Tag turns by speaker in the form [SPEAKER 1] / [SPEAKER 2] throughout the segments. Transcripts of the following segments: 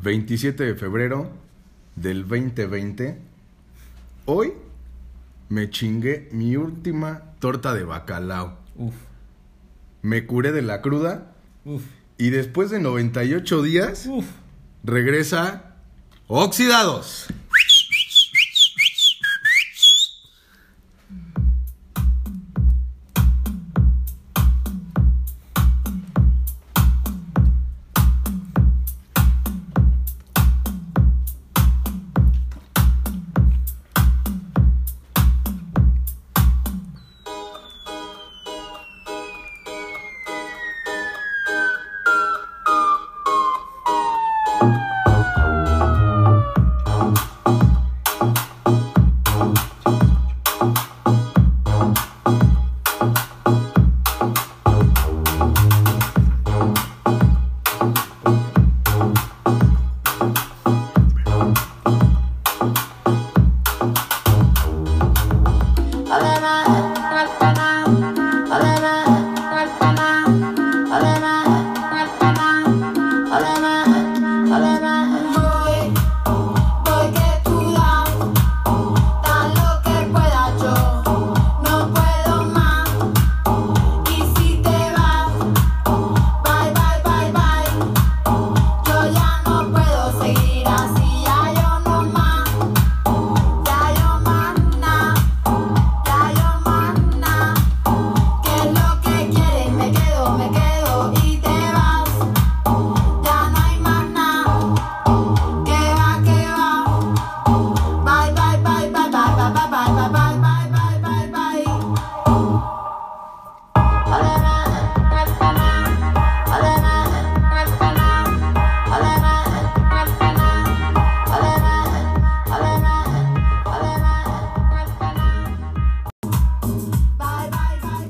[SPEAKER 1] 27 de febrero del 2020. Hoy me chingué mi última torta de bacalao.
[SPEAKER 2] Uf,
[SPEAKER 1] Me curé de la cruda
[SPEAKER 2] uf,
[SPEAKER 1] y después de 98 días
[SPEAKER 2] uf.
[SPEAKER 1] regresa oxidados.
[SPEAKER 3] Voy, voy que tú das tan lo que pueda yo, no puedo más. Y si te vas, bye bye bye bye. Yo ya no puedo seguir así, ya yo no más, ya yo más nada, ya yo más nada. Que es lo que quieres, me quedo, me quedo y te vas, ya no hay más nada. Que va, que va. Bye, bye, bye, bye, bye, bye, bye, bye, bye, bye, bye, bye, bye, bye. Bye, bye, bye,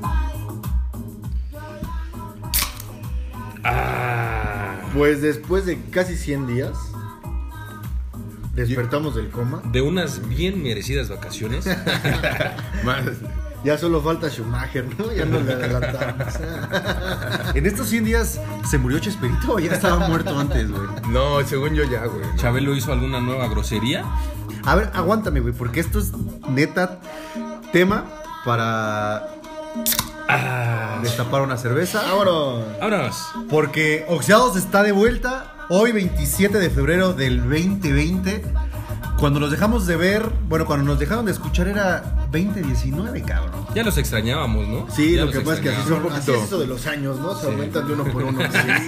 [SPEAKER 3] bye.
[SPEAKER 4] Pues después de casi 100 días, despertamos del coma.
[SPEAKER 2] De unas bien merecidas vacaciones.
[SPEAKER 1] Más-
[SPEAKER 4] Ya solo falta Schumacher, ¿no? Ya no le adelantamos. en estos 100 días, ¿se murió Chespirito o ya estaba muerto antes, güey?
[SPEAKER 1] No, según yo ya, güey.
[SPEAKER 2] Chabelo hizo alguna nueva grosería.
[SPEAKER 4] A ver, aguántame, güey, porque esto es neta tema para destapar una cerveza. Ahora.
[SPEAKER 2] Vámonos.
[SPEAKER 4] Porque Oxidados está de vuelta hoy 27 de febrero del 2020. Cuando nos dejamos de ver, bueno, cuando nos dejaron de escuchar era 2019, cabrón.
[SPEAKER 2] Ya los extrañábamos, ¿no?
[SPEAKER 4] Sí,
[SPEAKER 2] Ya
[SPEAKER 4] lo
[SPEAKER 2] los
[SPEAKER 4] que pasa es que así,
[SPEAKER 2] extrañábamos.
[SPEAKER 4] son,
[SPEAKER 1] Un
[SPEAKER 4] así
[SPEAKER 1] poquito.
[SPEAKER 4] es eso de los años, ¿no? Se aumentan de uno por uno.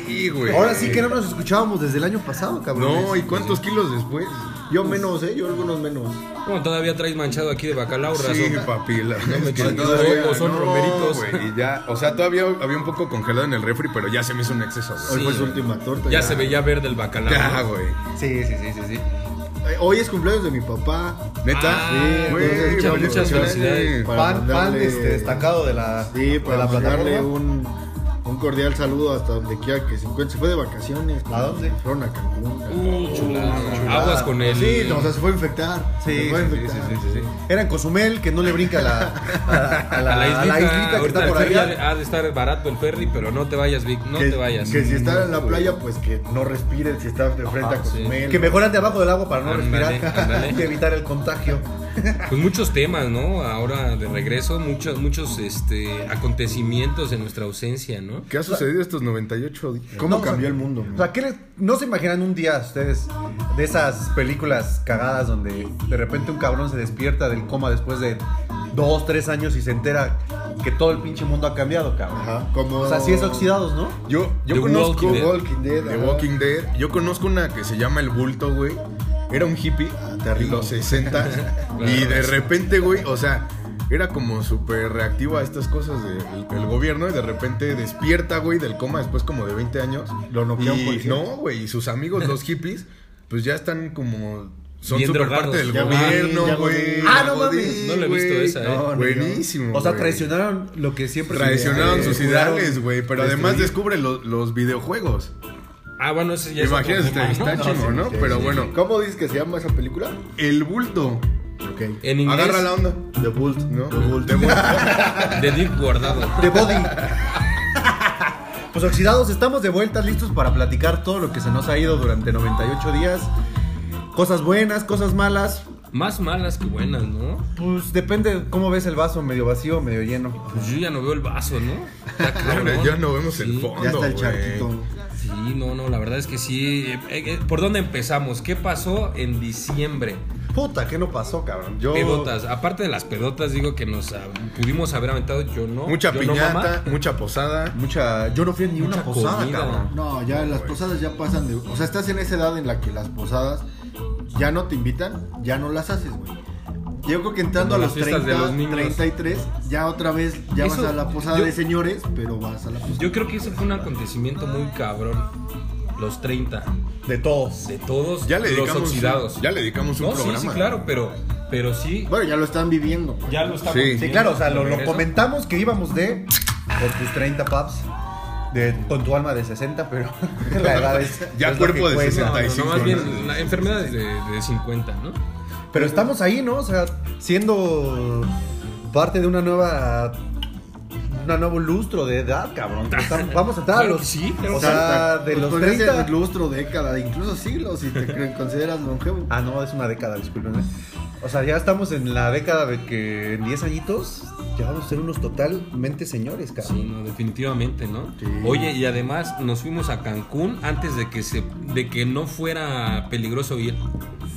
[SPEAKER 1] Sí, güey.
[SPEAKER 4] Ahora sí que no nos escuchábamos desde el año pasado, cabrón.
[SPEAKER 1] No, ¿y cuántos kilos después?
[SPEAKER 4] Yo menos, ¿eh? Yo algunos menos.
[SPEAKER 2] Bueno, todavía traes manchado aquí de bacalao, razón.
[SPEAKER 1] Sí, papi. la-
[SPEAKER 2] me
[SPEAKER 1] es que
[SPEAKER 2] chingues,
[SPEAKER 1] todavía
[SPEAKER 2] huevos, son romeritos.
[SPEAKER 1] güey, y ya, o sea, todavía había un poco congelado en el refri, pero ya se me hizo un exceso. güey.
[SPEAKER 4] Hoy fue su
[SPEAKER 2] güey.
[SPEAKER 4] última torta.
[SPEAKER 2] ya, se veía verde el bacalao.
[SPEAKER 1] Ya,
[SPEAKER 2] ¿no?
[SPEAKER 1] güey.
[SPEAKER 4] Sí, sí, sí, sí, sí. Eh, Hoy es cumpleaños de mi papá.
[SPEAKER 1] Neta,
[SPEAKER 2] Ah,
[SPEAKER 1] güey,
[SPEAKER 4] entonces, muchas-
[SPEAKER 1] feliz
[SPEAKER 4] muchas
[SPEAKER 1] cumpleaños.
[SPEAKER 2] felicidades.
[SPEAKER 4] Para
[SPEAKER 5] pan, pan
[SPEAKER 4] mandarle-
[SPEAKER 5] este, destacado de la,
[SPEAKER 4] Sí,
[SPEAKER 5] de
[SPEAKER 4] para
[SPEAKER 5] la
[SPEAKER 4] mandarle
[SPEAKER 5] plataforma.
[SPEAKER 4] un, un cordial saludo hasta donde quiera que se encuentre. Se fue de vacaciones.
[SPEAKER 5] ¿A dónde?
[SPEAKER 4] Fueron a Cancún.
[SPEAKER 2] Uh, chulada.
[SPEAKER 4] Chulada.
[SPEAKER 2] Aguas con él.
[SPEAKER 4] Sí, no, o sea, se fue a infectar. se
[SPEAKER 5] Sí,
[SPEAKER 4] fue a
[SPEAKER 5] sí, sí,
[SPEAKER 4] infectar.
[SPEAKER 5] sí, sí, sí. Era en Cozumel, que no le brinca la, a, la, a la-
[SPEAKER 2] a la islita,
[SPEAKER 5] a la islita que
[SPEAKER 2] ahorita
[SPEAKER 5] está por
[SPEAKER 2] el ferry
[SPEAKER 5] allá.
[SPEAKER 2] Ha de estar barato el ferry, pero no te vayas, Vic, no
[SPEAKER 4] que,
[SPEAKER 2] te vayas.
[SPEAKER 4] Que si está en la playa, pues que no respiren si está de frente a
[SPEAKER 2] sí.
[SPEAKER 4] Cozumel.
[SPEAKER 5] Que mejoran de abajo del agua para no
[SPEAKER 2] Ándale,
[SPEAKER 5] respirar
[SPEAKER 2] ándale.
[SPEAKER 5] y evitar el contagio.
[SPEAKER 2] Pues muchos temas, ¿no? Ahora de regreso, muchos, muchos este, acontecimientos de nuestra ausencia, ¿no?
[SPEAKER 1] ¿Qué ha sucedido estos 98 días?
[SPEAKER 4] ¿Cómo
[SPEAKER 5] No, o sea,
[SPEAKER 4] cambió el mundo?
[SPEAKER 5] O
[SPEAKER 4] man?
[SPEAKER 5] sea, ¿qué le- ¿no se imaginan un día ustedes de esas películas cagadas donde de repente un cabrón se despierta del coma después de dos, tres años y se entera que todo el pinche mundo ha cambiado, cabrón?
[SPEAKER 4] Ajá, como-
[SPEAKER 5] O sea, sí es oxidados, ¿no?
[SPEAKER 1] Yo, yo
[SPEAKER 2] The
[SPEAKER 1] conozco
[SPEAKER 2] Walking Dead.
[SPEAKER 4] Walking Dead.
[SPEAKER 1] The
[SPEAKER 4] ajá.
[SPEAKER 1] Walking Dead. Yo conozco una que se llama El Bulto, güey. Era un hippie de los 60 y de repente, güey, o sea, era como súper reactivo a estas cosas del del gobierno y de repente despierta, güey, del coma después como de 20 años.
[SPEAKER 4] Lo noquea un
[SPEAKER 1] Y
[SPEAKER 4] policía.
[SPEAKER 1] No, güey, y sus amigos, los hippies, pues ya están como... Son
[SPEAKER 2] Bien
[SPEAKER 1] súper
[SPEAKER 2] drogados.
[SPEAKER 1] parte del
[SPEAKER 2] Ya
[SPEAKER 4] godín, ya
[SPEAKER 1] gobierno, güey.
[SPEAKER 4] godín.
[SPEAKER 5] Ah,
[SPEAKER 1] Ya
[SPEAKER 5] no mames.
[SPEAKER 1] godín,
[SPEAKER 2] No lo he visto
[SPEAKER 1] güey.
[SPEAKER 2] esa, ¿eh?
[SPEAKER 4] No, ni yo.
[SPEAKER 1] Buenísimo,
[SPEAKER 5] O sea,
[SPEAKER 1] güey.
[SPEAKER 5] traicionaron lo que siempre
[SPEAKER 1] Traicionaron
[SPEAKER 5] eh,
[SPEAKER 1] sus
[SPEAKER 5] juraron Este,
[SPEAKER 1] ideales, güey, pero además descubre
[SPEAKER 5] destruir.
[SPEAKER 1] lo- los videojuegos.
[SPEAKER 2] Ah, bueno, ese ya es otro
[SPEAKER 1] Imagínate,
[SPEAKER 2] tema,
[SPEAKER 1] está,
[SPEAKER 2] ¿no?
[SPEAKER 1] está chingón, ¿no? Pero bueno,
[SPEAKER 4] ¿Cómo dices que se llama esa película?
[SPEAKER 1] el bulto.
[SPEAKER 4] Ok.
[SPEAKER 2] En inglés,
[SPEAKER 1] Agarra la onda.
[SPEAKER 4] The Bolt,
[SPEAKER 1] ¿No?
[SPEAKER 4] The Bolt.
[SPEAKER 1] De bulto.
[SPEAKER 2] de Dick guardado.
[SPEAKER 5] The Body.
[SPEAKER 6] Pues oxidados, estamos de vuelta, listos para platicar todo lo que se nos ha ido durante 98 días. Cosas buenas, cosas malas.
[SPEAKER 2] Más malas que buenas, ¿no?
[SPEAKER 5] Pues depende de cómo ves el vaso, medio vacío, medio lleno.
[SPEAKER 2] Pues yo ya no veo el vaso, ¿no? Está cabrón.
[SPEAKER 1] Ya no vemos el
[SPEAKER 2] Sí.
[SPEAKER 1] fondo.
[SPEAKER 6] Ya está el
[SPEAKER 1] güey.
[SPEAKER 6] charquito.
[SPEAKER 2] Sí, no, no, la verdad es que sí. Eh, eh, ¿Por dónde empezamos? ¿Qué pasó en diciembre?
[SPEAKER 5] Puta, ¿qué no pasó, cabrón? Yo.
[SPEAKER 2] Pedotas. Aparte de las pedotas, digo que nos ah, pudimos haber aventado. Yo no.
[SPEAKER 1] Mucha
[SPEAKER 2] yo no,
[SPEAKER 1] piñata,
[SPEAKER 2] mamá.
[SPEAKER 1] mucha posada.
[SPEAKER 5] Mucha. Yo no fui a ni
[SPEAKER 2] Mucha
[SPEAKER 5] una posada,
[SPEAKER 2] comida.
[SPEAKER 5] cabrón.
[SPEAKER 4] No, ya las posadas ya pasan de. O sea, estás en esa edad en la que las posadas ya no te invitan, ya no las haces, güey. Yo creo que entrando
[SPEAKER 2] Como
[SPEAKER 4] a
[SPEAKER 2] las
[SPEAKER 4] los
[SPEAKER 2] fiestas
[SPEAKER 4] 30,
[SPEAKER 2] de los niños.
[SPEAKER 4] 33, ya otra vez, ya
[SPEAKER 2] Eso-
[SPEAKER 4] vas a la posada
[SPEAKER 2] yo-
[SPEAKER 4] de señores, pero vas a la posada.
[SPEAKER 2] Yo creo que ese fue un acontecimiento muy cabrón. Los 30.
[SPEAKER 5] De todos.
[SPEAKER 2] De todos
[SPEAKER 1] Ya le
[SPEAKER 2] los
[SPEAKER 1] dedicamos,
[SPEAKER 2] oxidados.
[SPEAKER 1] ya le dedicamos un
[SPEAKER 2] no,
[SPEAKER 1] programa.
[SPEAKER 2] Sí, sí, claro, pero, pero sí.
[SPEAKER 4] Bueno, ya lo están viviendo. güey.
[SPEAKER 2] Ya lo estamos.
[SPEAKER 1] Sí.
[SPEAKER 5] Sí,
[SPEAKER 2] viendo.
[SPEAKER 5] claro, o sea, lo, lo
[SPEAKER 2] Regreso.
[SPEAKER 5] comentamos que íbamos de. Por tus 30 paps. De, con tu alma de 60, pero la edad es.
[SPEAKER 1] Ya
[SPEAKER 5] es lo
[SPEAKER 1] cuerpo
[SPEAKER 5] que
[SPEAKER 1] de
[SPEAKER 5] cuesta.
[SPEAKER 2] No, no, no,
[SPEAKER 1] 65,
[SPEAKER 2] más bien
[SPEAKER 1] ¿no?
[SPEAKER 2] la enfermedad de, de 50, ¿no?
[SPEAKER 5] Pero estamos ahí, ¿no? O sea, siendo parte de una nueva. Una nuevo lustro de edad, cabrón. Estamos- vamos a entrar a
[SPEAKER 2] Claro
[SPEAKER 5] los.
[SPEAKER 2] que sí, claro
[SPEAKER 5] o
[SPEAKER 2] que
[SPEAKER 5] sea, de
[SPEAKER 4] Pues
[SPEAKER 5] los
[SPEAKER 4] podría ser
[SPEAKER 5] 30.
[SPEAKER 4] lustro, década, incluso siglos, si te cre- consideras longevo.
[SPEAKER 5] Ah, no, es una década, discúlpenme. O sea, ya estamos en la década de que en 10 añitos ya vamos a ser unos totalmente señores,
[SPEAKER 2] Sí,
[SPEAKER 5] cabrón.
[SPEAKER 2] no, definitivamente, ¿no?
[SPEAKER 4] Sí.
[SPEAKER 2] Oye, y además nos fuimos a Cancún antes de que se de que no fuera peligroso ir.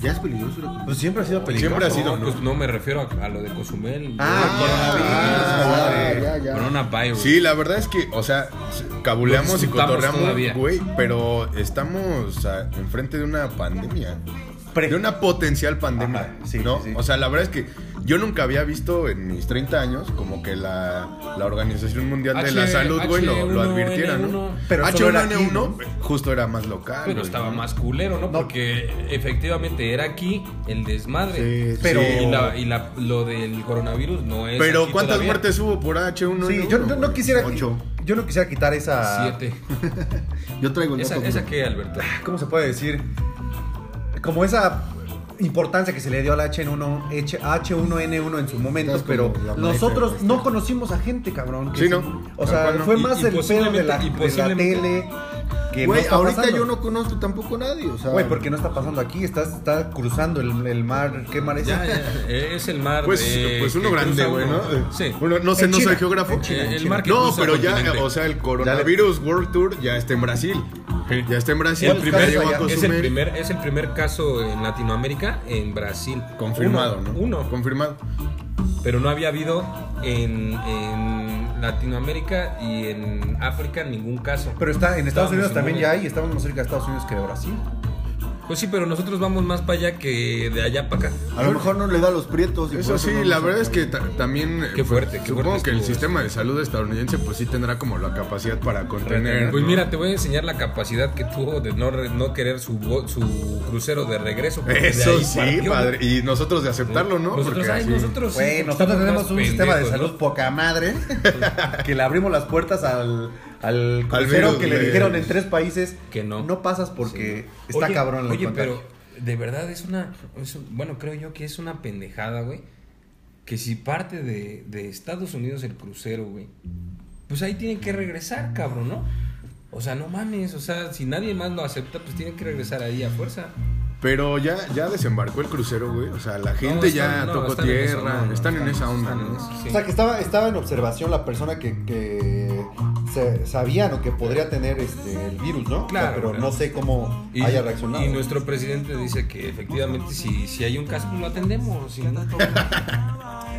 [SPEAKER 4] Ya es peligroso. ¿no?
[SPEAKER 5] Pues siempre ha sido peligroso.
[SPEAKER 1] Siempre ha sido,
[SPEAKER 2] no,
[SPEAKER 1] ¿no?
[SPEAKER 2] pues no me refiero a, a lo de Cozumel.
[SPEAKER 4] Ah,
[SPEAKER 1] ah,
[SPEAKER 4] ya, ya.
[SPEAKER 2] coronavirus.
[SPEAKER 1] Sí, la verdad es que, o sea,
[SPEAKER 2] Lo
[SPEAKER 1] cabuleamos y
[SPEAKER 2] disfrutamos todavía.
[SPEAKER 1] cotorreamos, güey, pero estamos a- enfrente de una pandemia.
[SPEAKER 5] Pre-
[SPEAKER 1] De una potencial pandemia,
[SPEAKER 5] Ajá, sí,
[SPEAKER 1] ¿no?
[SPEAKER 5] sí, sí.
[SPEAKER 1] O sea, la verdad es que yo nunca había visto en mis 30 años como que la, la Organización Mundial de la
[SPEAKER 2] H-
[SPEAKER 1] Salud, güey, lo, lo advirtiera, ¿no?
[SPEAKER 2] H1N1.
[SPEAKER 5] Pero solo era aquí,
[SPEAKER 1] H1N1
[SPEAKER 5] ¿no?
[SPEAKER 1] justo era más local.
[SPEAKER 2] Pero
[SPEAKER 1] güey.
[SPEAKER 2] estaba más culero, ¿no? Porque efectivamente era aquí el desmadre.
[SPEAKER 4] Sí,
[SPEAKER 5] Pero-
[SPEAKER 2] Y, la- y la- lo del coronavirus no es.
[SPEAKER 1] Pero
[SPEAKER 2] aquí
[SPEAKER 1] ¿cuántas
[SPEAKER 2] todavía.
[SPEAKER 1] muertes hubo por H1N1?
[SPEAKER 5] Sí, yo, yo no
[SPEAKER 1] güey?
[SPEAKER 5] quisiera.
[SPEAKER 4] Ocho.
[SPEAKER 5] Yo no quisiera quitar esa.
[SPEAKER 2] Siete.
[SPEAKER 4] Ah. Yo traigo el
[SPEAKER 2] ¿Esa,
[SPEAKER 4] dato.
[SPEAKER 2] esa
[SPEAKER 4] güey.
[SPEAKER 2] qué, Alberto?
[SPEAKER 5] ¿Cómo se puede decir? Como esa importancia que se le dio al H1, H1N1 en su momento,
[SPEAKER 4] Estás
[SPEAKER 5] pero
[SPEAKER 4] como la maestra, este.
[SPEAKER 5] nosotros
[SPEAKER 4] güey.
[SPEAKER 5] no conocimos a gente, cabrón. que
[SPEAKER 1] Sí, ¿no?
[SPEAKER 5] O
[SPEAKER 1] Tal
[SPEAKER 5] sea,
[SPEAKER 1] cual, ¿no?
[SPEAKER 5] fue
[SPEAKER 2] Y-
[SPEAKER 5] más
[SPEAKER 2] y
[SPEAKER 5] el pedo de la,
[SPEAKER 2] posiblemente- y
[SPEAKER 5] de la
[SPEAKER 2] posiblemente-
[SPEAKER 5] tele que no
[SPEAKER 4] Güey,
[SPEAKER 5] está
[SPEAKER 4] ahorita
[SPEAKER 5] pasando.
[SPEAKER 4] yo no conozco tampoco a nadie, o sea.
[SPEAKER 5] Güey, porque no está pasando aquí, está, está cruzando el, el mar, ¿qué mar es?
[SPEAKER 2] Ya, ya, es el mar.
[SPEAKER 1] Pues,
[SPEAKER 2] de-
[SPEAKER 1] pues uno
[SPEAKER 2] que
[SPEAKER 1] grande,
[SPEAKER 2] cruza
[SPEAKER 1] güey,
[SPEAKER 2] uno.
[SPEAKER 1] ¿no?
[SPEAKER 2] Sí.
[SPEAKER 1] Uno, no sé,
[SPEAKER 5] En
[SPEAKER 1] no
[SPEAKER 5] China,
[SPEAKER 1] soy geógrafo.
[SPEAKER 2] en China, en
[SPEAKER 1] Eh,
[SPEAKER 2] China.
[SPEAKER 1] no,
[SPEAKER 2] Cruza
[SPEAKER 1] pero ya,
[SPEAKER 2] continente.
[SPEAKER 1] o sea, el coronavirus World Tour ya está en Brasil.
[SPEAKER 2] Sí.
[SPEAKER 1] Ya está en Brasil.
[SPEAKER 2] El primer-
[SPEAKER 1] ya llegó a
[SPEAKER 2] es, el
[SPEAKER 1] Cozumel.
[SPEAKER 2] primer, es el primer caso en Latinoamérica en Brasil.
[SPEAKER 1] Confirmado,
[SPEAKER 2] Uno,
[SPEAKER 1] ¿no?
[SPEAKER 2] Uno.
[SPEAKER 1] Confirmado.
[SPEAKER 2] Pero no había habido en, en Latinoamérica y en África ningún caso.
[SPEAKER 5] Pero está en
[SPEAKER 2] Estábamos
[SPEAKER 5] Estados Unidos
[SPEAKER 2] en
[SPEAKER 5] también
[SPEAKER 2] un-
[SPEAKER 5] ya hay, estamos más cerca de Estados Unidos que de Brasil.
[SPEAKER 2] Pues sí, pero nosotros vamos más para allá que de allá para acá.
[SPEAKER 4] A lo mejor no le da a los prietos. y por
[SPEAKER 1] Eso Pues sí,
[SPEAKER 4] no
[SPEAKER 1] la
[SPEAKER 4] nos
[SPEAKER 1] verdad es que
[SPEAKER 4] alcanza.
[SPEAKER 1] ta- también. eh,
[SPEAKER 2] Qué fuerte, qué
[SPEAKER 1] Supongo
[SPEAKER 2] fuerte
[SPEAKER 1] que el
[SPEAKER 2] estuvo
[SPEAKER 1] sistema de salud estadounidense, pues sí tendrá como la capacidad para contener.
[SPEAKER 2] Pues
[SPEAKER 1] ¿no?
[SPEAKER 2] mira, te voy a enseñar la capacidad que tuvo de no, re- no querer su, bo- su crucero de regreso. porque de
[SPEAKER 1] Eso
[SPEAKER 2] ahí
[SPEAKER 1] sí,
[SPEAKER 2] partió.
[SPEAKER 1] padre. Y nosotros de aceptarlo, ¿no?
[SPEAKER 2] Nosotros, ay,
[SPEAKER 1] así-
[SPEAKER 2] nosotros, Pues sí,
[SPEAKER 5] Güey,
[SPEAKER 2] estamos
[SPEAKER 5] nosotros tenemos
[SPEAKER 2] más
[SPEAKER 5] un sistema de
[SPEAKER 2] pendejos, ¿no?
[SPEAKER 5] salud poca madre que le abrimos las puertas al, al crucero
[SPEAKER 1] virus,
[SPEAKER 5] que le
[SPEAKER 1] güey.
[SPEAKER 5] dijeron en tres países
[SPEAKER 2] Que no.
[SPEAKER 5] No pasas porque
[SPEAKER 2] Sí.
[SPEAKER 5] está
[SPEAKER 2] Oye,
[SPEAKER 5] cabrón el
[SPEAKER 2] Oye,
[SPEAKER 5] contagio.
[SPEAKER 2] pero de verdad es una. es un- bueno, creo yo que es una pendejada, güey. Que si parte de, de Estados Unidos el crucero, güey. Pues ahí tienen que regresar, cabrón, ¿no? O sea, no mames. O sea, si nadie más lo acepta, pues tienen que regresar ahí a fuerza.
[SPEAKER 1] Pero ya, ya desembarcó el crucero, güey. O sea, la gente
[SPEAKER 2] No,
[SPEAKER 1] ya
[SPEAKER 2] están- no,
[SPEAKER 1] tocó
[SPEAKER 2] están en eso,
[SPEAKER 1] tierra.
[SPEAKER 2] no, no,
[SPEAKER 1] están en esa onda,
[SPEAKER 2] están en
[SPEAKER 1] ¿no?
[SPEAKER 2] eso, sí.
[SPEAKER 5] O sea, que estaba, estaba en observación la persona que, que se- sabían o que podría tener este, el virus, ¿no? O sea,
[SPEAKER 2] Claro,
[SPEAKER 5] pero
[SPEAKER 2] claro.
[SPEAKER 5] no sé cómo
[SPEAKER 2] Y-
[SPEAKER 5] haya reaccionado.
[SPEAKER 2] Y nuestro presidente dice que efectivamente si, si hay un caso, pues lo atendemos. y no- pues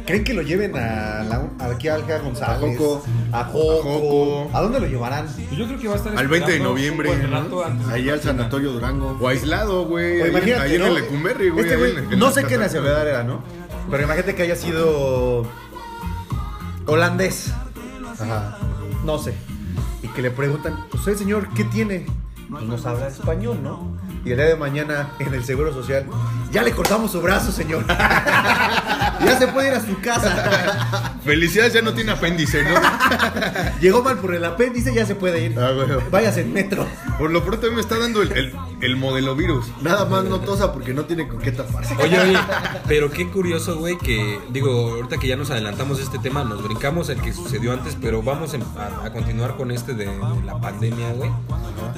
[SPEAKER 5] ¿Creen que lo lleven a la, a- aquí a Alja González?
[SPEAKER 4] A Joco.
[SPEAKER 5] A Joco.
[SPEAKER 1] A Joco.
[SPEAKER 5] ¿A dónde lo llevarán?
[SPEAKER 2] Yo creo que va a estar
[SPEAKER 1] Al 20 de
[SPEAKER 2] esperando un
[SPEAKER 1] noviembre,
[SPEAKER 2] buen
[SPEAKER 1] ¿no?
[SPEAKER 2] rato antes de
[SPEAKER 4] Ahí al Sanatorio Durango.
[SPEAKER 1] O aislado, güey.
[SPEAKER 5] O
[SPEAKER 1] Ahí,
[SPEAKER 5] imagínate,
[SPEAKER 1] ahí en
[SPEAKER 5] ¿no?
[SPEAKER 1] el Lecumberri, güey.
[SPEAKER 5] Este
[SPEAKER 1] ahí
[SPEAKER 5] güey,
[SPEAKER 1] en el- en
[SPEAKER 5] no
[SPEAKER 1] las
[SPEAKER 5] sé qué
[SPEAKER 1] cataratas.
[SPEAKER 5] nacionalidad era, ¿no? Pero imagínate que haya sido holandés. No sé. Y que le preguntan, usted señor, ¿qué tiene? Pues nos habla español, ¿no? Y el día de mañana en el Seguro Social, ya le cortamos su brazo, señor.
[SPEAKER 6] Ya se puede ir a su casa.
[SPEAKER 1] Felicidades ya no tiene apéndice, ¿no?
[SPEAKER 6] Llegó mal por el apéndice, ya se puede ir.
[SPEAKER 1] Ah, bueno.
[SPEAKER 6] Váyase en metro.
[SPEAKER 1] Por lo pronto a mí me está dando el, el, el modelo virus.
[SPEAKER 4] Nada más no tosa porque no tiene con qué taparse.
[SPEAKER 2] Oye, oye, pero qué curioso, güey, que digo, ahorita que ya nos adelantamos este tema, nos brincamos el que sucedió antes, pero vamos en- a, a continuar con este de, de la pandemia, güey.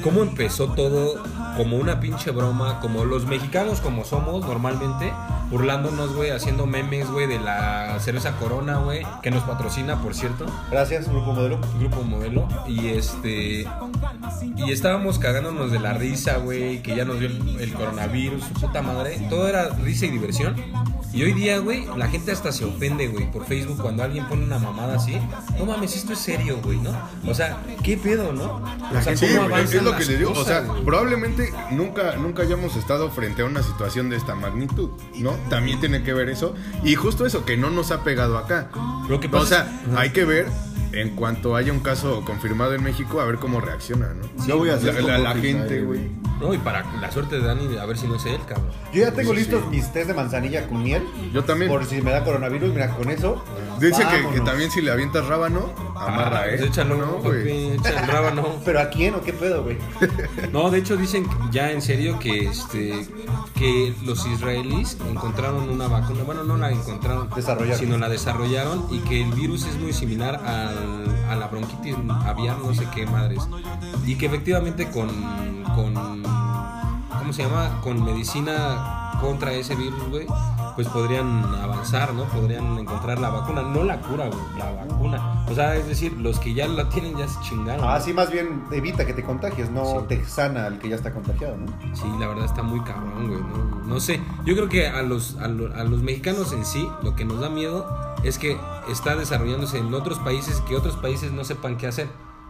[SPEAKER 2] ¿Cómo empezó todo como una pinche broma, como los mexicanos como somos normalmente, burlándonos, güey, haciendo memes, güey, de la cerveza Corona, güey, que nos patrocina, por cierto
[SPEAKER 5] Gracias, grupo modelo.
[SPEAKER 2] grupo modelo y este y estábamos cagándonos de la risa, güey, que ya nos dio el, el coronavirus, su puta madre, todo era risa y diversión. Y hoy día, güey, la gente hasta se ofende, güey, por Facebook cuando alguien pone una mamada así. No mames, esto es serio, güey, ¿no? O sea, ¿qué pedo, no? o sea,
[SPEAKER 1] Sí,
[SPEAKER 2] ¿cómo
[SPEAKER 1] güey,
[SPEAKER 2] avanzan
[SPEAKER 1] es lo que
[SPEAKER 2] las
[SPEAKER 1] le digo. O
[SPEAKER 2] cosas,
[SPEAKER 1] sea,
[SPEAKER 2] güey?
[SPEAKER 1] probablemente nunca, nunca hayamos estado frente a una situación de esta magnitud, ¿no? También tiene que ver eso. Y justo eso, que no nos ha pegado acá.
[SPEAKER 2] Lo que pasa
[SPEAKER 1] o sea, hay que ver en cuanto haya un caso confirmado en México, a ver cómo reacciona, ¿no?
[SPEAKER 4] Yo voy a
[SPEAKER 1] La,
[SPEAKER 4] hacer
[SPEAKER 1] la-
[SPEAKER 4] como
[SPEAKER 1] la
[SPEAKER 4] Pinay,
[SPEAKER 1] gente, güey.
[SPEAKER 2] no, y para la suerte de Dani, a ver si no es él, cabrón.
[SPEAKER 5] Yo ya tengo listos mis test de manzanilla con miel.
[SPEAKER 1] Yo también.
[SPEAKER 5] Por si me da coronavirus, mira, con eso.
[SPEAKER 1] Dice que- que,
[SPEAKER 5] vámonos.
[SPEAKER 1] también si le avientas rábano, amarra,
[SPEAKER 2] Ah,
[SPEAKER 1] ¿eh?
[SPEAKER 2] pues échalo,
[SPEAKER 1] no, güey.
[SPEAKER 2] papi, echa el rábano.
[SPEAKER 5] ¿Pero a quién o qué pedo, güey?
[SPEAKER 2] No, de hecho dicen que- ya en serio que este que los israelíes encontraron una vacuna, bueno, no la encontraron,
[SPEAKER 5] Desarrollaron.
[SPEAKER 2] sino la desarrollaron y que el virus es muy similar al- a la bronquitis aviar, no sé qué madres. Y que efectivamente con con ¿cómo se llama? con medicina contra ese virus, güey, pues podrían avanzar, ¿no? Podrían encontrar la vacuna, no la cura, güey, la vacuna. O sea, es decir, los que ya la tienen ya se chingaron.
[SPEAKER 5] Ah,
[SPEAKER 2] ¿no?
[SPEAKER 5] sí, más bien evita que te contagies, no
[SPEAKER 2] Sí.
[SPEAKER 5] te sana al que ya está contagiado, ¿no?
[SPEAKER 2] Sí, la verdad está muy cabrón, güey. No, no sé. Yo creo que a los, a, lo- a los mexicanos en sí, lo que nos da miedo es que está desarrollándose en otros países que otros países no sepan qué hacer.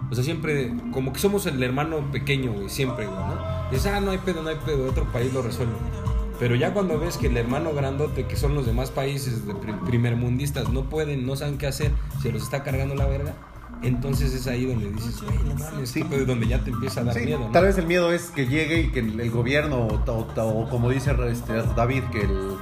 [SPEAKER 2] O sea, siempre, como que somos el hermano pequeño, güey, siempre, güey, ¿no? Dices, ah, no hay pedo, no hay pedo, otro país lo resuelve. Pero ya cuando ves que el hermano grandote, que son los demás países de pri- primermundistas, no pueden, no saben qué hacer, se los está cargando la verga, entonces es ahí donde dices, güey, no mames,
[SPEAKER 5] Sí.
[SPEAKER 2] pues, donde ya te empieza a dar
[SPEAKER 5] Sí,
[SPEAKER 2] miedo, ¿no?
[SPEAKER 5] tal vez el miedo es que llegue y que el, el gobierno, o, ta- o ta- o como dice este, David, que el,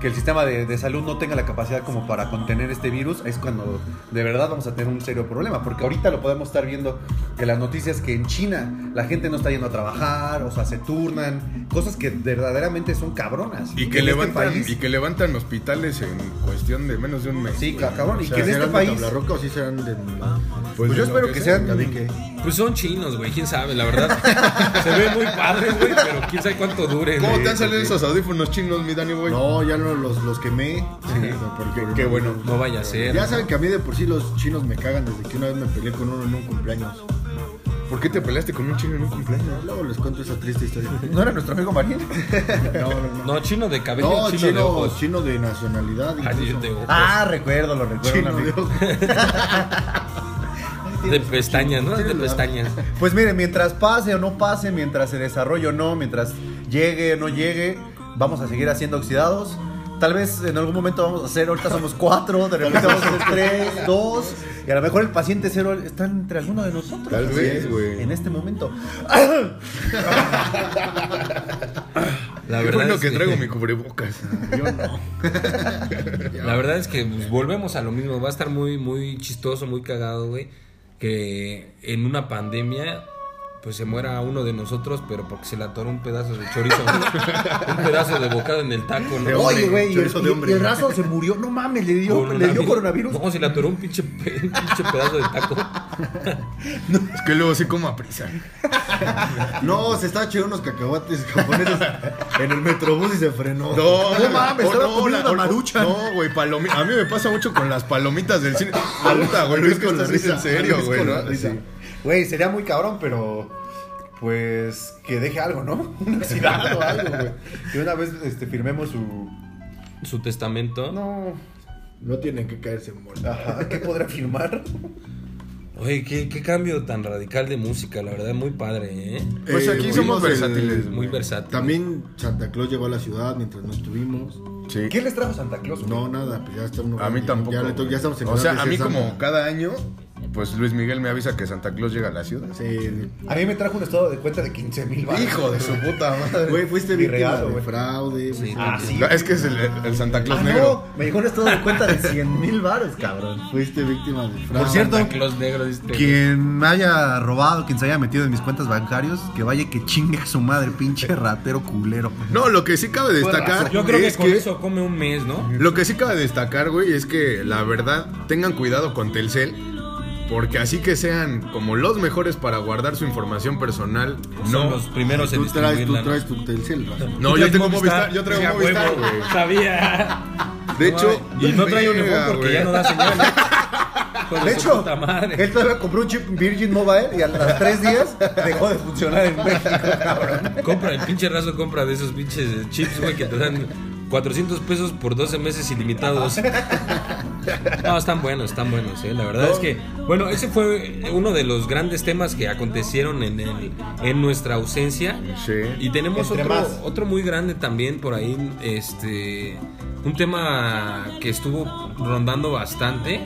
[SPEAKER 5] que el sistema de, de salud no tenga la capacidad como para contener este virus, es cuando de verdad vamos a tener un serio problema. Porque ahorita lo podemos estar viendo que las noticias que en China la gente no está yendo a trabajar, o sea, se turnan, cosas que verdaderamente son cabronas.
[SPEAKER 1] Y
[SPEAKER 5] En
[SPEAKER 1] que,
[SPEAKER 5] este
[SPEAKER 1] levantan,
[SPEAKER 5] país-
[SPEAKER 1] y que levantan hospitales en cuestión de menos de un mes.
[SPEAKER 5] Sí,
[SPEAKER 1] güey.
[SPEAKER 5] cabrón, y
[SPEAKER 1] O sea,
[SPEAKER 5] que en este
[SPEAKER 4] ¿Serán de
[SPEAKER 5] país...
[SPEAKER 4] tabla roca o sí serán de.?
[SPEAKER 1] Pues
[SPEAKER 5] Pues yo
[SPEAKER 1] de lo
[SPEAKER 5] espero
[SPEAKER 1] que
[SPEAKER 5] que
[SPEAKER 1] sea,
[SPEAKER 5] sean...
[SPEAKER 4] Ya vi que.
[SPEAKER 2] Pues son chinos, güey, quién sabe, la verdad. Se ve muy padre, güey, pero quién sabe cuánto dure.
[SPEAKER 1] ¿Cómo
[SPEAKER 2] güey,
[SPEAKER 1] te han salido
[SPEAKER 2] porque
[SPEAKER 1] esos audífonos chinos, mi Dani, güey?
[SPEAKER 4] No, ya no los, los quemé. No, porque-
[SPEAKER 1] Qué bueno.
[SPEAKER 2] No vaya a ser.
[SPEAKER 4] Ya
[SPEAKER 2] ¿no?
[SPEAKER 4] saben que a mí de por sí los chinos me cagan desde que una vez me peleé con uno en un cumpleaños.
[SPEAKER 1] ¿Por qué te peleaste con un chino en un cumpleaños?
[SPEAKER 4] Luego les cuento esa triste historia.
[SPEAKER 5] ¿No era nuestro amigo Marín?
[SPEAKER 4] No, no, no.
[SPEAKER 2] No, chino de cabello,
[SPEAKER 4] No,
[SPEAKER 2] chino, de
[SPEAKER 4] chino,
[SPEAKER 2] ojos.
[SPEAKER 4] chino de nacionalidad.
[SPEAKER 2] Ay,
[SPEAKER 4] incluso.
[SPEAKER 2] de ojos.
[SPEAKER 5] Ah, recuerdo, lo recuerdo. un
[SPEAKER 4] Chino
[SPEAKER 5] amigo.
[SPEAKER 4] de ojos.
[SPEAKER 2] de pestañas, ¿no? De
[SPEAKER 4] chino de-
[SPEAKER 2] pestañas.
[SPEAKER 5] Pues miren, mientras pase o no pase, mientras se desarrolle o no, mientras llegue o no llegue, vamos a seguir haciendo oxidados. Tal vez en algún momento vamos a hacer, ahorita somos cuatro, de repente vamos a ser tres, dos, y a lo mejor el paciente cero está entre alguno de nosotros.
[SPEAKER 1] Tal
[SPEAKER 5] Así
[SPEAKER 1] vez,
[SPEAKER 5] es,
[SPEAKER 1] güey.
[SPEAKER 5] En este momento.
[SPEAKER 2] La
[SPEAKER 1] Qué
[SPEAKER 2] verdad
[SPEAKER 1] bueno
[SPEAKER 2] es
[SPEAKER 1] que traigo mi cubrebocas.
[SPEAKER 2] La verdad es que pues, volvemos a lo mismo. Va a estar muy, muy chistoso, muy cagado, güey. Que en una pandemia, pues se muera uno de nosotros, pero porque se le atoró un pedazo de chorizo. ¿no? un pedazo de bocado en el taco, ¿no?
[SPEAKER 1] De hombre,
[SPEAKER 5] Oye, güey, y, el-
[SPEAKER 1] chorizo de
[SPEAKER 5] y-
[SPEAKER 1] hombre.
[SPEAKER 5] y el raso se murió. No mames, le dio, le dio coronavirus.
[SPEAKER 2] No, se le atoró un pinche, pe- un pinche pedazo de taco.
[SPEAKER 1] Es que luego sí como a prisa.
[SPEAKER 4] No, se estaba echando unos cacahuates japoneses en el metrobús y se frenó.
[SPEAKER 1] No,
[SPEAKER 5] No mames, estaba
[SPEAKER 1] no,
[SPEAKER 5] comiendo
[SPEAKER 1] la-
[SPEAKER 5] una
[SPEAKER 1] o-
[SPEAKER 5] maruchan.
[SPEAKER 1] No, güey, palomi- A mí me pasa mucho con las palomitas del cine. Puta, güey,
[SPEAKER 4] Luis
[SPEAKER 1] es que
[SPEAKER 4] con
[SPEAKER 1] esto
[SPEAKER 4] la
[SPEAKER 1] sí es en
[SPEAKER 4] risa,
[SPEAKER 1] serio,
[SPEAKER 4] Luis
[SPEAKER 1] güey.
[SPEAKER 4] con
[SPEAKER 1] ¿no?
[SPEAKER 4] la risa.
[SPEAKER 1] Sí.
[SPEAKER 5] Güey, sería muy cabrón, pero pues que deje algo, ¿no? Un oxidado o algo, güey. Que una vez este, firmemos su...
[SPEAKER 2] Su testamento.
[SPEAKER 5] No,
[SPEAKER 4] No tienen que caerse en bola.
[SPEAKER 5] Ajá, ¿qué podrá firmar?
[SPEAKER 2] Oye, ¿qué, qué cambio tan radical de música, la verdad, muy padre, ¿eh?
[SPEAKER 1] Pues aquí
[SPEAKER 4] güey,
[SPEAKER 1] somos
[SPEAKER 4] el-
[SPEAKER 1] versátiles.
[SPEAKER 2] Muy versátil.
[SPEAKER 4] También Santa Claus llegó a la ciudad mientras no estuvimos.
[SPEAKER 1] Sí.
[SPEAKER 5] ¿Qué les trajo Santa Claus? güey?
[SPEAKER 4] No, nada, pues ya estamos.
[SPEAKER 1] A mí tampoco.
[SPEAKER 4] Ya, le to-
[SPEAKER 1] güey.
[SPEAKER 4] ya estamos en
[SPEAKER 1] o
[SPEAKER 4] edad
[SPEAKER 1] sea,
[SPEAKER 4] de
[SPEAKER 1] a
[SPEAKER 4] ser
[SPEAKER 1] mí como
[SPEAKER 4] Santa.
[SPEAKER 1] cada año pues Luis Miguel me avisa que Santa Claus llega a la ciudad.
[SPEAKER 4] Sí.
[SPEAKER 5] A mí me trajo un estado de cuenta de 15 mil
[SPEAKER 1] Hijo de su puta madre.
[SPEAKER 4] Güey, fuiste
[SPEAKER 5] Mi
[SPEAKER 4] víctima
[SPEAKER 5] regalo,
[SPEAKER 4] de
[SPEAKER 5] güey.
[SPEAKER 4] fraude.
[SPEAKER 2] Sí.
[SPEAKER 5] Ah, sí.
[SPEAKER 1] Es que es el, el Santa Claus
[SPEAKER 5] Ah,
[SPEAKER 1] negro.
[SPEAKER 5] no, me dijo un estado de cuenta de 100 mil baros, cabrón.
[SPEAKER 4] Fuiste víctima de fraude.
[SPEAKER 6] Por cierto,
[SPEAKER 2] Los negros, este.
[SPEAKER 6] quien me haya robado, quien se haya metido en mis cuentas bancarias, que vaya y que chingue a su madre, pinche ratero culero.
[SPEAKER 1] No, lo que sí cabe destacar
[SPEAKER 2] Yo creo
[SPEAKER 1] es
[SPEAKER 2] que con
[SPEAKER 1] que
[SPEAKER 2] eso come un mes, ¿no?
[SPEAKER 1] Lo que sí cabe destacar, güey, es que la verdad, tengan cuidado con Telcel, porque así que sean como los mejores para guardar su información personal,
[SPEAKER 2] Son
[SPEAKER 1] no.
[SPEAKER 2] los primeros en
[SPEAKER 4] tú traes, tú
[SPEAKER 2] distribuirla, ¿no?
[SPEAKER 4] traes tu Telcel.
[SPEAKER 1] No,
[SPEAKER 4] ¿no?
[SPEAKER 2] Tú
[SPEAKER 1] yo
[SPEAKER 2] traes
[SPEAKER 1] tengo Movistar, yo traigo
[SPEAKER 2] Sí, a
[SPEAKER 1] Movistar,
[SPEAKER 2] huevo,
[SPEAKER 1] güey.
[SPEAKER 2] Sabía.
[SPEAKER 1] De hecho,
[SPEAKER 2] y no trae
[SPEAKER 1] verga,
[SPEAKER 2] un porque
[SPEAKER 1] güey.
[SPEAKER 2] ya no da señal. Con
[SPEAKER 5] De
[SPEAKER 2] su
[SPEAKER 5] hecho,
[SPEAKER 2] puta madre.
[SPEAKER 5] él todavía compró un chip Virgin Mobile y a los tres días dejó de funcionar en México, cabrón.
[SPEAKER 2] Compra, el pinche raso compra de esos pinches chips, güey, que te dan 400 pesos por 12 meses ilimitados. No, están buenos, están buenos, eh. La verdad es que, bueno, ese fue uno de los grandes temas que acontecieron en, el- en nuestra ausencia.
[SPEAKER 1] Sí.
[SPEAKER 2] Y tenemos
[SPEAKER 5] Entre
[SPEAKER 2] otro,
[SPEAKER 5] más.
[SPEAKER 2] otro muy grande también por ahí, este, un tema que estuvo rondando bastante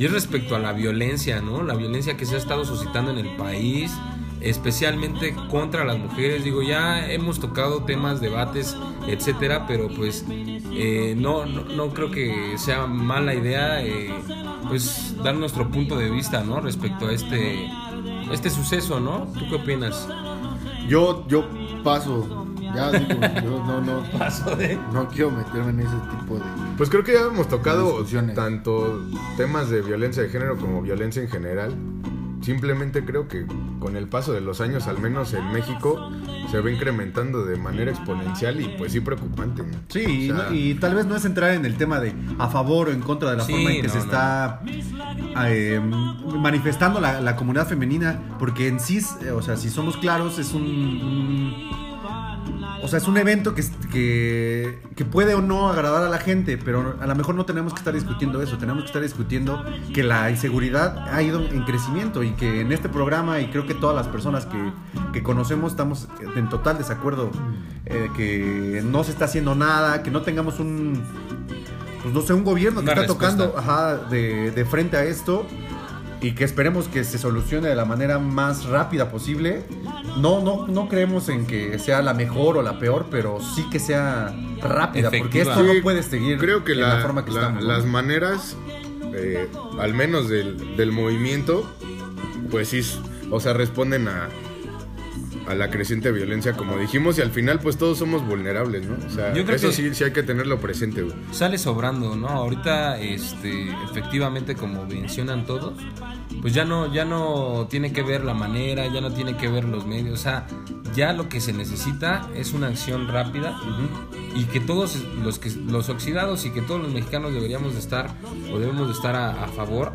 [SPEAKER 2] y es respecto a la violencia, ¿no? La violencia que se ha estado suscitando en el país, especialmente contra las mujeres. Digo, ya hemos tocado temas, debates, etcétera, pero pues eh, no, no, no creo que sea mala idea, eh, pues dar nuestro punto de vista, ¿no? Respecto a este, este suceso, ¿no? ¿Tú qué opinas?
[SPEAKER 4] Yo, yo paso. Ya digo, yo no, no,
[SPEAKER 2] Paso de...
[SPEAKER 4] no quiero meterme en ese tipo de.
[SPEAKER 1] Pues creo que ya hemos tocado
[SPEAKER 4] Discusiones.
[SPEAKER 1] tanto temas de violencia de género como violencia en general. Simplemente creo que con el paso de los años, al menos en México, se va incrementando de manera exponencial y pues sí preocupante. ¿no?
[SPEAKER 6] Sí, y
[SPEAKER 1] O sea,
[SPEAKER 6] no- y tal vez no es entrar en el tema de a favor o en contra de la
[SPEAKER 2] Sí,
[SPEAKER 6] forma en que
[SPEAKER 2] no,
[SPEAKER 6] se
[SPEAKER 2] no.
[SPEAKER 6] está eh, manifestando la, la comunidad femenina, porque en sí, eh, o sea, si somos claros, es un... un- o sea, es un evento que, es- que, que puede o no agradar a la gente, pero a lo mejor no tenemos que estar discutiendo eso, tenemos que estar discutiendo que la inseguridad ha ido en crecimiento y que en este programa y creo que todas las personas que, que conocemos estamos en total desacuerdo, eh, que no se está haciendo nada, que no tengamos un, pues no sé, un gobierno que
[SPEAKER 2] Una
[SPEAKER 6] está
[SPEAKER 2] respuesta.
[SPEAKER 6] tocando ajá, de, de frente a esto y que esperemos que se solucione de la manera más rápida posible. No, no, no creemos en que sea la mejor o la peor, pero sí que sea rápida, porque
[SPEAKER 2] Efectiva.
[SPEAKER 6] esto
[SPEAKER 1] Sí,
[SPEAKER 6] no puede seguir
[SPEAKER 1] Creo que,
[SPEAKER 6] en
[SPEAKER 1] la,
[SPEAKER 6] la, forma que
[SPEAKER 1] la-
[SPEAKER 6] estamos. ¿no?
[SPEAKER 1] las maneras, eh, al menos del, del movimiento, pues sí, o sea, responden a, a la creciente violencia, como dijimos, y al final, pues todos somos vulnerables, ¿no? O sea,
[SPEAKER 2] Yo creo
[SPEAKER 1] eso
[SPEAKER 2] que-
[SPEAKER 1] sí, sí hay que tenerlo presente, güey.
[SPEAKER 2] sale sobrando, ¿no? Ahorita, este, efectivamente, como mencionan todos, pues ya no, ya no tiene que ver la manera, ya no tiene que ver los medios, o sea, ya lo que se necesita es una acción rápida y que todos los que los oxidados y que todos los mexicanos deberíamos de estar o debemos de estar a, a favor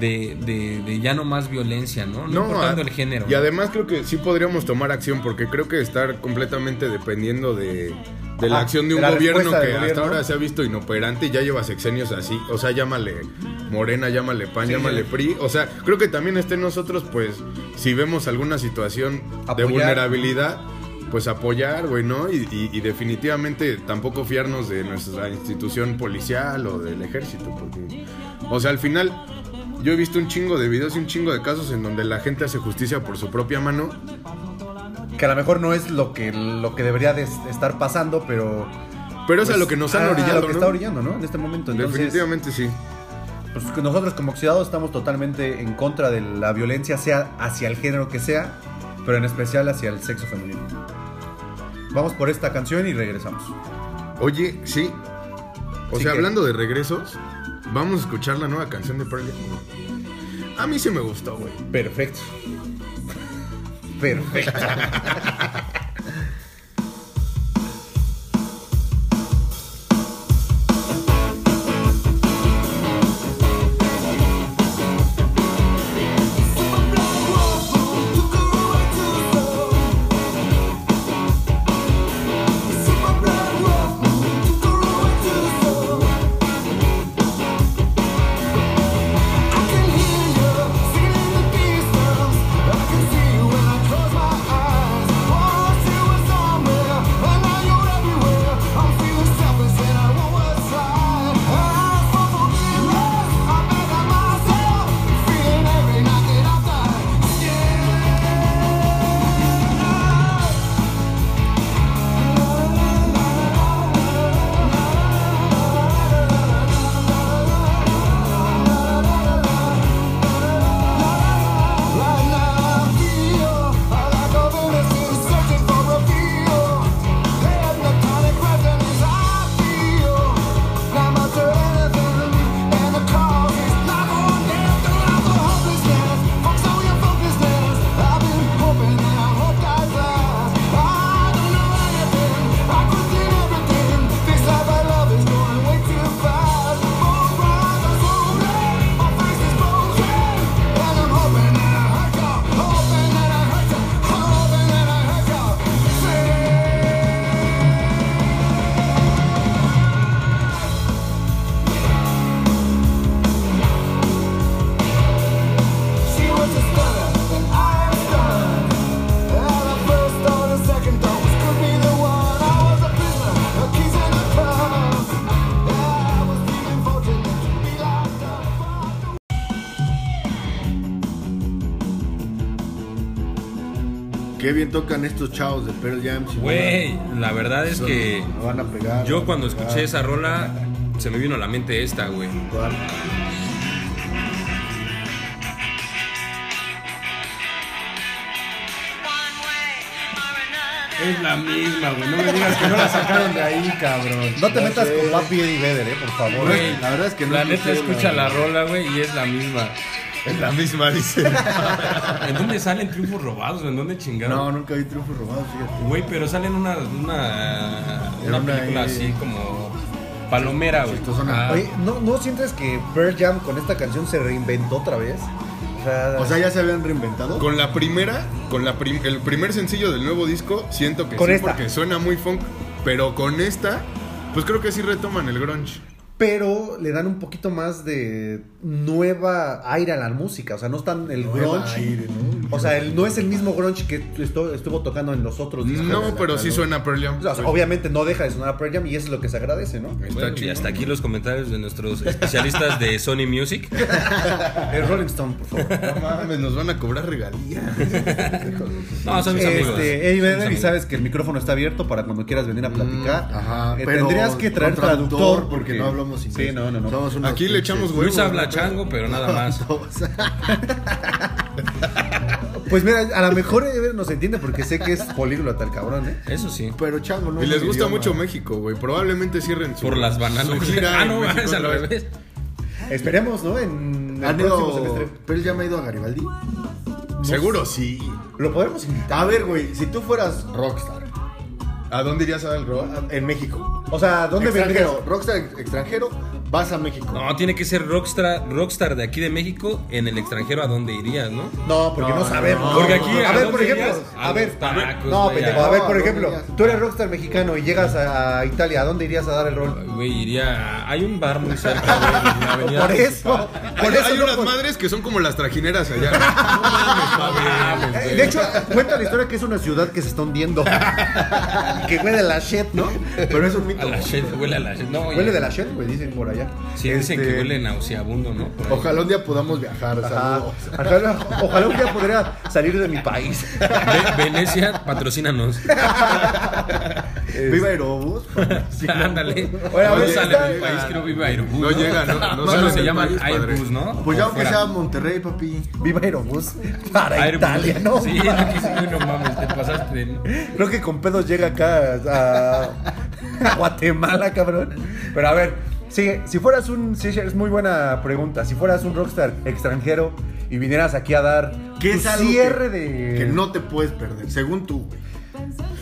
[SPEAKER 2] de, de- de ya no más violencia, ¿no? No, importando
[SPEAKER 1] a-
[SPEAKER 2] el género.
[SPEAKER 1] Y además creo que sí podríamos tomar acción, porque creo que estar completamente dependiendo de, de la
[SPEAKER 5] Ajá,
[SPEAKER 1] acción de
[SPEAKER 5] Ah, de
[SPEAKER 1] un
[SPEAKER 5] la
[SPEAKER 1] gobierno que
[SPEAKER 5] respuesta del
[SPEAKER 1] hasta
[SPEAKER 5] gobierno.
[SPEAKER 1] ahora se ha visto inoperante y ya lleva sexenios así. O sea, llámale Morena, llámale PAN, llámale PRI. O sea, creo que también esté en nosotros, pues, si vemos alguna situación de
[SPEAKER 5] Apoyar.
[SPEAKER 1] vulnerabilidad. Pues apoyar, güey, ¿no? Y, y- y definitivamente tampoco fiarnos de nuestra institución policial o del ejército, porque, o sea, al final, yo he visto un chingo de videos y un chingo de casos en donde la gente hace justicia por su propia mano.
[SPEAKER 5] Que a lo mejor no es lo que, lo que debería de estar pasando, pero.
[SPEAKER 1] Pero es a
[SPEAKER 5] pues,
[SPEAKER 1] lo que nos han
[SPEAKER 5] ah,
[SPEAKER 1] orillado,
[SPEAKER 5] lo que
[SPEAKER 1] ¿no?
[SPEAKER 5] está orillando, ¿no? En este momento. Entonces,
[SPEAKER 1] Definitivamente sí.
[SPEAKER 5] pues que nosotros como oxidados estamos totalmente en contra de la violencia, sea hacia el género que sea, pero en especial hacia el sexo femenino. Vamos por esta canción y regresamos.
[SPEAKER 1] Oye, sí. O
[SPEAKER 5] Sí
[SPEAKER 1] sea,
[SPEAKER 5] que-
[SPEAKER 1] hablando de regresos, vamos a escuchar la nueva canción de Pearl Jam. A mí sí me gustó, güey.
[SPEAKER 5] Perfecto. Perfecto.
[SPEAKER 7] I can see you when I close my eyes.
[SPEAKER 4] Qué bien tocan estos chavos de Pearl Jam. sin
[SPEAKER 2] Güey,
[SPEAKER 4] duda.
[SPEAKER 2] la verdad es
[SPEAKER 4] Son-
[SPEAKER 2] que
[SPEAKER 4] la van a pegar.
[SPEAKER 2] yo
[SPEAKER 4] la
[SPEAKER 2] cuando
[SPEAKER 4] van a
[SPEAKER 2] escuché
[SPEAKER 4] pegar.
[SPEAKER 2] esa rola se me vino a la mente esta, güey.
[SPEAKER 4] ¿Cuál?
[SPEAKER 2] Es la misma, güey. No me digas que
[SPEAKER 5] No la sacaron de ahí, cabrón. No te
[SPEAKER 4] Ya
[SPEAKER 5] metas
[SPEAKER 4] sé.
[SPEAKER 5] con papi Eddie Vedder, eh, por favor.
[SPEAKER 2] Güey,
[SPEAKER 4] la verdad es que no
[SPEAKER 2] La neta
[SPEAKER 4] escuché
[SPEAKER 2] escucha
[SPEAKER 4] la-
[SPEAKER 2] la rola, güey, y es la misma.
[SPEAKER 1] Es la misma, dice.
[SPEAKER 2] ¿En dónde salen triunfos robados? ¿En dónde chingaron?
[SPEAKER 4] No, nunca vi triunfos robados, fíjate.
[SPEAKER 2] Güey, pero salen una, una,
[SPEAKER 4] Era
[SPEAKER 2] una
[SPEAKER 4] una
[SPEAKER 2] película
[SPEAKER 4] ahí-
[SPEAKER 2] así como palomera, güey.
[SPEAKER 4] Chistosona.
[SPEAKER 2] Ah,
[SPEAKER 5] Oye, ¿no, ¿no sientes que Pearl Jam con esta canción se reinventó otra vez? O sea,
[SPEAKER 4] O sea, ya se habían reinventado.
[SPEAKER 1] Con la primera, con la prim- el primer sencillo del nuevo disco, siento que
[SPEAKER 5] Con
[SPEAKER 1] sí,
[SPEAKER 5] esta.
[SPEAKER 1] porque suena muy funk. Pero con esta, pues creo que sí retoman el grunge.
[SPEAKER 5] pero le dan un poquito más de nueva aire a la música. O sea, no están el
[SPEAKER 4] Nueva
[SPEAKER 5] grunge.
[SPEAKER 4] aire, ¿no?
[SPEAKER 5] O sea, el- no es el mismo grunge que estu- estuvo tocando en los otros
[SPEAKER 2] Pues
[SPEAKER 5] discos.
[SPEAKER 1] No, pero sí suena Pearl Jam. Pues,
[SPEAKER 5] O sea, obviamente no deja de sonar Pearl Jam y eso es lo que se agradece, ¿no?
[SPEAKER 1] Está
[SPEAKER 2] bueno, y
[SPEAKER 1] chingón.
[SPEAKER 2] hasta aquí los comentarios de nuestros especialistas de Sony Music.
[SPEAKER 5] El Rolling Stone, por favor.
[SPEAKER 1] No mames, nos van a cobrar regalías.
[SPEAKER 2] No, son mis amigos.
[SPEAKER 5] Este, Eddie
[SPEAKER 2] Son mis
[SPEAKER 5] Vedder, y
[SPEAKER 2] amigos.
[SPEAKER 5] sabes que el micrófono está abierto para cuando quieras venir a platicar.
[SPEAKER 4] Ajá,
[SPEAKER 5] Eh,
[SPEAKER 4] pero
[SPEAKER 5] tendrías que traer
[SPEAKER 4] con
[SPEAKER 5] traductor,
[SPEAKER 4] porque, no hablamos inglés.
[SPEAKER 5] Sí, no, no, no.
[SPEAKER 4] Somos unos
[SPEAKER 1] Aquí le
[SPEAKER 4] pinches
[SPEAKER 1] echamos huevos.
[SPEAKER 2] Luis habla chango, pero nada más.
[SPEAKER 4] tontos.
[SPEAKER 5] Pues mira, a lo mejor Eddie Vedder nos entiende porque sé que es políglota el cabrón, ¿eh?
[SPEAKER 2] Eso sí.
[SPEAKER 4] Pero chango no.
[SPEAKER 1] Y
[SPEAKER 4] es
[SPEAKER 1] les
[SPEAKER 4] mi
[SPEAKER 1] gusta
[SPEAKER 4] idioma.
[SPEAKER 1] mucho México, güey. Probablemente cierren su,
[SPEAKER 2] Por las
[SPEAKER 1] su
[SPEAKER 2] bananas.
[SPEAKER 1] gira
[SPEAKER 2] Ah,
[SPEAKER 1] en
[SPEAKER 2] no,
[SPEAKER 1] México
[SPEAKER 2] es al
[SPEAKER 1] otra vez.
[SPEAKER 2] revés.
[SPEAKER 5] Esperemos, ¿no? En el
[SPEAKER 4] Han
[SPEAKER 5] próximo
[SPEAKER 4] ido.
[SPEAKER 5] semestre.
[SPEAKER 4] Pearl Jam ha ido a Garibaldi.
[SPEAKER 1] Seguro sí.
[SPEAKER 5] Lo podemos invitar.
[SPEAKER 4] A ver, güey, si tú fueras rockstar
[SPEAKER 1] ¿A dónde irías a dar el rock?
[SPEAKER 4] en México.
[SPEAKER 5] O sea, ¿dónde vendrías?
[SPEAKER 4] extranjero, rockstar ex- extranjero, vas a México.
[SPEAKER 2] No, tiene que ser rockstar, rockstar de aquí de México en el extranjero a dónde irías, ¿no?
[SPEAKER 5] No, porque no,
[SPEAKER 4] No,
[SPEAKER 5] sabemos.
[SPEAKER 4] no.
[SPEAKER 2] Porque aquí,
[SPEAKER 5] A,
[SPEAKER 2] ¿a
[SPEAKER 5] ver,
[SPEAKER 2] dónde
[SPEAKER 5] por ejemplo,
[SPEAKER 2] irías?
[SPEAKER 5] a,
[SPEAKER 2] A
[SPEAKER 5] ver,
[SPEAKER 2] los tacos,
[SPEAKER 5] no,
[SPEAKER 2] güey,
[SPEAKER 5] pendejo,
[SPEAKER 2] a-
[SPEAKER 5] a ver, por
[SPEAKER 4] ¿a dónde
[SPEAKER 5] ejemplo,
[SPEAKER 4] irías?
[SPEAKER 5] tú eres rockstar mexicano y llegas a, a Italia, ¿a dónde irías a dar el rol?
[SPEAKER 2] Güey, iría. Hay un bar muy cerca, güey, en la avenida
[SPEAKER 5] Por eso, por
[SPEAKER 1] Hay,
[SPEAKER 5] eso
[SPEAKER 1] hay
[SPEAKER 5] no
[SPEAKER 1] unas
[SPEAKER 5] pod-
[SPEAKER 1] madres que son como las trajineras allá. No mames,
[SPEAKER 2] Ah,
[SPEAKER 1] Pablo.
[SPEAKER 5] Eh,
[SPEAKER 2] pues,
[SPEAKER 5] De hecho, cuenta la historia que es una ciudad que se está hundiendo. que huele de la shit, ¿no?
[SPEAKER 4] Pero es un mito.
[SPEAKER 2] A la shit, huele a la este shit. No,
[SPEAKER 5] Huele
[SPEAKER 2] ya.
[SPEAKER 5] de la shit, güey, dicen por allá.
[SPEAKER 2] Sí, dicen que huele nauseabundo, ¿no? Por ahí.
[SPEAKER 4] Ojalá un día podamos viajar.
[SPEAKER 5] Ajá.
[SPEAKER 4] saludos.
[SPEAKER 5] Ah, Ojalá, ojalá un día podría salir de mi país.
[SPEAKER 2] Ve- Venecia, patrocínanos.
[SPEAKER 4] Viva Aerobús.
[SPEAKER 2] Ándale.
[SPEAKER 5] Oye, a
[SPEAKER 2] no
[SPEAKER 5] ver,
[SPEAKER 1] pues,
[SPEAKER 2] sale
[SPEAKER 5] está-
[SPEAKER 2] del país, creo viva Airbus.
[SPEAKER 1] No llega, no- no
[SPEAKER 2] bueno,
[SPEAKER 1] sale
[SPEAKER 2] se
[SPEAKER 1] del
[SPEAKER 2] llama
[SPEAKER 1] país, padre.
[SPEAKER 2] Airbus, ¿no?
[SPEAKER 4] Pues ya
[SPEAKER 2] O
[SPEAKER 4] aunque
[SPEAKER 2] fuera.
[SPEAKER 4] sea Monterrey, papi.
[SPEAKER 5] Viva Aerobús para
[SPEAKER 2] Airbus.
[SPEAKER 5] Italia, ¿no?
[SPEAKER 2] Sí, no, que sí, güey, no mames, te pasaste. de-
[SPEAKER 5] Creo que con pedos llega acá a, a Guatemala, cabrón. Pero a ver, sí, si fueras un. Sí, es muy buena pregunta. Si fueras un rockstar extranjero y vinieras aquí a dar
[SPEAKER 4] Que
[SPEAKER 5] tu
[SPEAKER 4] es algo
[SPEAKER 5] cierre
[SPEAKER 4] que-
[SPEAKER 5] de.
[SPEAKER 4] Que no te puedes perder, según tú, güey.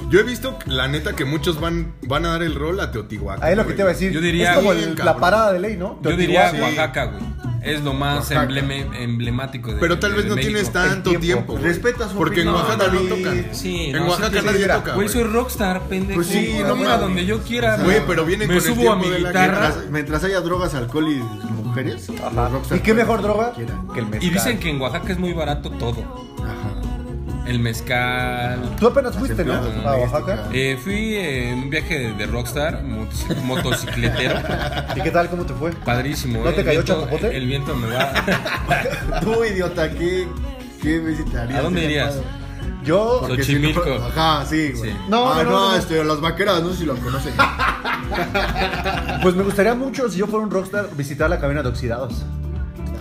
[SPEAKER 1] Yo he visto, la neta, que muchos van, van a dar el rol a Teotihuacán.
[SPEAKER 5] Ahí es lo que
[SPEAKER 1] güey.
[SPEAKER 5] te iba a decir.
[SPEAKER 2] Yo diría,
[SPEAKER 5] es como el-
[SPEAKER 1] bien,
[SPEAKER 5] la
[SPEAKER 1] cabrón.
[SPEAKER 5] parada de ley, ¿no?
[SPEAKER 2] Yo diría
[SPEAKER 5] Teotihuacán.
[SPEAKER 2] Oaxaca, güey. Es lo más
[SPEAKER 4] Oaxaca.
[SPEAKER 2] embleme- emblemático de
[SPEAKER 1] Pero tal
[SPEAKER 2] de-
[SPEAKER 1] vez
[SPEAKER 2] de
[SPEAKER 1] no
[SPEAKER 2] México.
[SPEAKER 1] tienes tanto
[SPEAKER 5] El tiempo.
[SPEAKER 1] tiempo. güey.
[SPEAKER 4] Respeta su
[SPEAKER 1] Porque en
[SPEAKER 4] opinión,
[SPEAKER 1] Oaxaca no,
[SPEAKER 4] David.
[SPEAKER 1] tocan.
[SPEAKER 2] Sí,
[SPEAKER 1] en
[SPEAKER 2] no,
[SPEAKER 1] Oaxaca
[SPEAKER 2] sí, sí,
[SPEAKER 1] nadie
[SPEAKER 5] mira,
[SPEAKER 1] toca.
[SPEAKER 2] Güey,
[SPEAKER 1] Güey,
[SPEAKER 2] soy rockstar, pendejo.
[SPEAKER 4] Pues sí, no
[SPEAKER 2] Voy a
[SPEAKER 4] mames.
[SPEAKER 2] donde yo quiera.
[SPEAKER 1] Güey, pero vienen
[SPEAKER 2] Me
[SPEAKER 1] con el
[SPEAKER 2] subo a
[SPEAKER 1] tiempo
[SPEAKER 2] mi
[SPEAKER 1] de la
[SPEAKER 2] guitarra.
[SPEAKER 4] Mientras, mientras haya drogas, alcohol y mujeres.
[SPEAKER 5] Ajá.
[SPEAKER 4] los rockstar
[SPEAKER 5] ¿Y qué mejor
[SPEAKER 4] pueden
[SPEAKER 5] droga
[SPEAKER 4] hacer lo
[SPEAKER 5] que el mezcal?
[SPEAKER 2] Y dicen que en Oaxaca es muy barato todo.
[SPEAKER 4] quieran. Ajá.
[SPEAKER 2] El mezcal.
[SPEAKER 5] Tú apenas fuiste, ¿no?
[SPEAKER 4] empleados
[SPEAKER 5] A
[SPEAKER 4] domésticos.
[SPEAKER 5] Oaxaca.
[SPEAKER 2] Eh, fui eh, en un viaje de, de rockstar, motoci- motocicletero.
[SPEAKER 5] ¿Y qué tal? ¿Cómo te fue?
[SPEAKER 2] Padrísimo.
[SPEAKER 5] ¿No
[SPEAKER 2] eh,
[SPEAKER 5] te
[SPEAKER 2] el
[SPEAKER 5] cayó
[SPEAKER 2] viento-
[SPEAKER 5] chapopote?
[SPEAKER 2] El viento me va.
[SPEAKER 4] Tú, idiota, ¿qué, qué visitarías?
[SPEAKER 2] ¿A dónde
[SPEAKER 4] Ese
[SPEAKER 2] irías?
[SPEAKER 4] pedo.
[SPEAKER 5] Yo.
[SPEAKER 4] Porque si no-
[SPEAKER 2] Xochimilco.
[SPEAKER 4] Ajá, sí, güey.
[SPEAKER 2] Sí.
[SPEAKER 5] No,
[SPEAKER 4] Ah,
[SPEAKER 5] no, no, no, no.
[SPEAKER 4] este, las vaqueras, no sé si lo conocen.
[SPEAKER 5] Pues me gustaría mucho, si yo fuera un rockstar, visitar la cabina de oxidados.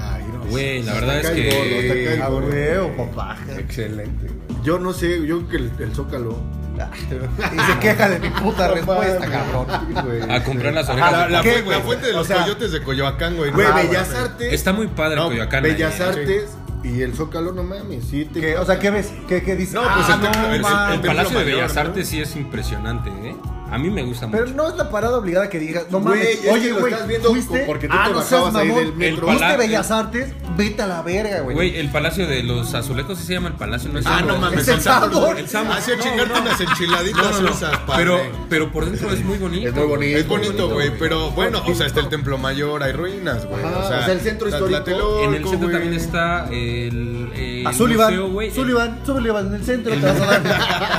[SPEAKER 4] Ay, no.
[SPEAKER 2] Güey, la
[SPEAKER 4] Hasta
[SPEAKER 2] verdad es
[SPEAKER 4] acá el
[SPEAKER 2] que-
[SPEAKER 4] gordo, hasta acá el
[SPEAKER 5] A
[SPEAKER 4] gordo.
[SPEAKER 5] huevo, papá.
[SPEAKER 1] Excelente. güey.
[SPEAKER 4] Yo no sé, yo creo que el, el Zócalo.
[SPEAKER 5] Y se queja de mi puta respuesta,
[SPEAKER 4] mames.
[SPEAKER 5] cabrón.
[SPEAKER 2] A comprar las
[SPEAKER 5] Ajá,
[SPEAKER 2] orejas.
[SPEAKER 1] La,
[SPEAKER 2] de
[SPEAKER 1] la
[SPEAKER 5] ¿Qué,
[SPEAKER 1] fu- la
[SPEAKER 5] güey?
[SPEAKER 1] fuente de los
[SPEAKER 5] O sea,
[SPEAKER 1] coyotes de Coyoacán, güey.
[SPEAKER 4] Güey,
[SPEAKER 1] No,
[SPEAKER 4] Bellas
[SPEAKER 1] güey.
[SPEAKER 4] Artes.
[SPEAKER 2] Está muy padre
[SPEAKER 1] No,
[SPEAKER 2] Coyoacán.
[SPEAKER 4] Bellas
[SPEAKER 2] eh.
[SPEAKER 4] Artes y el Zócalo, no mames. Sí, te-
[SPEAKER 5] ¿Qué? O sea, ¿qué ves? ¿Qué, qué dices?
[SPEAKER 1] No, pues
[SPEAKER 5] Ah,
[SPEAKER 1] el templo-
[SPEAKER 4] eh.
[SPEAKER 1] el- el
[SPEAKER 5] mames.
[SPEAKER 2] El Palacio de
[SPEAKER 1] Mayor,
[SPEAKER 2] Bellas
[SPEAKER 1] ¿no?
[SPEAKER 2] Artes sí es impresionante, ¿eh? A mí me gusta
[SPEAKER 5] Pero
[SPEAKER 2] mucho.
[SPEAKER 5] no es la parada obligada que digas, no
[SPEAKER 4] Güey,
[SPEAKER 5] mames,
[SPEAKER 4] es que
[SPEAKER 5] oye,
[SPEAKER 4] lo
[SPEAKER 5] güey,
[SPEAKER 4] estás viendo
[SPEAKER 5] ¿fuiste?
[SPEAKER 4] porque tú
[SPEAKER 5] ah,
[SPEAKER 4] te
[SPEAKER 5] no seas
[SPEAKER 4] bajabas ahí
[SPEAKER 5] mamón,
[SPEAKER 4] del metro.
[SPEAKER 2] El
[SPEAKER 5] ¿Fuiste
[SPEAKER 2] palacio-
[SPEAKER 5] Bellas Artes? Vete a la verga, güey.
[SPEAKER 2] Güey, el Palacio de los Azulejos sí se llama el Palacio, no es
[SPEAKER 1] Ah,
[SPEAKER 2] el-
[SPEAKER 1] no mames.
[SPEAKER 5] Es el sabor.
[SPEAKER 2] El Sambor.
[SPEAKER 1] Hacía
[SPEAKER 2] No,
[SPEAKER 1] chingarte
[SPEAKER 2] no.
[SPEAKER 1] unas enchiladitas
[SPEAKER 2] No, no, no.
[SPEAKER 1] esas, padre.
[SPEAKER 2] Pero, pero por dentro es muy bonito.
[SPEAKER 5] Es muy
[SPEAKER 2] güey.
[SPEAKER 5] bonito.
[SPEAKER 1] Es bonito, güey, pero bueno, o sea, está el Templo Mayor, hay ruinas, güey.
[SPEAKER 4] Ajá, o sea, el centro
[SPEAKER 1] está
[SPEAKER 4] histórico.
[SPEAKER 1] Tlatelolco,
[SPEAKER 2] En el centro
[SPEAKER 1] güey.
[SPEAKER 2] también está el, eh,
[SPEAKER 5] a
[SPEAKER 2] el
[SPEAKER 5] Sullivan,
[SPEAKER 2] museo, güey.
[SPEAKER 5] Sullivan, Sullivan en el centro, te vas a dar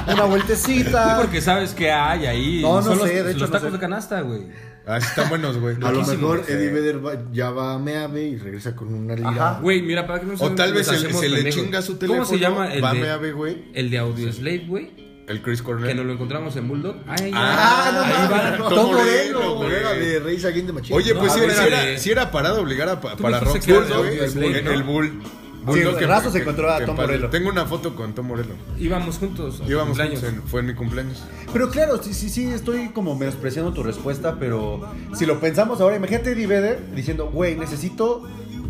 [SPEAKER 5] una
[SPEAKER 2] Sí,
[SPEAKER 5] vueltecita.
[SPEAKER 2] porque sabes qué hay ahí.
[SPEAKER 5] No, no
[SPEAKER 2] Son los-
[SPEAKER 5] sé, de hecho,
[SPEAKER 2] Los
[SPEAKER 5] no
[SPEAKER 2] tacos
[SPEAKER 5] sé.
[SPEAKER 2] de canasta, güey.
[SPEAKER 1] Así están buenos, güey.
[SPEAKER 4] A lo
[SPEAKER 2] Loquísimo,
[SPEAKER 4] mejor
[SPEAKER 2] sí.
[SPEAKER 4] Eddie Vedder va- ya va a Meave y regresa con una lira.
[SPEAKER 5] Ajá.
[SPEAKER 2] Güey, mira, para que no
[SPEAKER 1] O tal
[SPEAKER 2] nos
[SPEAKER 1] vez se,
[SPEAKER 2] hacemos
[SPEAKER 1] se le
[SPEAKER 2] pendejos.
[SPEAKER 1] chinga su teléfono.
[SPEAKER 2] ¿Cómo se llama el
[SPEAKER 1] va
[SPEAKER 2] de,
[SPEAKER 1] me ave, güey.
[SPEAKER 2] el de Audio Slave, güey?
[SPEAKER 1] El Chris
[SPEAKER 2] Que
[SPEAKER 1] Cornell.
[SPEAKER 2] nos lo encontramos en Bulldog. Ay,
[SPEAKER 1] Ah, no
[SPEAKER 2] ahí va.
[SPEAKER 1] mames, no.
[SPEAKER 4] Tom
[SPEAKER 1] Tom
[SPEAKER 4] Morello,
[SPEAKER 1] Morello,
[SPEAKER 4] güey, era
[SPEAKER 1] güey.
[SPEAKER 4] de Reyes Again de Machín.
[SPEAKER 1] Oye,
[SPEAKER 2] No,
[SPEAKER 1] pues
[SPEAKER 2] a
[SPEAKER 1] si
[SPEAKER 2] ver,
[SPEAKER 1] era,
[SPEAKER 2] sí.
[SPEAKER 1] era- sí era parada obligar a, pa-
[SPEAKER 2] Tú
[SPEAKER 1] para
[SPEAKER 2] dijiste
[SPEAKER 1] Rock
[SPEAKER 2] que era
[SPEAKER 1] Bulldog,
[SPEAKER 2] de
[SPEAKER 1] güey,
[SPEAKER 2] Audio Slave,
[SPEAKER 1] el,
[SPEAKER 2] ¿no?
[SPEAKER 1] el Bull. Bulldog que-
[SPEAKER 5] Razo se
[SPEAKER 1] que-
[SPEAKER 5] encontró a
[SPEAKER 1] que
[SPEAKER 5] Tom
[SPEAKER 1] padre.
[SPEAKER 5] Morello.
[SPEAKER 1] Tengo una foto con Tom Morello.
[SPEAKER 2] Íbamos juntos. a tu
[SPEAKER 1] Íbamos
[SPEAKER 2] cumpleaños.
[SPEAKER 1] juntos en- fue en mi cumpleaños.
[SPEAKER 5] Pero claro, sí, sí, sí, estoy como menospreciando tu respuesta, pero si lo pensamos ahora, imagínate Eddie Vedder diciendo, güey, necesito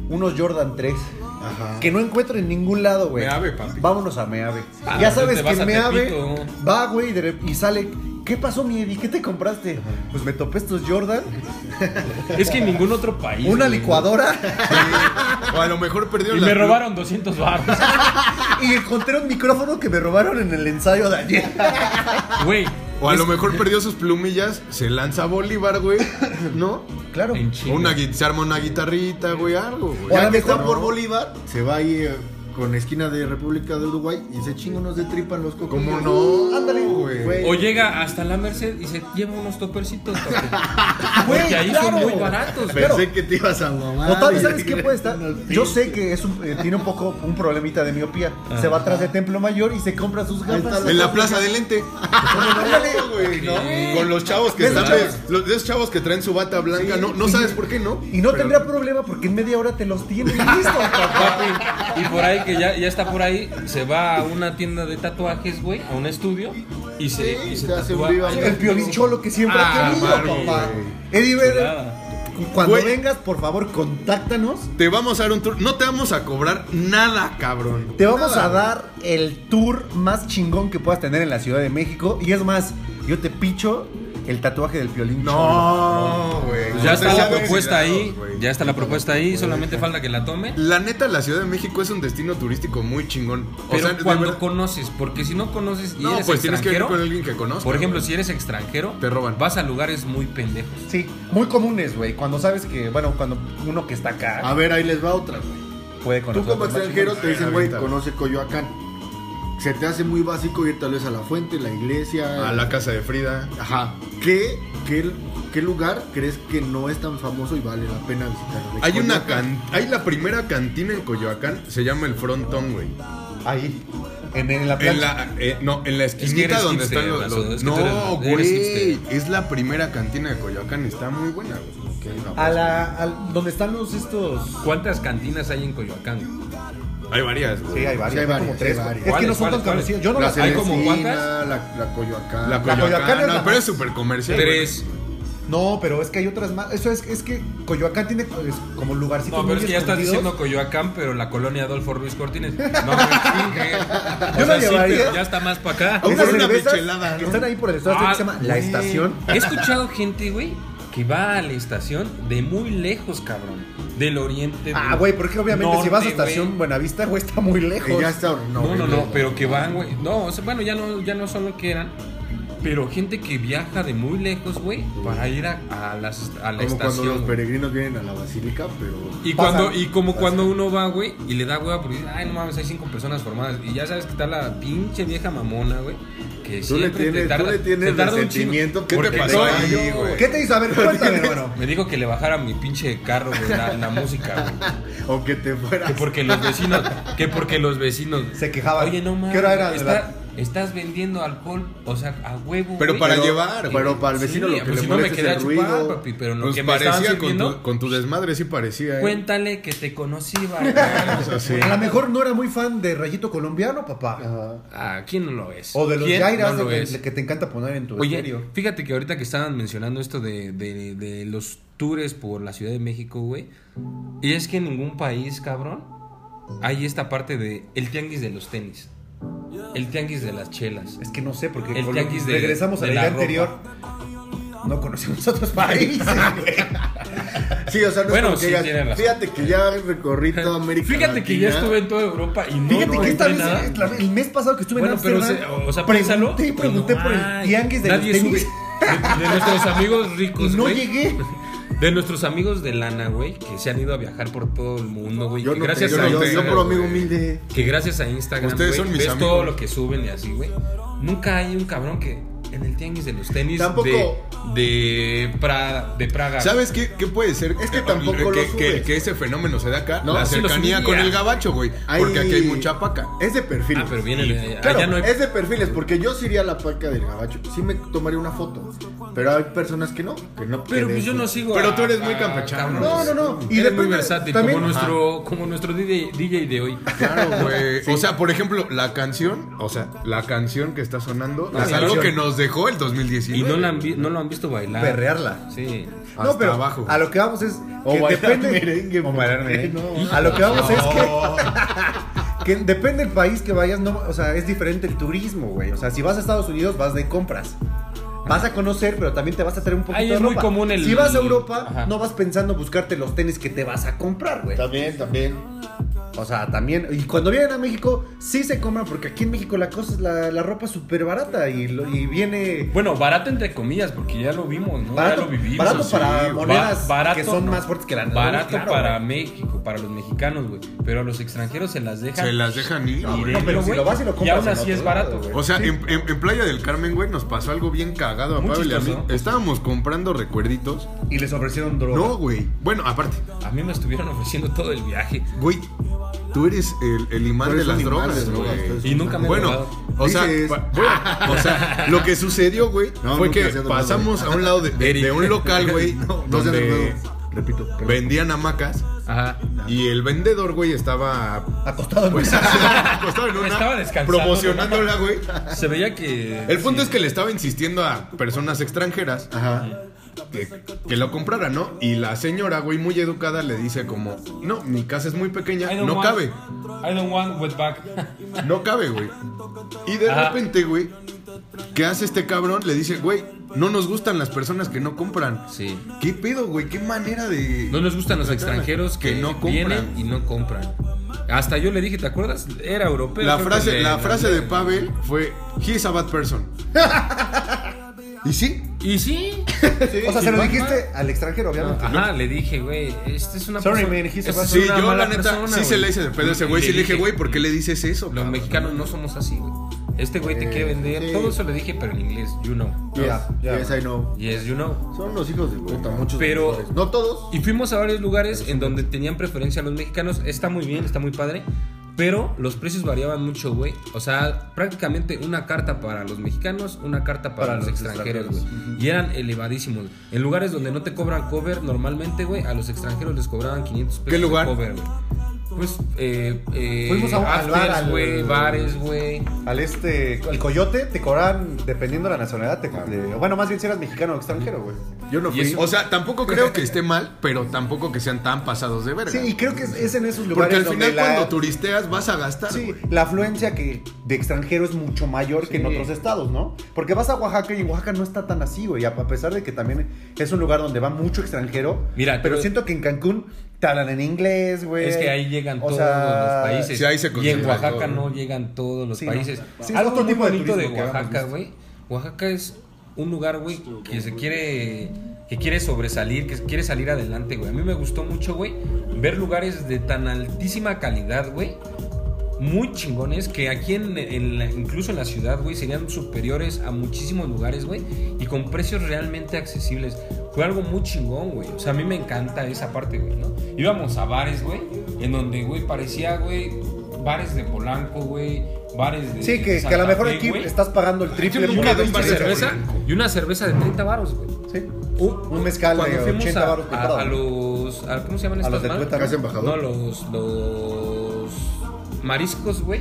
[SPEAKER 5] unos Jordan 3. Que no encuentro en ningún lado, güey.
[SPEAKER 1] Meave, papi.
[SPEAKER 5] Vámonos a Meave.
[SPEAKER 2] Ah,
[SPEAKER 5] ya
[SPEAKER 2] entonces
[SPEAKER 5] sabes
[SPEAKER 2] te vas
[SPEAKER 5] que
[SPEAKER 2] a
[SPEAKER 5] Meave
[SPEAKER 2] Tepito.
[SPEAKER 5] va, güey, y de rep- y sale. ¿Qué pasó, mi Eddie? ¿Qué te compraste? Pues me topé estos Jordan,
[SPEAKER 2] Es que en ningún otro país.
[SPEAKER 5] una
[SPEAKER 2] güey.
[SPEAKER 5] licuadora
[SPEAKER 1] O a lo mejor perdió
[SPEAKER 2] Y
[SPEAKER 1] la.
[SPEAKER 2] me robaron 200 barros.
[SPEAKER 5] y encontré un micrófono que me robaron en el ensayo de ayer.
[SPEAKER 2] Güey.
[SPEAKER 1] O a lo mejor perdió sus plumillas, se lanza a Bolívar, güey. ¿No?
[SPEAKER 5] Claro.
[SPEAKER 2] En
[SPEAKER 1] O
[SPEAKER 2] China.
[SPEAKER 1] una, gui- se arma una guitarrita, güey, algo, güey.
[SPEAKER 5] O a
[SPEAKER 4] Ya
[SPEAKER 5] lo
[SPEAKER 4] que
[SPEAKER 5] mejor
[SPEAKER 4] está por
[SPEAKER 5] no.
[SPEAKER 4] Bolívar, se va ahí eh, con esquina de República de Uruguay y se chinga unos de tripa en los cocos.
[SPEAKER 1] ¿Cómo no?
[SPEAKER 5] Ándale.
[SPEAKER 1] güey.
[SPEAKER 2] O llega hasta la Merced y se lleva unos topercitos. papi.
[SPEAKER 5] Ah, Güey,
[SPEAKER 2] Porque ahí
[SPEAKER 5] claro.
[SPEAKER 2] son muy baratos. güey.
[SPEAKER 5] Pero-
[SPEAKER 4] Pensé que te ibas a mamar.
[SPEAKER 5] O tal vez,
[SPEAKER 4] y-
[SPEAKER 5] ¿sabes qué puede estar? Yo sé que es un- eh, tiene un poco un problemita de miopía.
[SPEAKER 2] Ah.
[SPEAKER 5] Se va atrás de Templo Mayor y se compra sus gafas.
[SPEAKER 1] En la plaza del ente.
[SPEAKER 5] Ándale.
[SPEAKER 1] güey, ¿no? Con los chavos que
[SPEAKER 5] ¿Ves,
[SPEAKER 1] están
[SPEAKER 5] chavos?
[SPEAKER 1] los- de esos chavos que traen su bata blanca, no, no sabes por qué, ¿no?
[SPEAKER 5] Y no
[SPEAKER 1] Pero-
[SPEAKER 5] tendrá problema porque en media hora te los tiene listos, papá.
[SPEAKER 2] Papi, y por ahí que ya, ya está por ahí, se va a una tienda de tatuajes, güey, a un estudio y se, y se
[SPEAKER 4] se hace
[SPEAKER 2] tatúa.
[SPEAKER 4] un viva
[SPEAKER 2] Ay,
[SPEAKER 4] voz.
[SPEAKER 5] El piolín cholo que siempre
[SPEAKER 2] Ah,
[SPEAKER 5] ha querido,
[SPEAKER 1] Maru,
[SPEAKER 5] papá.
[SPEAKER 1] güey.
[SPEAKER 5] Eddie Vedder,
[SPEAKER 2] nada.
[SPEAKER 5] cuando
[SPEAKER 1] Güey.
[SPEAKER 5] vengas, por favor, contáctanos.
[SPEAKER 1] Te vamos a dar un tour. No te vamos a cobrar nada, cabrón.
[SPEAKER 5] Te vamos
[SPEAKER 1] Nada.
[SPEAKER 5] a dar el tour más chingón que puedas tener en la Ciudad de México. Y es más, yo te picho el tatuaje del piolín cholo.
[SPEAKER 1] No, güey.
[SPEAKER 2] Pues Ya está la
[SPEAKER 1] Ustedes
[SPEAKER 2] propuesta
[SPEAKER 1] saben,
[SPEAKER 2] ahí,
[SPEAKER 1] güey.
[SPEAKER 2] ya está la propuesta ahí, solamente falta que la tomen.
[SPEAKER 1] La neta, la Ciudad de México es un destino turístico muy chingón. O
[SPEAKER 2] Pero
[SPEAKER 1] sea, de
[SPEAKER 2] cuando
[SPEAKER 1] verdad-
[SPEAKER 2] conoces, porque si no conoces y
[SPEAKER 1] No,
[SPEAKER 2] eres
[SPEAKER 1] pues tienes que ir
[SPEAKER 2] extranjero,
[SPEAKER 1] con alguien que conozca.
[SPEAKER 2] por ejemplo,
[SPEAKER 1] güey.
[SPEAKER 2] si eres extranjero,
[SPEAKER 1] Te roban.
[SPEAKER 2] Vas a lugares muy pendejos.
[SPEAKER 5] Sí, muy comunes, güey. Cuando sabes que, bueno, cuando uno que está acá
[SPEAKER 4] A ver, ahí les va otra, güey.
[SPEAKER 5] puede conocer.
[SPEAKER 4] Tú como
[SPEAKER 5] los más
[SPEAKER 4] extranjero
[SPEAKER 5] chingones.
[SPEAKER 4] te dicen, güey,
[SPEAKER 1] Ahorita.
[SPEAKER 4] conoce Coyoacán. Se te hace muy básico ir tal vez a la fuente, la iglesia.
[SPEAKER 1] A la casa de Frida.
[SPEAKER 4] Ajá. ¿Qué, qué, qué lugar crees que no es tan famoso y vale la pena visitar? De
[SPEAKER 1] Hay una
[SPEAKER 4] Coyoacán.
[SPEAKER 1] can- hay la primera cantina en Coyoacán, se llama el Frontón, güey.
[SPEAKER 5] Ahí, en, en la plancha.
[SPEAKER 1] En la, eh, no, en la
[SPEAKER 2] que
[SPEAKER 1] esquinita
[SPEAKER 2] eres
[SPEAKER 1] donde
[SPEAKER 2] hipster,
[SPEAKER 1] están los.
[SPEAKER 2] Razo,
[SPEAKER 1] los-
[SPEAKER 2] es que tú
[SPEAKER 1] no,
[SPEAKER 2] eres- eres
[SPEAKER 1] güey.
[SPEAKER 2] hipster.
[SPEAKER 1] Es la primera cantina de Coyoacán, está muy buena, güey.
[SPEAKER 5] A la, al- donde están los estos.
[SPEAKER 2] ¿Cuántas cantinas hay en Coyoacán?
[SPEAKER 1] Hay varias, güey.
[SPEAKER 5] Sí, hay varias,
[SPEAKER 4] Sí, hay
[SPEAKER 5] hay
[SPEAKER 4] varias,
[SPEAKER 5] como
[SPEAKER 4] sí,
[SPEAKER 5] tres.
[SPEAKER 4] hay varias.
[SPEAKER 5] Es que no
[SPEAKER 2] ¿Cuáles,
[SPEAKER 5] son tan
[SPEAKER 2] cuáles, cuáles?
[SPEAKER 5] conocidas. Yo no
[SPEAKER 4] La
[SPEAKER 5] las
[SPEAKER 2] Hay
[SPEAKER 5] hay.
[SPEAKER 2] como
[SPEAKER 4] Celestina,
[SPEAKER 2] cuántas.
[SPEAKER 4] La, la Coyoacán.
[SPEAKER 1] La
[SPEAKER 5] Coyoacán
[SPEAKER 1] Coyoacán,
[SPEAKER 5] es
[SPEAKER 1] no,
[SPEAKER 5] la
[SPEAKER 1] pero
[SPEAKER 5] más-
[SPEAKER 1] es súper comercial.
[SPEAKER 2] Tres.
[SPEAKER 5] No, pero es que hay otras más. Eso es, es que Coyoacán tiene es como lugarcitos.
[SPEAKER 2] No, pero
[SPEAKER 5] muy
[SPEAKER 2] es que ya estás
[SPEAKER 5] escondidos.
[SPEAKER 2] diciendo Coyoacán, pero la colonia Adolfo Ruiz Cortines. No, me chingue.
[SPEAKER 5] Yo
[SPEAKER 2] O
[SPEAKER 5] la
[SPEAKER 2] sea, sí,
[SPEAKER 5] llevaría.
[SPEAKER 2] pero ya está más para acá.
[SPEAKER 1] Aún
[SPEAKER 5] Esas
[SPEAKER 1] por una
[SPEAKER 5] cervezas
[SPEAKER 1] michelada, ¿no?
[SPEAKER 5] que están ahí por el estado
[SPEAKER 2] Ah,
[SPEAKER 5] que se llama La
[SPEAKER 2] güey.
[SPEAKER 5] Estación.
[SPEAKER 2] He escuchado gente, güey, que va a la estación de muy lejos, cabrón. Del oriente.
[SPEAKER 5] Ah,
[SPEAKER 2] del
[SPEAKER 5] güey, porque obviamente si vas a
[SPEAKER 2] norte,
[SPEAKER 5] Estación
[SPEAKER 2] güey.
[SPEAKER 5] Buenavista, güey, está muy lejos.
[SPEAKER 4] Que ya está. No,
[SPEAKER 2] No, no, no, pero que van, güey. No, o sea, bueno, ya no, ya no son lo que eran. Pero gente que viaja de muy lejos, güey, para ir a, a las- a la
[SPEAKER 4] Como cuando los
[SPEAKER 2] estación. güey.
[SPEAKER 4] peregrinos vienen a la basílica, pero.
[SPEAKER 2] Y,
[SPEAKER 5] Pasan.
[SPEAKER 2] cuando, y como cuando uno va, güey, y le da hueva porque dice, ay, no mames, hay cinco personas formadas. Y ya sabes que está la pinche vieja mamona, güey. Que
[SPEAKER 4] Tú le
[SPEAKER 2] siempre te
[SPEAKER 4] tienes-
[SPEAKER 2] tarda,
[SPEAKER 4] tú le tienes
[SPEAKER 2] te tarda un chingo.
[SPEAKER 4] resentimiento, ¿qué te
[SPEAKER 2] Porque
[SPEAKER 1] pasó
[SPEAKER 2] no,
[SPEAKER 1] ahí,
[SPEAKER 2] yo-
[SPEAKER 1] güey?
[SPEAKER 5] ¿Qué te hizo? A ver, cuéntame, hermano.
[SPEAKER 2] Me dijo que le bajara mi pinche carro, güey, la, la música, güey.
[SPEAKER 4] O que te fueras.
[SPEAKER 2] Que porque los vecinos, que porque los vecinos
[SPEAKER 5] Se quejaban.
[SPEAKER 2] Oye, no mames.
[SPEAKER 5] ¿Qué hora era?
[SPEAKER 2] está- estás vendiendo alcohol, o sea, a huevo.
[SPEAKER 1] Pero
[SPEAKER 2] güey.
[SPEAKER 1] para llevar, güey.
[SPEAKER 4] Pero para el vecino
[SPEAKER 2] Sí,
[SPEAKER 4] lo que
[SPEAKER 2] pues
[SPEAKER 4] le
[SPEAKER 2] si no me
[SPEAKER 4] molesta es
[SPEAKER 2] quedé
[SPEAKER 4] el
[SPEAKER 2] a chupar,
[SPEAKER 4] ruido.
[SPEAKER 2] papi, pero lo
[SPEAKER 1] Pues
[SPEAKER 2] que me estaban
[SPEAKER 1] parecía con
[SPEAKER 2] sirviendo,
[SPEAKER 1] tu, con tu desmadre, sí parecía. ¿eh?
[SPEAKER 2] cuéntale que te conocí, ¿verdad?
[SPEAKER 1] Eso sí.
[SPEAKER 5] A lo mejor no era muy fan de Rayito Colombiano, papá.
[SPEAKER 4] Ajá.
[SPEAKER 2] Ah, ¿quién no lo es?
[SPEAKER 5] O de los
[SPEAKER 2] ¿Quién
[SPEAKER 5] Jairas
[SPEAKER 2] no lo
[SPEAKER 5] de-
[SPEAKER 2] es?
[SPEAKER 5] que te encanta poner en tu
[SPEAKER 2] Oye,
[SPEAKER 5] vestuario.
[SPEAKER 2] fíjate que ahorita que estaban mencionando esto de, de- de los tours por la Ciudad de México, güey. Y es que en ningún país, cabrón, hay esta parte de el tianguis de los tenis. El tianguis de las chelas.
[SPEAKER 5] Es que no sé, porque
[SPEAKER 2] El
[SPEAKER 5] con-
[SPEAKER 2] tianguis de-
[SPEAKER 5] regresamos a
[SPEAKER 2] de
[SPEAKER 5] la
[SPEAKER 2] la
[SPEAKER 5] idea
[SPEAKER 2] ropa.
[SPEAKER 5] anterior. No conocemos otros países, güey.
[SPEAKER 4] Sí, o sea, no es
[SPEAKER 2] Bueno,
[SPEAKER 4] como que
[SPEAKER 2] sí,
[SPEAKER 4] digas,
[SPEAKER 2] tiene razón.
[SPEAKER 4] Fíjate que ya recorrí toda América.
[SPEAKER 2] Fíjate que ya
[SPEAKER 4] Latina".
[SPEAKER 2] estuve en toda Europa y no
[SPEAKER 5] Fíjate
[SPEAKER 2] no
[SPEAKER 5] que esta
[SPEAKER 2] encontré
[SPEAKER 5] vez,
[SPEAKER 2] nada.
[SPEAKER 5] la- el mes pasado que estuve
[SPEAKER 2] Bueno,
[SPEAKER 5] en
[SPEAKER 2] pero o
[SPEAKER 5] Amsterdam,
[SPEAKER 2] sea, o- o sea, piénsalo. Pues
[SPEAKER 5] pregunté y pregunté
[SPEAKER 2] No,
[SPEAKER 5] por el
[SPEAKER 2] ay,
[SPEAKER 5] tianguis de
[SPEAKER 2] nadie
[SPEAKER 5] los tenis
[SPEAKER 2] sube. De, de nuestros amigos
[SPEAKER 5] y
[SPEAKER 2] ricos,
[SPEAKER 5] no
[SPEAKER 2] güey.
[SPEAKER 5] llegué.
[SPEAKER 2] De nuestros amigos de lana, güey, que se han ido a viajar por todo el mundo, güey.
[SPEAKER 4] Yo
[SPEAKER 2] que
[SPEAKER 4] no
[SPEAKER 2] gracias
[SPEAKER 4] te, yo,
[SPEAKER 2] a
[SPEAKER 4] no- yo
[SPEAKER 2] Instagram,
[SPEAKER 4] por amigo
[SPEAKER 2] güey,
[SPEAKER 4] humilde.
[SPEAKER 2] Que gracias a Instagram,
[SPEAKER 1] Ustedes
[SPEAKER 2] güey,
[SPEAKER 1] son mis
[SPEAKER 2] ves
[SPEAKER 1] amigos.
[SPEAKER 2] todo lo que suben y así, güey. Nunca hay un cabrón que en el tianguis de los tenis
[SPEAKER 4] Tampoco-
[SPEAKER 2] de, de, Pra- de Praga.
[SPEAKER 1] ¿Sabes qué, qué puede ser?
[SPEAKER 4] Es que tampoco
[SPEAKER 1] que,
[SPEAKER 4] lo
[SPEAKER 1] que-
[SPEAKER 4] subes.
[SPEAKER 1] que ese fenómeno se da acá.
[SPEAKER 4] No,
[SPEAKER 1] la
[SPEAKER 2] sí lo
[SPEAKER 1] cercanía
[SPEAKER 2] subía.
[SPEAKER 1] con el gabacho, güey.
[SPEAKER 4] Ahí-
[SPEAKER 1] Porque aquí hay mucha paca.
[SPEAKER 4] Es de perfiles.
[SPEAKER 2] Ah, pero viene de allá.
[SPEAKER 4] Claro,
[SPEAKER 2] Allá no hay-
[SPEAKER 4] es de perfiles, porque yo sí iría a la paca del gabacho. Sí me tomaría una foto. Pero hay personas que no, que no
[SPEAKER 2] Pero
[SPEAKER 4] que
[SPEAKER 2] pues
[SPEAKER 4] de-
[SPEAKER 2] yo no sigo.
[SPEAKER 1] Pero
[SPEAKER 2] a-
[SPEAKER 1] tú eres muy
[SPEAKER 2] a
[SPEAKER 1] campechano.
[SPEAKER 2] cabrones.
[SPEAKER 4] No, no, no. Y
[SPEAKER 2] Eres
[SPEAKER 4] depende-
[SPEAKER 2] muy versátil,
[SPEAKER 4] también-
[SPEAKER 2] como nuestro, como nuestro DJ, DJ de hoy.
[SPEAKER 1] Claro, güey. O sea, por ejemplo, la canción, o sea, la canción que está sonando
[SPEAKER 4] La
[SPEAKER 1] es algo
[SPEAKER 4] canción.
[SPEAKER 1] que nos dejó el 2019.
[SPEAKER 2] Y no, la han vi- no lo han visto bailar.
[SPEAKER 5] Perrearla.
[SPEAKER 2] Sí.
[SPEAKER 1] Hasta abajo.
[SPEAKER 5] a lo que vamos es
[SPEAKER 4] O
[SPEAKER 5] que
[SPEAKER 4] bailar
[SPEAKER 5] depende
[SPEAKER 4] merengue,
[SPEAKER 5] o bailar merengue.
[SPEAKER 4] no.
[SPEAKER 5] a lo que vamos es que que depende del país que vayas, no, o sea, es diferente el turismo, güey. O sea, si vas a Estados Unidos vas de compras. Vas a conocer, pero también te vas a traer un poquito
[SPEAKER 2] Ahí
[SPEAKER 5] de
[SPEAKER 2] es muy
[SPEAKER 5] ropa.
[SPEAKER 2] común el-
[SPEAKER 5] Si vas a Europa,
[SPEAKER 2] Ajá.
[SPEAKER 5] no vas pensando buscarte los tenis que te vas a comprar, güey.
[SPEAKER 4] También, también.
[SPEAKER 5] O sea, también. Y cuando vienen a México, sí se compran, porque aquí en México la cosa es la, la ropa súper barata y, lo- y viene.
[SPEAKER 2] Bueno, barato entre comillas, porque ya lo vimos, ¿no?
[SPEAKER 5] Barato-
[SPEAKER 2] ya lo vivimos.
[SPEAKER 5] barato
[SPEAKER 2] sí.
[SPEAKER 5] para
[SPEAKER 2] Ba-
[SPEAKER 5] monedas que son más fuertes que la nada,
[SPEAKER 2] Barato
[SPEAKER 5] claro,
[SPEAKER 2] para
[SPEAKER 5] güey.
[SPEAKER 2] México, para los mexicanos, güey. Pero a los extranjeros se las dejan.
[SPEAKER 1] Se las dejan ir,
[SPEAKER 2] No,
[SPEAKER 1] güey.
[SPEAKER 5] No, pero si
[SPEAKER 2] güey,
[SPEAKER 5] lo vas y lo
[SPEAKER 2] y
[SPEAKER 5] compras.
[SPEAKER 2] aún
[SPEAKER 5] en
[SPEAKER 2] así es
[SPEAKER 5] otro
[SPEAKER 2] barato,
[SPEAKER 5] lado,
[SPEAKER 2] güey.
[SPEAKER 1] O sea, en, en- en Playa del Carmen, güey, nos pasó algo bien cagado a
[SPEAKER 2] Muy
[SPEAKER 1] Pablo y a mí.
[SPEAKER 2] chistoso.
[SPEAKER 1] Estábamos comprando recuerditos.
[SPEAKER 5] Y les ofrecieron droga.
[SPEAKER 1] No, güey. Bueno, aparte,
[SPEAKER 2] A mí me estuvieron ofreciendo todo el viaje.
[SPEAKER 1] güey, tú eres el, el imán
[SPEAKER 4] Tú
[SPEAKER 1] de
[SPEAKER 4] eres
[SPEAKER 1] las
[SPEAKER 4] un imán de
[SPEAKER 1] drogas,
[SPEAKER 4] drogas, tú
[SPEAKER 1] güey.
[SPEAKER 4] eres
[SPEAKER 2] Y nunca me he
[SPEAKER 1] Bueno,
[SPEAKER 2] drogado.
[SPEAKER 1] o sea,
[SPEAKER 4] Dices.
[SPEAKER 1] pa- bueno, o sea, lo que sucedió, güey,
[SPEAKER 4] No,
[SPEAKER 1] fue
[SPEAKER 4] nunca
[SPEAKER 1] que
[SPEAKER 4] se ha drogado.
[SPEAKER 1] pasamos a un lado de, de- de un local, güey,
[SPEAKER 4] No se
[SPEAKER 1] donde
[SPEAKER 4] Repito.
[SPEAKER 1] vendían hamacas
[SPEAKER 2] Ajá.
[SPEAKER 1] y el vendedor, güey, estaba
[SPEAKER 5] Acostado en
[SPEAKER 1] pues
[SPEAKER 5] mi-
[SPEAKER 1] acostado en una,
[SPEAKER 2] Estaba descansando,
[SPEAKER 1] promocionándola, güey.
[SPEAKER 2] Se veía que.
[SPEAKER 1] El punto
[SPEAKER 2] sí.
[SPEAKER 1] es que le estaba insistiendo a personas extranjeras
[SPEAKER 4] Ajá.
[SPEAKER 1] que, que lo comprara, ¿no? Y la señora, güey, muy educada, le dice como, no, mi casa es muy pequeña,
[SPEAKER 2] I don't
[SPEAKER 1] no
[SPEAKER 2] want-
[SPEAKER 1] cabe,
[SPEAKER 2] I don't want wetback.
[SPEAKER 1] no cabe, güey. Y de
[SPEAKER 2] Ajá.
[SPEAKER 1] repente, güey, ¿qué hace este cabrón? Le dice, güey, no nos gustan las personas que no compran.
[SPEAKER 2] Sí.
[SPEAKER 1] ¿Qué pedo, güey? ¿Qué manera de...?
[SPEAKER 2] No nos gustan los extranjeros que,
[SPEAKER 1] Que no compran.
[SPEAKER 2] vienen y no compran. Hasta yo le dije, ¿te acuerdas? Era europeo.
[SPEAKER 1] la
[SPEAKER 2] creo
[SPEAKER 1] frase,
[SPEAKER 2] que le-
[SPEAKER 1] la frase de Pavel fue, he is a bad person. ¿Y sí?
[SPEAKER 2] Y sí.
[SPEAKER 5] O sea, se lo
[SPEAKER 2] Batman.
[SPEAKER 5] dijiste al extranjero, obviamente.
[SPEAKER 2] Ajá, le dije, güey, esta es una
[SPEAKER 5] Sorry,
[SPEAKER 2] persona-
[SPEAKER 5] man, he's a
[SPEAKER 2] esta
[SPEAKER 5] bad
[SPEAKER 2] es
[SPEAKER 1] Sí,
[SPEAKER 2] una
[SPEAKER 1] yo
[SPEAKER 2] mala
[SPEAKER 1] la neta
[SPEAKER 2] persona,
[SPEAKER 1] sí se
[SPEAKER 2] güey.
[SPEAKER 1] le hice de pedo a ese
[SPEAKER 2] Y
[SPEAKER 1] güey. Sí le dije, güey, ¿por qué le Eh, dices eso?
[SPEAKER 2] Los
[SPEAKER 1] cabrón?"
[SPEAKER 2] mexicanos no somos así, güey. Este güey te quiere vender.
[SPEAKER 4] sí.
[SPEAKER 2] Todo eso le dije, pero en inglés, you know.
[SPEAKER 4] Yes,
[SPEAKER 5] Ya, ya.
[SPEAKER 4] yes, I know.
[SPEAKER 2] Yes, you know.
[SPEAKER 4] Son los hijos de puta, muchos.
[SPEAKER 2] Pero-
[SPEAKER 4] vendedores. No todos.
[SPEAKER 2] Y fuimos a varios lugares en donde tenían preferencia a los mexicanos. Está muy bien, está muy padre. Pero los precios variaban mucho, güey. O sea, prácticamente una carta para los mexicanos, una carta para,
[SPEAKER 5] Para
[SPEAKER 2] los,
[SPEAKER 5] los
[SPEAKER 2] extranjeros, güey. Y eran elevadísimos. En lugares donde no te cobran cover, normalmente, güey, a los extranjeros les cobraban 500 pesos
[SPEAKER 1] ¿Qué lugar?
[SPEAKER 2] de cover, güey. Pues, eh, eh,
[SPEAKER 5] Fuimos a un- al
[SPEAKER 2] afters,
[SPEAKER 5] bar, al-
[SPEAKER 2] güey, bares, güey.
[SPEAKER 5] Al este, el coyote te cobran dependiendo de la nacionalidad. Te,
[SPEAKER 2] Ah.
[SPEAKER 5] de- bueno, más bien si eras mexicano o extranjero, güey.
[SPEAKER 4] Yo no
[SPEAKER 2] Y
[SPEAKER 4] fui.
[SPEAKER 2] eso-
[SPEAKER 1] O sea, tampoco creo que esté mal, pero tampoco que sean tan pasados de verga.
[SPEAKER 5] Sí, y creo que es, es en esos
[SPEAKER 1] Porque
[SPEAKER 5] lugares
[SPEAKER 1] al final
[SPEAKER 5] donde la,
[SPEAKER 1] cuando turisteas vas a gastar.
[SPEAKER 5] sí,
[SPEAKER 1] güey.
[SPEAKER 5] la afluencia que de extranjero es mucho mayor que en otros estados, ¿no? Porque vas a Oaxaca y Oaxaca no está tan así, güey. A a pesar de que también es un lugar donde va mucho extranjero.
[SPEAKER 2] Mira,
[SPEAKER 5] pero
[SPEAKER 2] yo-
[SPEAKER 5] siento que en Cancún te hablan en inglés, güey.
[SPEAKER 2] Es que ahí llegan
[SPEAKER 5] O
[SPEAKER 2] todos
[SPEAKER 5] sea,
[SPEAKER 2] los países.
[SPEAKER 1] Sí, ahí se
[SPEAKER 2] y en
[SPEAKER 1] concentra
[SPEAKER 2] Oaxaca
[SPEAKER 1] todo, ¿no?
[SPEAKER 2] no llegan todos los
[SPEAKER 5] Sí, no.
[SPEAKER 2] países.
[SPEAKER 5] Sí, es
[SPEAKER 2] Algo
[SPEAKER 5] otro
[SPEAKER 2] muy
[SPEAKER 5] tipo de
[SPEAKER 2] bonito de,
[SPEAKER 5] turismo que habíamos
[SPEAKER 2] Oaxaca,
[SPEAKER 5] visto.
[SPEAKER 2] güey. Oaxaca es un lugar, güey, que se quiere que quiere sobresalir, que quiere salir adelante, güey. A mí me gustó mucho, güey, ver lugares de tan altísima calidad, güey. Muy chingones que aquí en, en la- incluso en la ciudad, güey, serían superiores a muchísimos lugares, güey, y con precios realmente accesibles. Fue algo muy chingón, güey. O sea, a mí me encanta esa parte, güey, ¿no? Íbamos a bares, güey, en donde, güey, parecía, güey, bares de Polanco, güey, bares de
[SPEAKER 5] Sí,
[SPEAKER 2] de
[SPEAKER 5] que, que a
[SPEAKER 2] Santa
[SPEAKER 5] lo mejor
[SPEAKER 2] Fe,
[SPEAKER 5] aquí
[SPEAKER 2] güey.
[SPEAKER 5] estás pagando el
[SPEAKER 2] Yo
[SPEAKER 5] triple
[SPEAKER 2] nunca
[SPEAKER 5] por
[SPEAKER 2] vi
[SPEAKER 5] algo
[SPEAKER 2] una
[SPEAKER 5] que-
[SPEAKER 2] cerveza y una cerveza de 30 baros, güey.
[SPEAKER 5] Sí.
[SPEAKER 2] Un,
[SPEAKER 5] Un mezcal de
[SPEAKER 2] cuando fuimos
[SPEAKER 5] 80
[SPEAKER 2] a-
[SPEAKER 5] varos
[SPEAKER 2] a,
[SPEAKER 5] comprado.
[SPEAKER 2] a los a- ¿cómo se llaman
[SPEAKER 5] A
[SPEAKER 2] estos
[SPEAKER 5] los de
[SPEAKER 2] man?
[SPEAKER 5] Tuétano.
[SPEAKER 4] Casa Embajador.
[SPEAKER 2] No, los los mariscos, güey.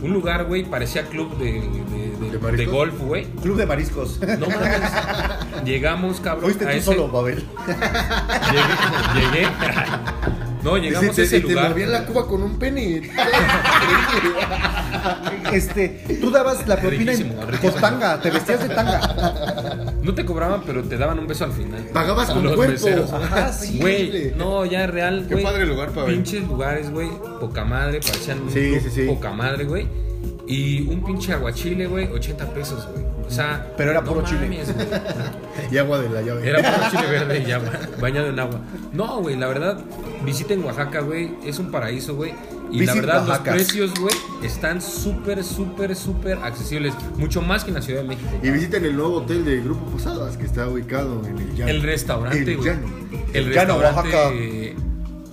[SPEAKER 2] Un lugar, güey, parecía club de de, de-
[SPEAKER 4] ¿De mariscos?
[SPEAKER 2] de golf, güey.
[SPEAKER 5] Club de mariscos.
[SPEAKER 2] No mames. Llegamos, cabrón.
[SPEAKER 5] Fuiste
[SPEAKER 2] a
[SPEAKER 5] tú
[SPEAKER 2] ese-
[SPEAKER 5] solo, Babel.
[SPEAKER 2] Llegué. llegué. No, llegamos a
[SPEAKER 4] Dice,
[SPEAKER 2] ese
[SPEAKER 4] te, te
[SPEAKER 2] lugar.
[SPEAKER 4] moví en la cuba con un pene.
[SPEAKER 5] Este, tú dabas la propina en-
[SPEAKER 2] Riquísimo, riquísimo.
[SPEAKER 5] con tanga, te vestías de tanga.
[SPEAKER 2] No te cobraban, pero te daban un beso al final.
[SPEAKER 4] Pagabas con
[SPEAKER 2] Los
[SPEAKER 4] cuerpo. Ah,
[SPEAKER 2] meseros.
[SPEAKER 5] Ajá, sí.
[SPEAKER 2] Güey, no, ya real,
[SPEAKER 1] Qué
[SPEAKER 2] güey.
[SPEAKER 1] padre lugar para ver.
[SPEAKER 2] Pinches lugares, güey. Poca madre, parecían un
[SPEAKER 4] Sí,
[SPEAKER 2] club
[SPEAKER 4] sí, sí.
[SPEAKER 2] poca madre, güey. Y un pinche aguachile, güey, 80 pesos, güey. O sea,
[SPEAKER 5] Pero era
[SPEAKER 2] no
[SPEAKER 5] puro chile.
[SPEAKER 2] mames, güey.
[SPEAKER 4] Y agua de la llave.
[SPEAKER 2] Era puro chile verde y ya, ba- bañado en agua. No, güey, la verdad, visiten Oaxaca, güey. Es un paraíso, güey. Y la
[SPEAKER 4] Visit
[SPEAKER 2] verdad,
[SPEAKER 4] Oaxaca.
[SPEAKER 2] los precios, güey, están súper, súper, súper accesibles. Mucho más que en la Ciudad de México.
[SPEAKER 4] Y visiten el nuevo hotel de Grupo Posadas que está ubicado en el llano.
[SPEAKER 2] El restaurante,
[SPEAKER 4] El
[SPEAKER 2] güey.
[SPEAKER 4] llano.
[SPEAKER 2] El
[SPEAKER 5] Llano,
[SPEAKER 2] restaurante.
[SPEAKER 5] Oaxaca.
[SPEAKER 2] eh,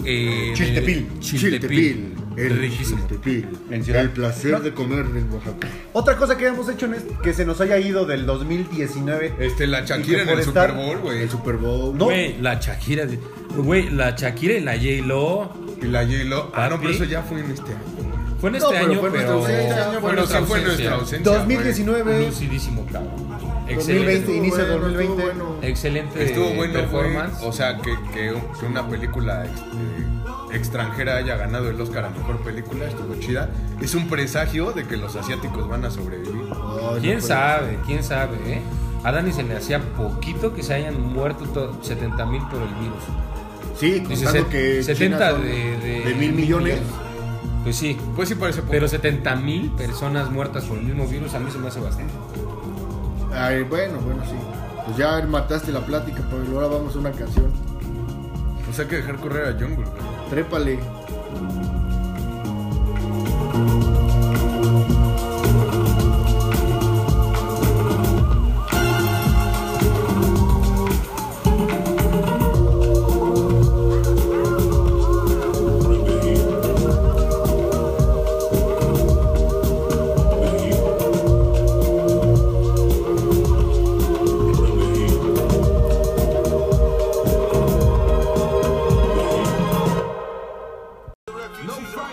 [SPEAKER 2] eh,
[SPEAKER 5] Chiltepil.
[SPEAKER 2] de-
[SPEAKER 4] Chiltepil.
[SPEAKER 2] Chiltepil.
[SPEAKER 4] El
[SPEAKER 2] Riquísimo.
[SPEAKER 4] Chiltepil.
[SPEAKER 5] En Ciudad-
[SPEAKER 4] El placer de comer en Oaxaca.
[SPEAKER 5] Otra cosa que hemos hecho en es- que se nos haya ido del 2019.
[SPEAKER 2] Eh,
[SPEAKER 1] Este, la Shakira en
[SPEAKER 5] por
[SPEAKER 1] el
[SPEAKER 5] estar-
[SPEAKER 1] Super Bowl, güey.
[SPEAKER 4] El Super Bowl.
[SPEAKER 5] No.
[SPEAKER 2] Güey, la Shakira. de- Güey, la Shakira y la J-Lo.
[SPEAKER 1] Y la J-Lo. Ah, no, pero
[SPEAKER 2] Papi.
[SPEAKER 1] eso ya fue en este año.
[SPEAKER 2] Fue en este
[SPEAKER 4] pero
[SPEAKER 2] año,
[SPEAKER 4] fue nuestra
[SPEAKER 2] pero.
[SPEAKER 4] ausencia,
[SPEAKER 2] fue
[SPEAKER 1] Bueno,
[SPEAKER 2] nuestra
[SPEAKER 1] sí fue
[SPEAKER 2] ausencia.
[SPEAKER 1] nuestra ausencia. güey.
[SPEAKER 5] 2019.
[SPEAKER 2] Lucidísimo, cabrón.
[SPEAKER 5] 2020,
[SPEAKER 2] Excelente.
[SPEAKER 5] inicio de
[SPEAKER 4] Estuvo bueno,
[SPEAKER 5] 2020.
[SPEAKER 4] estuvo bueno.
[SPEAKER 2] Excelente
[SPEAKER 1] Estuvo bueno, güey.
[SPEAKER 2] performance.
[SPEAKER 1] O sea, que, que, que una película este, extranjera haya ganado el Oscar a Mejor Película, estuvo chida. Es un presagio de que los asiáticos van a sobrevivir.
[SPEAKER 4] Ay, no
[SPEAKER 2] ¿Quién
[SPEAKER 4] puede
[SPEAKER 2] sabe? ¿Quién sabe? Eh? A Dani se le hacía poquito que se hayan muerto 70 mil por el virus.
[SPEAKER 4] Sí,
[SPEAKER 2] Dice,
[SPEAKER 4] contando
[SPEAKER 2] se-
[SPEAKER 4] que
[SPEAKER 2] 70
[SPEAKER 4] China son
[SPEAKER 2] de, de-
[SPEAKER 4] mil millones.
[SPEAKER 2] Pues sí.
[SPEAKER 1] Pues sí parece poco.
[SPEAKER 2] Pero 70 mil personas muertas por el mismo virus a mí se me hace bastante.
[SPEAKER 4] Ay, bueno, bueno, sí. Pues ya mataste la plática, pero ahora vamos a una canción.
[SPEAKER 1] Pues hay que dejar correr a Jungle. güey.
[SPEAKER 4] Trépale.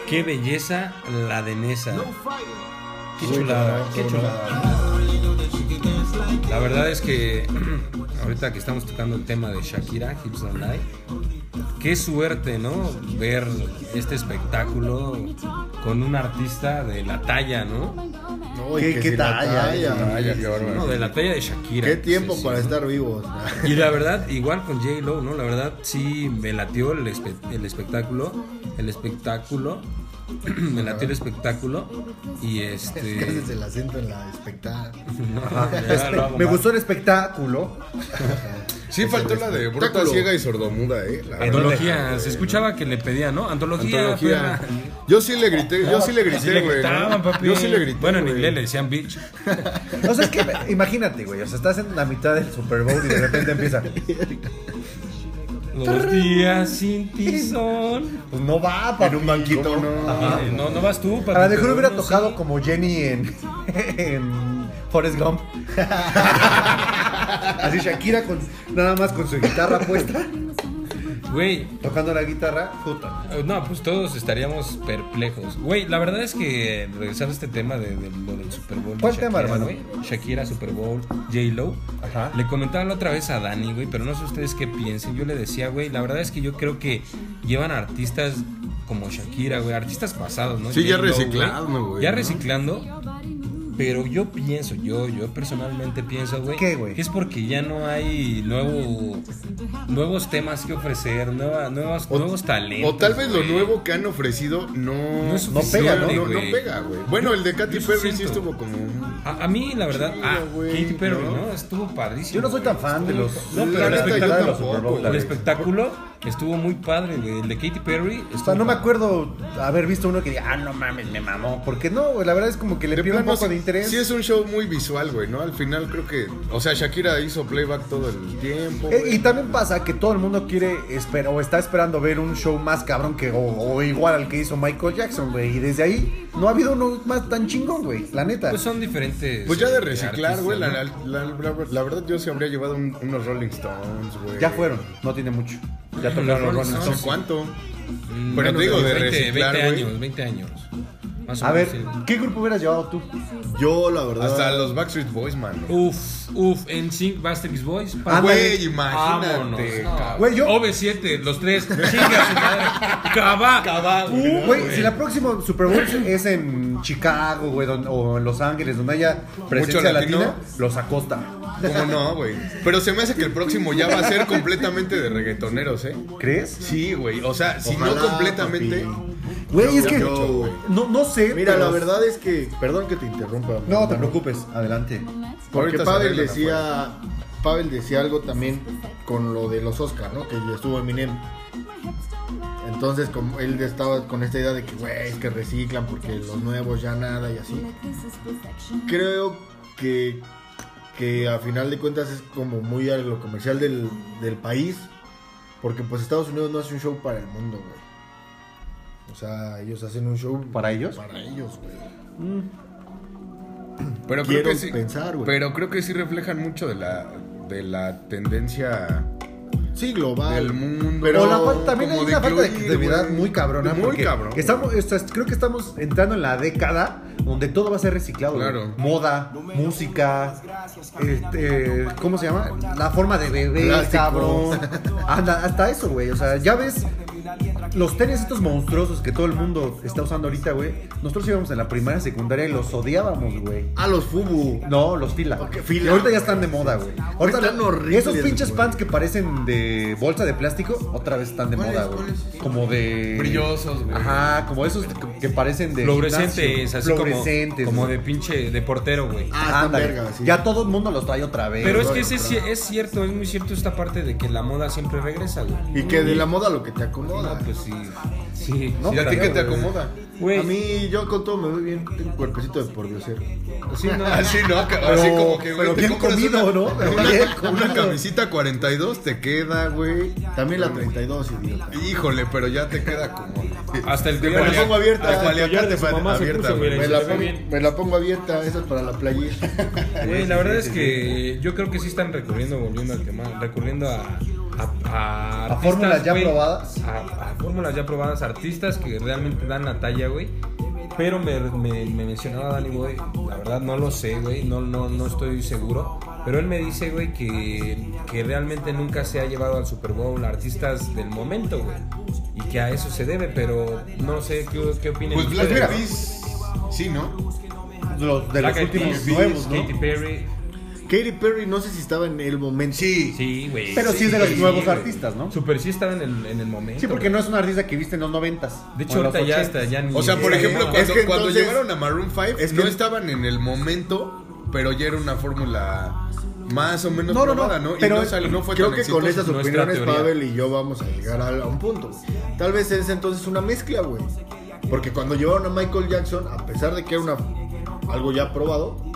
[SPEAKER 2] Qué belleza la de Nessa. Qué chulada, qué chulada. La verdad es que ahorita que estamos tocando el tema de Shakira, Hips Don't Lie, qué suerte, ¿no? Ver este espectáculo con un artista de la talla, ¿no?
[SPEAKER 4] No, y
[SPEAKER 5] ¿Qué-
[SPEAKER 4] que
[SPEAKER 5] qué
[SPEAKER 4] si la
[SPEAKER 5] talla,
[SPEAKER 4] talla. eh.
[SPEAKER 1] Ay, qué bárbaro.
[SPEAKER 2] No, de la talla de Shakira.
[SPEAKER 4] Qué tiempo
[SPEAKER 2] Sí, sí,
[SPEAKER 4] para
[SPEAKER 2] ¿no?
[SPEAKER 4] estar vivos.
[SPEAKER 2] Y la verdad, igual con J. Lo, ¿no? La verdad, sí me latió el, espe- el espectáculo. El espectáculo. me latió el espectáculo. Y este.
[SPEAKER 4] el acento en la espectáculo.
[SPEAKER 2] ya lo hago
[SPEAKER 5] este, Me
[SPEAKER 2] mal.
[SPEAKER 5] gustó el espectáculo.
[SPEAKER 1] Sí faltó la de Bruta
[SPEAKER 4] Espectáculo.
[SPEAKER 1] Ciega y Sordomuda, eh. La verdad.
[SPEAKER 2] Antología. Se escuchaba que le pedían, ¿no? Antología.
[SPEAKER 1] Antología.
[SPEAKER 2] perra.
[SPEAKER 1] Yo sí le grité, yo sí le grité,
[SPEAKER 2] Sí le
[SPEAKER 1] güey. ¿no?
[SPEAKER 2] gritaban, papi.
[SPEAKER 1] Yo sí le grité.
[SPEAKER 2] Bueno, en
[SPEAKER 1] güey.
[SPEAKER 2] inglés le decían bitch.
[SPEAKER 5] O sea, es que imagínate, güey. O sea, estás en la mitad del Super Bowl y de repente empieza. pues,
[SPEAKER 2] Los días sin ti son.
[SPEAKER 5] Pues no va, papi.
[SPEAKER 4] En un banquito, no.
[SPEAKER 5] Ah.
[SPEAKER 2] Eh, No, no vas tú, papi,
[SPEAKER 5] A lo mejor
[SPEAKER 2] pero
[SPEAKER 5] Ah, hubiera
[SPEAKER 2] uno
[SPEAKER 5] tocado
[SPEAKER 2] sí.
[SPEAKER 5] como Jenny en, en Forrest Gump. Así Shakira con, nada más con su guitarra puesta,
[SPEAKER 2] Güey,
[SPEAKER 5] tocando la guitarra. Puta.
[SPEAKER 2] Eh, No, pues todos estaríamos perplejos. Güey, la verdad es que eh, regresando a este tema de, de lo del Super Bowl. de
[SPEAKER 5] ¿Cuál tema, hermano?
[SPEAKER 2] güey, Shakira, Super Bowl, J-Lo.
[SPEAKER 5] Ajá.
[SPEAKER 2] Le comentaba la otra vez a Dani, güey, pero no sé ustedes qué piensen. Yo le decía, güey, la verdad es que yo creo que llevan artistas como Shakira, güey, artistas pasados, ¿no?
[SPEAKER 1] Sí, ya
[SPEAKER 2] J.Lo,
[SPEAKER 1] reciclando, güey,
[SPEAKER 2] Ya
[SPEAKER 1] ¿no?
[SPEAKER 2] reciclando. Pero yo pienso, yo, yo personalmente pienso, güey,
[SPEAKER 5] ¿Qué, güey?
[SPEAKER 2] que es porque ya no hay nuevo, nuevos temas que ofrecer, nueva, nuevas, nuevos talentos.
[SPEAKER 1] O tal vez lo
[SPEAKER 2] güey.
[SPEAKER 1] nuevo que han ofrecido no,
[SPEAKER 2] No es
[SPEAKER 1] no
[SPEAKER 2] suficiente,
[SPEAKER 1] pega, ¿no? No, no
[SPEAKER 2] güey.
[SPEAKER 1] pega, güey. Bueno, el de Katy
[SPEAKER 2] Yo
[SPEAKER 1] Perry sí
[SPEAKER 2] siento.
[SPEAKER 1] estuvo como. un-
[SPEAKER 2] A, a mí, la verdad,
[SPEAKER 1] Chido,
[SPEAKER 2] ah,
[SPEAKER 1] güey,
[SPEAKER 2] Katy Perry,
[SPEAKER 1] ¿no?
[SPEAKER 2] ¿no? Estuvo padrísimo.
[SPEAKER 5] Yo no soy
[SPEAKER 2] güey.
[SPEAKER 5] tan fan de los.
[SPEAKER 2] No, pero la
[SPEAKER 5] de la
[SPEAKER 2] neta yo
[SPEAKER 5] espectáculo de los
[SPEAKER 1] tampoco,
[SPEAKER 5] Super Bowl,
[SPEAKER 1] güey.
[SPEAKER 5] la
[SPEAKER 2] El
[SPEAKER 5] neta.
[SPEAKER 2] espectáculo estuvo muy padre, güey. El de Katy Perry.
[SPEAKER 5] O sea, no me acuerdo haber visto uno que diga, ah, no mames, me mamó. Porque no, güey, la verdad es como que le pierdo un
[SPEAKER 1] plano,
[SPEAKER 5] poco de
[SPEAKER 1] sí-
[SPEAKER 5] interés.
[SPEAKER 1] Sí, es un show muy visual, güey, ¿no? Al final creo que. O sea, Shakira hizo playback todo el tiempo.
[SPEAKER 5] Eh,
[SPEAKER 1] güey.
[SPEAKER 5] Y también pasa que todo el mundo quiere esper- o está esperando ver un show más cabrón que o, o igual al que hizo Michael Jackson, güey. Y desde ahí no ha habido uno más tan chingón, güey. La neta.
[SPEAKER 2] Pues son diferentes.
[SPEAKER 1] Pues ya de
[SPEAKER 2] eh,
[SPEAKER 1] reciclar,
[SPEAKER 2] artistas,
[SPEAKER 1] güey. La,
[SPEAKER 2] ¿no?
[SPEAKER 1] la- la- la- la verdad, yo sí habría llevado un- unos Rolling Stones, güey.
[SPEAKER 5] ya fueron, no tiene mucho. Ya tocaron
[SPEAKER 2] Los
[SPEAKER 5] los
[SPEAKER 2] Rolling
[SPEAKER 5] Rolling
[SPEAKER 1] ¿Hace
[SPEAKER 5] Stones.
[SPEAKER 1] cuánto?
[SPEAKER 2] Mm,
[SPEAKER 1] Pero
[SPEAKER 2] bueno,
[SPEAKER 1] te digo,
[SPEAKER 2] unos
[SPEAKER 1] de
[SPEAKER 2] 20,
[SPEAKER 1] reciclar,
[SPEAKER 2] 20
[SPEAKER 1] güey.
[SPEAKER 2] años, 20 años. Más o
[SPEAKER 5] A ver,
[SPEAKER 2] menos, sí.
[SPEAKER 5] ¿qué grupo hubieras llevado tú?
[SPEAKER 4] Yo, la verdad.
[SPEAKER 1] Hasta los Backstreet Boys, man.
[SPEAKER 2] Uf, uf, en Sync, Bastrix Boys. pa-
[SPEAKER 1] Ah, Güey,
[SPEAKER 2] Vámonos,
[SPEAKER 1] imagínate.
[SPEAKER 2] no.
[SPEAKER 1] cabrón.
[SPEAKER 5] Güey, yo-
[SPEAKER 2] OV7, los tres. Chinga su madre. Cabá.
[SPEAKER 5] Uh, güey, si la próxima Super Bowl es en Chicago, güey, don- o en Los Ángeles, donde haya presencia
[SPEAKER 1] latino.
[SPEAKER 5] latina, los acosta.
[SPEAKER 1] ¿Cómo no, güey? Pero se me hace que el próximo ya va a ser completamente de reggaetoneros, ¿eh?
[SPEAKER 5] ¿Crees?
[SPEAKER 1] Sí, güey. O sea, si
[SPEAKER 4] Ojalá,
[SPEAKER 1] no completamente.
[SPEAKER 4] papi.
[SPEAKER 5] Güey, es que
[SPEAKER 4] yo, güey.
[SPEAKER 5] no, no sé.
[SPEAKER 4] Mira,
[SPEAKER 5] pero-
[SPEAKER 4] la verdad es que. Perdón que te interrumpa.
[SPEAKER 5] No te
[SPEAKER 4] hermano.
[SPEAKER 5] preocupes, adelante.
[SPEAKER 4] Porque
[SPEAKER 1] Ahorita se
[SPEAKER 4] Pavel
[SPEAKER 1] arreglan
[SPEAKER 4] decía, Pavel decía algo también con lo de los Oscar, ¿no? Que estuvo Eminem. Entonces, como él estaba con esta idea de que, güey, es que reciclan porque los nuevos ya nada y así. Creo que, que a final de cuentas es como muy a lo comercial del, del país. Porque pues Estados Unidos no hace un show para el mundo, güey. O sea, ellos hacen un show
[SPEAKER 5] ¿Para ellos?
[SPEAKER 4] Para ellos, güey.
[SPEAKER 1] Pero
[SPEAKER 4] Quiero
[SPEAKER 1] creo que sí,
[SPEAKER 4] pensar, güey.
[SPEAKER 1] Pero creo que sí reflejan mucho de la, de la tendencia
[SPEAKER 4] Sí, global.
[SPEAKER 1] del mundo.
[SPEAKER 5] Pero la fal- también hay
[SPEAKER 1] como
[SPEAKER 5] una falta de
[SPEAKER 1] incluir,
[SPEAKER 5] creatividad
[SPEAKER 1] güey.
[SPEAKER 5] muy cabrona.
[SPEAKER 1] Muy
[SPEAKER 5] porque
[SPEAKER 1] cabrón.
[SPEAKER 5] Estamos, o sea, creo que estamos entrando en la década donde todo va a ser reciclado. güey.
[SPEAKER 1] Claro.
[SPEAKER 5] Moda, música, este, ¿cómo se llama? La forma de beber,
[SPEAKER 4] Plástico.
[SPEAKER 5] cabrón. Anda, hasta eso, güey. O sea, ya ves los tenis estos monstruosos que todo el mundo está usando ahorita, güey. Nosotros íbamos en la primaria, secundaria y los odiábamos, güey.
[SPEAKER 4] A los Fubu.
[SPEAKER 5] No, los fila.
[SPEAKER 4] Ok, fila.
[SPEAKER 5] Y ahorita ya están de moda, güey. Ahorita
[SPEAKER 4] Están
[SPEAKER 5] la-
[SPEAKER 4] horribles,
[SPEAKER 5] Esos pinches
[SPEAKER 4] güey.
[SPEAKER 5] pants que parecen de bolsa de plástico, otra vez están de
[SPEAKER 4] ¿Cuáles,
[SPEAKER 5] moda, güey.
[SPEAKER 4] cuáles?
[SPEAKER 5] Como de.
[SPEAKER 2] Brillosos, güey.
[SPEAKER 5] Ajá, como esos que- que parecen de.
[SPEAKER 2] Fluorescentes,
[SPEAKER 5] gimnasio.
[SPEAKER 2] así como-
[SPEAKER 5] Fluorescentes,
[SPEAKER 2] como,
[SPEAKER 5] güey.
[SPEAKER 2] de pinche de portero, güey.
[SPEAKER 4] Ah, están
[SPEAKER 5] Ándale.
[SPEAKER 4] vergas, sí.
[SPEAKER 5] Ya todo el mundo los trae otra vez.
[SPEAKER 2] Pero es
[SPEAKER 5] güey.
[SPEAKER 2] que ese sí- es cierto, es muy cierto esta parte de que la moda siempre regresa, güey.
[SPEAKER 4] Y que de la moda lo que te acomoda.
[SPEAKER 2] No, pues sí. Sí.
[SPEAKER 5] No,
[SPEAKER 1] ¿Y a ti qué
[SPEAKER 5] creo,
[SPEAKER 1] te
[SPEAKER 5] güey.
[SPEAKER 1] acomoda?
[SPEAKER 2] Güey.
[SPEAKER 4] A mí, yo con todo me veo bien. Tengo un cuerpecito de eh. pordiosero.
[SPEAKER 2] Sí, no.
[SPEAKER 1] Así, ¿no? Que-
[SPEAKER 5] Pero-
[SPEAKER 1] Así como que, güey,
[SPEAKER 5] pero
[SPEAKER 1] te
[SPEAKER 5] bien
[SPEAKER 1] compras
[SPEAKER 5] comido,
[SPEAKER 1] una-
[SPEAKER 5] ¿no? Pero
[SPEAKER 1] una-
[SPEAKER 5] bien
[SPEAKER 1] Una
[SPEAKER 5] comido.
[SPEAKER 1] camisita 42 te queda, güey.
[SPEAKER 4] También la 32, idiota.
[SPEAKER 1] Híjole, pero ya te queda como.
[SPEAKER 2] Hasta el
[SPEAKER 1] Te
[SPEAKER 2] collar.
[SPEAKER 1] la pongo abierta.
[SPEAKER 2] Hasta el
[SPEAKER 1] Hasta el
[SPEAKER 2] collar
[SPEAKER 1] te
[SPEAKER 2] de su mamá se
[SPEAKER 1] abierta,
[SPEAKER 2] puso,
[SPEAKER 1] güey.
[SPEAKER 2] mira,
[SPEAKER 4] Me
[SPEAKER 2] y
[SPEAKER 4] la,
[SPEAKER 2] se ve
[SPEAKER 4] pongo,
[SPEAKER 2] bien.
[SPEAKER 4] me la pongo abierta, esa es para la playa.
[SPEAKER 2] Güey, la verdad es que yo creo que sí están recurriendo, volviendo al tema, recurriendo a. A, a artistas,
[SPEAKER 5] fórmulas ya
[SPEAKER 2] güey.
[SPEAKER 5] probadas.
[SPEAKER 2] A, a fórmulas ya probadas, artistas que realmente dan la talla, güey. Pero me, me- me mencionaba Dani, güey, la verdad no lo sé, güey, no, no, no estoy seguro. Pero él me dice, güey, que, que realmente nunca se ha llevado al Super Bowl artistas del momento, güey. Y que a eso se debe, pero no sé qué, qué opinan
[SPEAKER 1] Pues Black
[SPEAKER 2] ustedes,
[SPEAKER 1] Eyed
[SPEAKER 2] ¿no?
[SPEAKER 1] Peas, Sí, ¿no?
[SPEAKER 5] Los de
[SPEAKER 2] Black
[SPEAKER 5] los
[SPEAKER 2] Eyed
[SPEAKER 5] últimos
[SPEAKER 2] Peas,
[SPEAKER 5] nuevos, ¿no?
[SPEAKER 2] Katy Perry.
[SPEAKER 4] Katy Perry, no sé si estaba en el momento.
[SPEAKER 1] Sí.
[SPEAKER 2] Sí, güey.
[SPEAKER 5] Pero sí es de los
[SPEAKER 2] güey,
[SPEAKER 5] nuevos
[SPEAKER 2] güey.
[SPEAKER 5] artistas, ¿no?
[SPEAKER 2] Super sí estaba en el, en el momento.
[SPEAKER 5] Sí, porque no es un artista que viste en los noventas.
[SPEAKER 2] De
[SPEAKER 5] o
[SPEAKER 2] hecho,
[SPEAKER 5] en
[SPEAKER 2] ahorita
[SPEAKER 5] los
[SPEAKER 2] ya
[SPEAKER 5] ochentas.
[SPEAKER 2] hasta ya ni.
[SPEAKER 1] O sea, por
[SPEAKER 2] Sí,
[SPEAKER 1] ejemplo,
[SPEAKER 2] no.
[SPEAKER 1] cuando,
[SPEAKER 4] Es que
[SPEAKER 1] cuando
[SPEAKER 4] entonces-
[SPEAKER 1] llegaron a Maroon 5,
[SPEAKER 4] es
[SPEAKER 1] no
[SPEAKER 4] que-
[SPEAKER 1] estaban en el momento, pero ya era una fórmula más o menos
[SPEAKER 5] No, no, no,
[SPEAKER 1] probada, ¿no? Y
[SPEAKER 5] pero
[SPEAKER 1] no, sal- no fue
[SPEAKER 4] Creo
[SPEAKER 1] tan
[SPEAKER 4] que con
[SPEAKER 1] exitoso.
[SPEAKER 4] esas
[SPEAKER 2] nuestra
[SPEAKER 4] opiniones
[SPEAKER 2] teoría.
[SPEAKER 4] Pavel y yo vamos a llegar a, a un punto. güey. Tal vez es entonces una mezcla, güey. Porque cuando llevaron a Michael Jackson, a pesar de que era una, algo ya probado,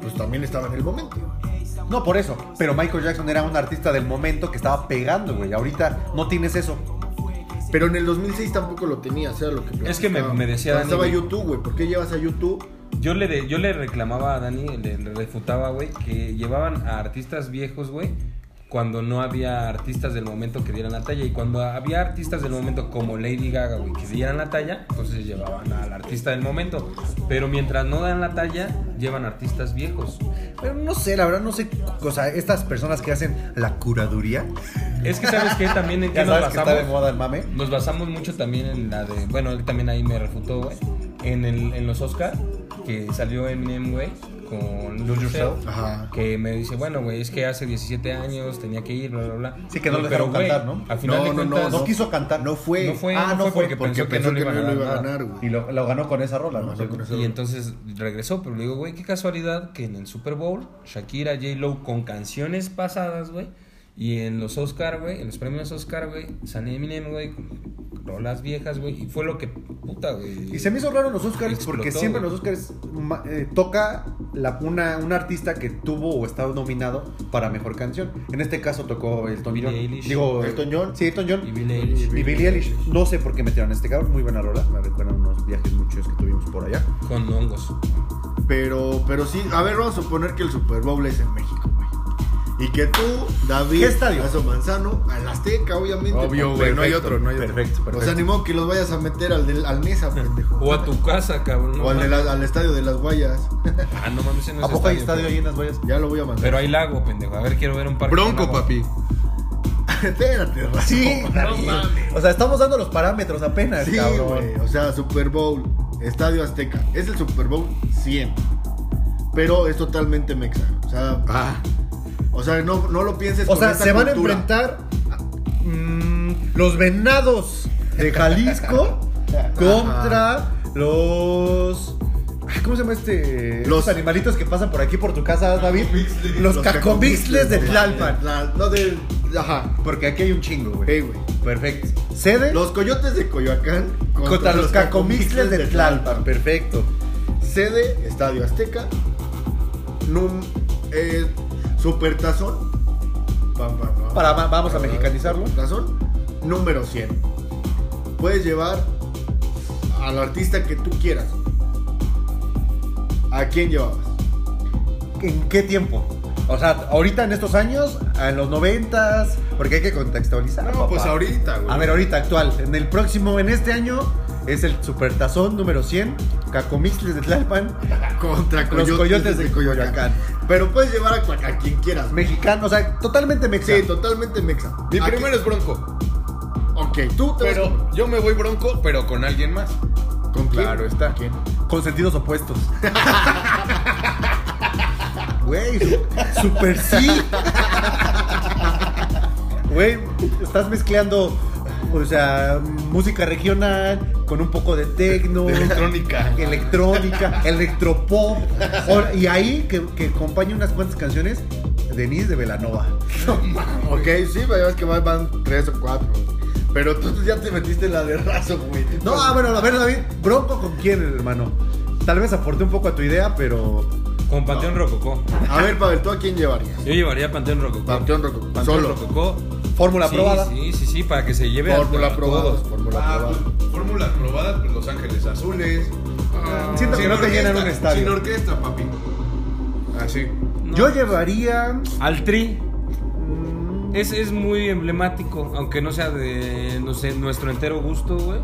[SPEAKER 4] pues también estaba en el momento.
[SPEAKER 5] No, por eso. Pero Michael Jackson era un artista del momento que estaba pegando, güey. Ahorita no tienes eso.
[SPEAKER 4] Pero en el 2006 tampoco lo tenía, o sea, lo que
[SPEAKER 2] Es que me-
[SPEAKER 4] platicaba.
[SPEAKER 2] me decía
[SPEAKER 4] Cuando
[SPEAKER 2] Dani,
[SPEAKER 4] Estaba
[SPEAKER 2] güey.
[SPEAKER 4] YouTube, güey. ¿Por qué llevas a YouTube?
[SPEAKER 2] Yo le, de- yo le reclamaba a Dani, le, le refutaba, güey, que llevaban a artistas viejos, güey, cuando no había artistas del momento que dieran la talla. Y cuando había artistas del momento como Lady Gaga, güey, que dieran la talla, entonces llevaban al artista del momento. Pero mientras no dan la talla, llevan artistas viejos.
[SPEAKER 5] Pero no sé, la verdad no sé. O sea, estas personas que hacen la curaduría.
[SPEAKER 2] Es que, ¿sabes qué? También en qué
[SPEAKER 5] Ya
[SPEAKER 2] nos
[SPEAKER 5] sabes que está de
[SPEAKER 2] basamos.
[SPEAKER 5] moda el mame.
[SPEAKER 2] Nos basamos mucho también en la de. Bueno, él también ahí me refutó, güey. En, el- en los Oscar, que salió Eminem, güey, con Lose Yourself.
[SPEAKER 4] Ajá.
[SPEAKER 2] Que me dice, bueno, güey, es que hace 17 años tenía que ir, bla, bla, bla.
[SPEAKER 5] Sí, que no
[SPEAKER 2] Güey,
[SPEAKER 5] lo dejaron
[SPEAKER 2] güey,
[SPEAKER 5] cantar, ¿no?
[SPEAKER 2] Al final
[SPEAKER 4] No,
[SPEAKER 2] de
[SPEAKER 4] no, no,
[SPEAKER 2] cuentas,
[SPEAKER 5] No quiso cantar.
[SPEAKER 4] No fue.
[SPEAKER 2] No fue, no
[SPEAKER 5] Ah, no
[SPEAKER 2] fue
[SPEAKER 5] fue,
[SPEAKER 2] porque,
[SPEAKER 4] Porque
[SPEAKER 2] pensó, que no, le
[SPEAKER 4] lo
[SPEAKER 2] iban a ganar.
[SPEAKER 5] Y
[SPEAKER 4] güey.
[SPEAKER 5] lo, lo ganó con esa rola,
[SPEAKER 4] No,
[SPEAKER 5] ¿no?
[SPEAKER 4] no, con esa
[SPEAKER 2] Y entonces regresó, pero le digo, güey, qué casualidad que en el Super Bowl, Shakira, J-Lo con canciones pasadas, güey. Y en los Oscar, güey, en los premios Oscar, güey, San Eminem, güey, con rolas viejas, güey. Y fue lo que, puta, güey.
[SPEAKER 5] Y se me hizo raro en los Oscars
[SPEAKER 2] Explotó,
[SPEAKER 5] porque siempre en
[SPEAKER 2] güey.
[SPEAKER 5] los Oscars ma- eh, toca la, una, un artista que tuvo o estaba nominado para mejor canción. En este caso tocó Elton
[SPEAKER 2] Billie
[SPEAKER 5] John.
[SPEAKER 2] Eilish.
[SPEAKER 5] Digo,
[SPEAKER 4] Elton John.
[SPEAKER 5] Sí, Elton John.
[SPEAKER 2] Y Billie Eilish.
[SPEAKER 5] Y Billie Eilish. No sé por qué metieron a este cabrón. Muy buena rola. Me recuerdan unos viajes muchos que tuvimos por allá.
[SPEAKER 2] Con hongos.
[SPEAKER 4] Pero, pero sí, a ver, vamos a suponer que el Super Bowl es en México, güey. Y que tú, David,
[SPEAKER 5] ¿Qué estadio?
[SPEAKER 4] Paso Manzano, al Azteca, obviamente.
[SPEAKER 1] Obvio, güey, no hay otro, no hay otro.
[SPEAKER 5] Perfecto, perfecto.
[SPEAKER 4] O sea, ni modo que los vayas a meter al, del, al Mesa, pendejo.
[SPEAKER 2] O a tu casa, cabrón.
[SPEAKER 4] O al, de
[SPEAKER 2] mames.
[SPEAKER 4] la- al estadio de las Guayas.
[SPEAKER 2] Ah, no mames, ese no es
[SPEAKER 5] ¿A poco hay
[SPEAKER 2] estadio,
[SPEAKER 5] estadio ahí en las vallas?
[SPEAKER 4] Ya lo voy a
[SPEAKER 2] pero-
[SPEAKER 4] mandar.
[SPEAKER 2] Pero hay lago, pendejo. A ver, quiero ver un parque.
[SPEAKER 1] Bronco,
[SPEAKER 2] con agua.
[SPEAKER 1] papi.
[SPEAKER 4] Espérate, Rafa.
[SPEAKER 5] Sí, David. O sea, estamos dando los parámetros apenas,
[SPEAKER 4] Sí,
[SPEAKER 5] cabrón.
[SPEAKER 4] güey. O sea, Super Bowl, Estadio Azteca. Es el Super Bowl 100. Pero es totalmente mexa. O sea,
[SPEAKER 1] Ah,
[SPEAKER 4] o sea no, no lo pienses
[SPEAKER 5] O
[SPEAKER 4] Pues con
[SPEAKER 5] sea,
[SPEAKER 4] esta
[SPEAKER 5] se van a
[SPEAKER 4] cultura.
[SPEAKER 5] enfrentar mm, los venados de Jalisco contra los. ay, ¿Cómo se llama este?
[SPEAKER 4] Los-
[SPEAKER 5] Los animalitos que pasan por aquí por tu casa, David. Los cacomixles de
[SPEAKER 4] Tlalpan.
[SPEAKER 5] Tlalpan.
[SPEAKER 4] No, de Ajá.
[SPEAKER 5] Porque aquí hay un chingo, güey.
[SPEAKER 4] Ey, güey.
[SPEAKER 5] Perfecto. Sede
[SPEAKER 4] Los coyotes de Coyoacán
[SPEAKER 5] contra, los cacomixles de Tlalpan. Perfecto.
[SPEAKER 4] Sede, Estadio Azteca. Num, eh, Supertazón. Pam, pam, pam.
[SPEAKER 5] Para- va- vamos a mexicanizarlo.
[SPEAKER 4] Supertazón número 100. Puedes llevar al artista que tú quieras. ¿A quién llevabas?
[SPEAKER 5] ¿En qué tiempo? O sea, ahorita en estos años, en los noventas, porque hay que contextualizar.
[SPEAKER 4] No,
[SPEAKER 5] papá.
[SPEAKER 4] pues ahorita, güey.
[SPEAKER 5] A ver, ahorita actual. En el próximo, en este año, es el Supertazón número 100, Cacomixles de Tlalpan,
[SPEAKER 4] Contra
[SPEAKER 5] los
[SPEAKER 4] coyotes,
[SPEAKER 5] Coyotes de
[SPEAKER 4] Coyoacán.
[SPEAKER 5] Coyoacán.
[SPEAKER 4] Pero puedes llevar a, cua- a quien quieras. güey.
[SPEAKER 5] Mexicano, o sea, totalmente
[SPEAKER 4] Sí,
[SPEAKER 5] mexicano.
[SPEAKER 4] totalmente mexa.
[SPEAKER 1] Mi
[SPEAKER 4] ¿A
[SPEAKER 1] primero es Bronco.
[SPEAKER 4] qué? Ok, tú te vas
[SPEAKER 1] Pero yo me voy Bronco, pero con alguien más.
[SPEAKER 4] con- ¿Con quién?
[SPEAKER 1] Claro está.
[SPEAKER 4] ¿Quién?
[SPEAKER 5] con sentidos opuestos. Güey, su- super sí. Güey, estás mezclando, o sea, música regional con un poco de tecno.
[SPEAKER 1] De electrónica.
[SPEAKER 5] electrónica, electropop. or- Y ahí que, que acompaña unas cuantas canciones, Denise de Velanova.
[SPEAKER 4] Ok, sí, pero ya ves que van, van tres o cuatro. Pero tú ya te metiste en la de raso, güey. Tú
[SPEAKER 5] No,
[SPEAKER 4] con-
[SPEAKER 5] ah, bueno, a ver, David, ¿bronco con quién, hermano? Tal vez aporte un poco a tu idea, pero.
[SPEAKER 2] Con Panteón Rococó.
[SPEAKER 4] A ver, Pavel, ¿tú a quién llevarías?
[SPEAKER 2] Yo llevaría Panteón Rococó.
[SPEAKER 4] Panteón Rococó.
[SPEAKER 2] Panteón
[SPEAKER 4] Solo.
[SPEAKER 2] Rococó.
[SPEAKER 5] Fórmula
[SPEAKER 2] sí,
[SPEAKER 5] aprobada.
[SPEAKER 2] Sí, sí, sí, para que se lleve a-
[SPEAKER 4] Fórmula
[SPEAKER 2] a
[SPEAKER 4] aprobada.
[SPEAKER 2] todos.
[SPEAKER 4] Fórmula aprobada.
[SPEAKER 1] Ah, Fórmulas probadas, pues Los Ángeles Azules.
[SPEAKER 5] Siento que
[SPEAKER 1] Sin
[SPEAKER 5] no te llenan
[SPEAKER 1] orquesta,
[SPEAKER 5] un estadio. Ah,
[SPEAKER 1] Sin orquesta, papi. Así.
[SPEAKER 2] No.
[SPEAKER 5] Yo llevaría.
[SPEAKER 2] Al Tri. Es, es muy emblemático, aunque no sea de, no sé, nuestro entero gusto, güey.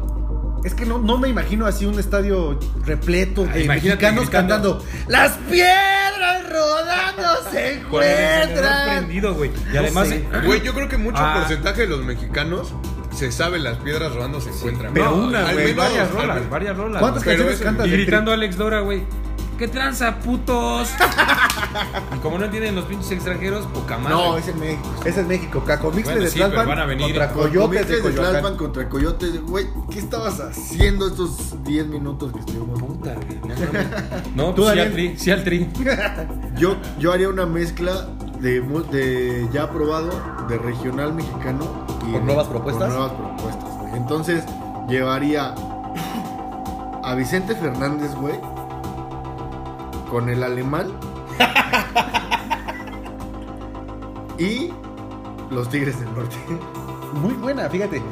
[SPEAKER 5] Es que no, no me imagino así un estadio repleto
[SPEAKER 2] Ah,
[SPEAKER 5] de
[SPEAKER 2] imagínate
[SPEAKER 5] mexicanos
[SPEAKER 2] gritando.
[SPEAKER 5] cantando Las piedras rodando se
[SPEAKER 2] Con el encendedor
[SPEAKER 5] encuentran.
[SPEAKER 2] prendido, güey. Y
[SPEAKER 5] No
[SPEAKER 2] además,
[SPEAKER 5] sé.
[SPEAKER 1] Güey, yo creo que mucho
[SPEAKER 2] Ah.
[SPEAKER 1] porcentaje de los mexicanos se sabe las piedras rodando se encuentran.
[SPEAKER 5] pero
[SPEAKER 1] No,
[SPEAKER 5] una,
[SPEAKER 1] al
[SPEAKER 5] güey,
[SPEAKER 1] menos-
[SPEAKER 5] varias
[SPEAKER 1] al
[SPEAKER 5] rolas,
[SPEAKER 1] menos-
[SPEAKER 2] varias rolas.
[SPEAKER 5] ¿Cuántas
[SPEAKER 2] güey.
[SPEAKER 1] Pero
[SPEAKER 5] canciones
[SPEAKER 1] es-
[SPEAKER 5] cantas?
[SPEAKER 2] Y
[SPEAKER 5] de
[SPEAKER 2] gritando a Alex Dora, güey. ¿Qué tranza, putos? y como no entienden los pinches extranjeros, poca madre.
[SPEAKER 4] No, es en México.
[SPEAKER 5] tri- Es en México, Cacomixle
[SPEAKER 2] Bueno,
[SPEAKER 5] de
[SPEAKER 2] sí, pero
[SPEAKER 5] Tlalpan
[SPEAKER 2] van a venir.
[SPEAKER 5] contra
[SPEAKER 4] Coyotes
[SPEAKER 5] Coyotes de Coyoacán.
[SPEAKER 4] Tlalpan contra Coyotes. Güey, ¿qué estabas haciendo estos 10 minutos que estuvimos?
[SPEAKER 2] Puta, güey, no mames. No,
[SPEAKER 5] Tú,
[SPEAKER 2] pues sí al
[SPEAKER 5] Daniel.
[SPEAKER 2] tri, sí al tri.
[SPEAKER 4] Yo, yo haría una mezcla de, mu- de ya probado, de regional mexicano. Y
[SPEAKER 5] ¿Con nuevas propuestas?
[SPEAKER 4] Con nuevas propuestas, güey. Entonces, llevaría a Vicente Fernández, güey, con el alemán. y los Tigres del Norte.
[SPEAKER 5] Muy buena, fíjate.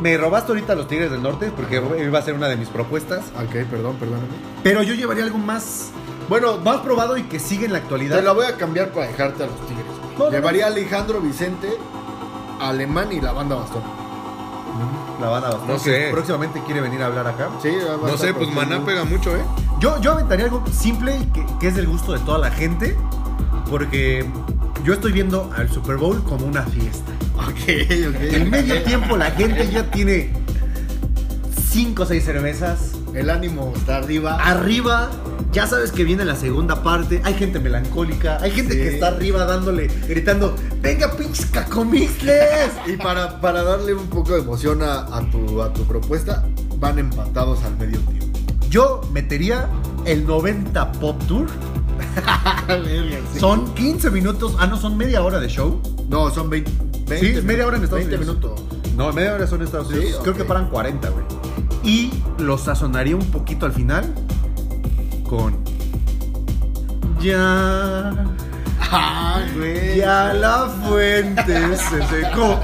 [SPEAKER 5] Me robaste ahorita los Tigres del Norte porque iba a ser una de mis propuestas.
[SPEAKER 4] ok, perdón, perdóname.
[SPEAKER 5] Pero yo llevaría algo más. Bueno, más probado y que sigue en la actualidad.
[SPEAKER 4] Te la voy a cambiar para dejarte a los Tigres. güey.
[SPEAKER 5] No, no,
[SPEAKER 4] llevaría a Alejandro Vicente, alemán y la banda Bastón.
[SPEAKER 5] La van a
[SPEAKER 1] No sé.
[SPEAKER 5] Próximamente quiere venir a hablar acá.
[SPEAKER 4] Sí, va a
[SPEAKER 1] No
[SPEAKER 4] estar
[SPEAKER 1] sé, pues
[SPEAKER 4] con-
[SPEAKER 1] Maná pega mucho, ¿eh?
[SPEAKER 5] Yo, yo aventaría algo simple y que, que es del gusto de toda la gente. Porque yo estoy viendo al Super Bowl como una fiesta.
[SPEAKER 4] Ok, ok.
[SPEAKER 5] El medio tiempo la gente ya tiene 5 o 6 cervezas.
[SPEAKER 4] El ánimo está arriba.
[SPEAKER 5] Arriba, ya sabes que viene la segunda parte. Hay gente melancólica. Hay gente
[SPEAKER 4] Sí.
[SPEAKER 5] que está arriba dándole, gritando: ¡Venga, pinches cacomixles!
[SPEAKER 4] Y para, para darle un poco de emoción a, a tu, a tu propuesta, van empatados al medio tiempo.
[SPEAKER 5] Yo metería el 90 Pop Tour.
[SPEAKER 4] Sí.
[SPEAKER 5] Son 15 minutos. Ah, no, son media hora de show.
[SPEAKER 4] No, son 20. 20
[SPEAKER 5] Sí, media hora en Estados
[SPEAKER 4] 20
[SPEAKER 5] Unidos.
[SPEAKER 4] minutos.
[SPEAKER 5] No, media hora son Estados
[SPEAKER 4] Sí,
[SPEAKER 5] Unidos. Creo
[SPEAKER 4] ok.
[SPEAKER 5] que paran 40, güey. Y los sazonaría un poquito al final con. Ya.
[SPEAKER 4] Ah, güey.
[SPEAKER 5] Ya la fuente se secó.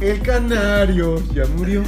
[SPEAKER 5] El canario ya murió.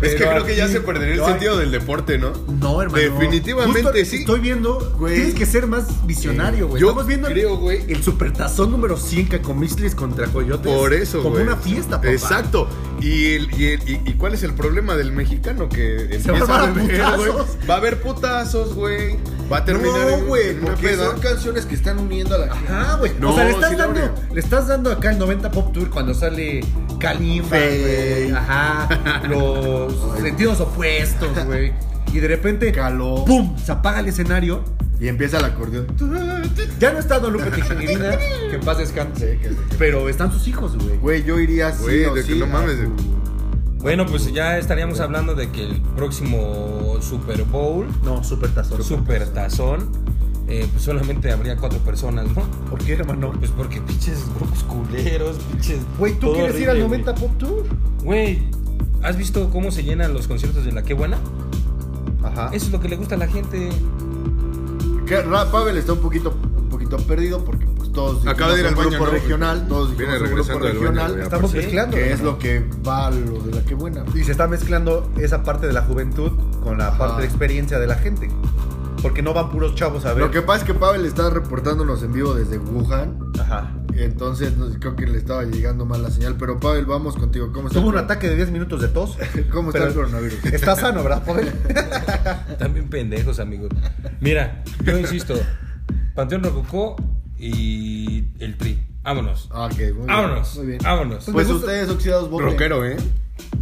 [SPEAKER 1] es que
[SPEAKER 5] Pero
[SPEAKER 1] creo que ya
[SPEAKER 5] aquí
[SPEAKER 1] se perdería el
[SPEAKER 5] no hay-
[SPEAKER 1] sentido del deporte, ¿no?
[SPEAKER 5] No, hermano.
[SPEAKER 1] Definitivamente
[SPEAKER 5] Justo
[SPEAKER 1] sí.
[SPEAKER 5] Estoy viendo.
[SPEAKER 1] Güey.
[SPEAKER 5] Tienes que ser más visionario, güey.
[SPEAKER 1] Yo
[SPEAKER 5] Estamos viendo el-
[SPEAKER 1] creo, güey.
[SPEAKER 5] el supertazón número 100 Cacomislis contra Coyotes.
[SPEAKER 1] Por eso,
[SPEAKER 5] Como
[SPEAKER 1] güey.
[SPEAKER 5] una fiesta, papá.
[SPEAKER 1] Exacto. ¿Y, el- y, el- y- y cuál es el problema del mexicano que
[SPEAKER 5] va a
[SPEAKER 1] empieza
[SPEAKER 5] armar a
[SPEAKER 1] beber, güey?
[SPEAKER 5] putazos.
[SPEAKER 1] Va a haber putazos, güey. Va a terminar en-
[SPEAKER 5] No, güey,
[SPEAKER 1] en una
[SPEAKER 4] Porque
[SPEAKER 1] peda.
[SPEAKER 4] son canciones que están uniendo a la gente.
[SPEAKER 5] Ah, güey.
[SPEAKER 1] No,
[SPEAKER 5] o sea, le estás,
[SPEAKER 1] sí la
[SPEAKER 5] dando,
[SPEAKER 1] abrió.
[SPEAKER 5] le estás dando acá el 90 Pop Tour cuando sale Kalimba,
[SPEAKER 4] Fey.
[SPEAKER 5] güey. Ajá. Los sentidos opuestos, güey. Y de repente,
[SPEAKER 4] Caló.
[SPEAKER 5] ¡pum! Se apaga el escenario.
[SPEAKER 4] Y empieza el acordeón.
[SPEAKER 5] Ya no está Don Lupe Tijerina, que en paz descanse. Pero están sus hijos, güey.
[SPEAKER 4] Güey, yo iría así.
[SPEAKER 1] Güey,
[SPEAKER 4] o
[SPEAKER 1] de que
[SPEAKER 4] sí ah,
[SPEAKER 1] no
[SPEAKER 4] a
[SPEAKER 1] mames.
[SPEAKER 4] tu-
[SPEAKER 2] Bueno, pues ya estaríamos hablando de que el próximo Super Bowl,
[SPEAKER 5] No, súper tazón.
[SPEAKER 2] Super Tazón, eh, pues solamente habría cuatro personas, ¿no?
[SPEAKER 5] ¿Por qué, hermano?
[SPEAKER 2] Pues porque pinches grupos culeros, pinches.
[SPEAKER 5] Güey, ¿tú
[SPEAKER 2] todo
[SPEAKER 5] quieres ir al
[SPEAKER 2] horrible,
[SPEAKER 5] 90 Pop Tour?
[SPEAKER 2] Güey, Güey, ¿has visto cómo se llenan los conciertos de la Qué Buena?
[SPEAKER 4] Ah.
[SPEAKER 5] Ajá.
[SPEAKER 2] Eso es lo que le gusta a la gente.
[SPEAKER 4] Que Ra- Pavel está un poquito, un poquito perdido porque pues todos
[SPEAKER 1] Acaba de ir al
[SPEAKER 4] dijimos un
[SPEAKER 1] baño,
[SPEAKER 4] grupo
[SPEAKER 1] ¿no?
[SPEAKER 4] regional, todos
[SPEAKER 1] Viene
[SPEAKER 4] dijimos un
[SPEAKER 1] regresando
[SPEAKER 4] grupo
[SPEAKER 1] del baño,
[SPEAKER 4] regional,
[SPEAKER 1] güey,
[SPEAKER 5] Estamos
[SPEAKER 2] Sí,
[SPEAKER 5] mezclando.
[SPEAKER 4] que es
[SPEAKER 5] hermano.
[SPEAKER 4] lo que va a lo de la que buena.
[SPEAKER 5] Y se está mezclando esa parte de la juventud con la
[SPEAKER 4] Ajá.
[SPEAKER 5] parte de experiencia de la gente. Porque no van puros chavos a ver.
[SPEAKER 4] Lo que pasa es que Pavel está reportándonos en vivo desde Wuhan,
[SPEAKER 5] Ajá.
[SPEAKER 4] entonces no sé, creo que le estaba llegando mal la señal, pero Pavel, vamos contigo. ¿Cómo está
[SPEAKER 5] Tuvo un
[SPEAKER 4] el-
[SPEAKER 5] ataque de 10 minutos de tos.
[SPEAKER 4] ¿Cómo está el
[SPEAKER 5] pero-
[SPEAKER 4] coronavirus?
[SPEAKER 5] Está sano, ¿verdad, Pavel?
[SPEAKER 2] También pendejos, amigos. Mira, yo insisto: Panteón Rococó y el Tri. Vámonos.
[SPEAKER 4] Ah, ok, muy bien.
[SPEAKER 2] Vámonos.
[SPEAKER 4] Muy bien.
[SPEAKER 2] Vámonos.
[SPEAKER 4] Pues ustedes, oxidados, voten.
[SPEAKER 1] Rockero, ¿eh?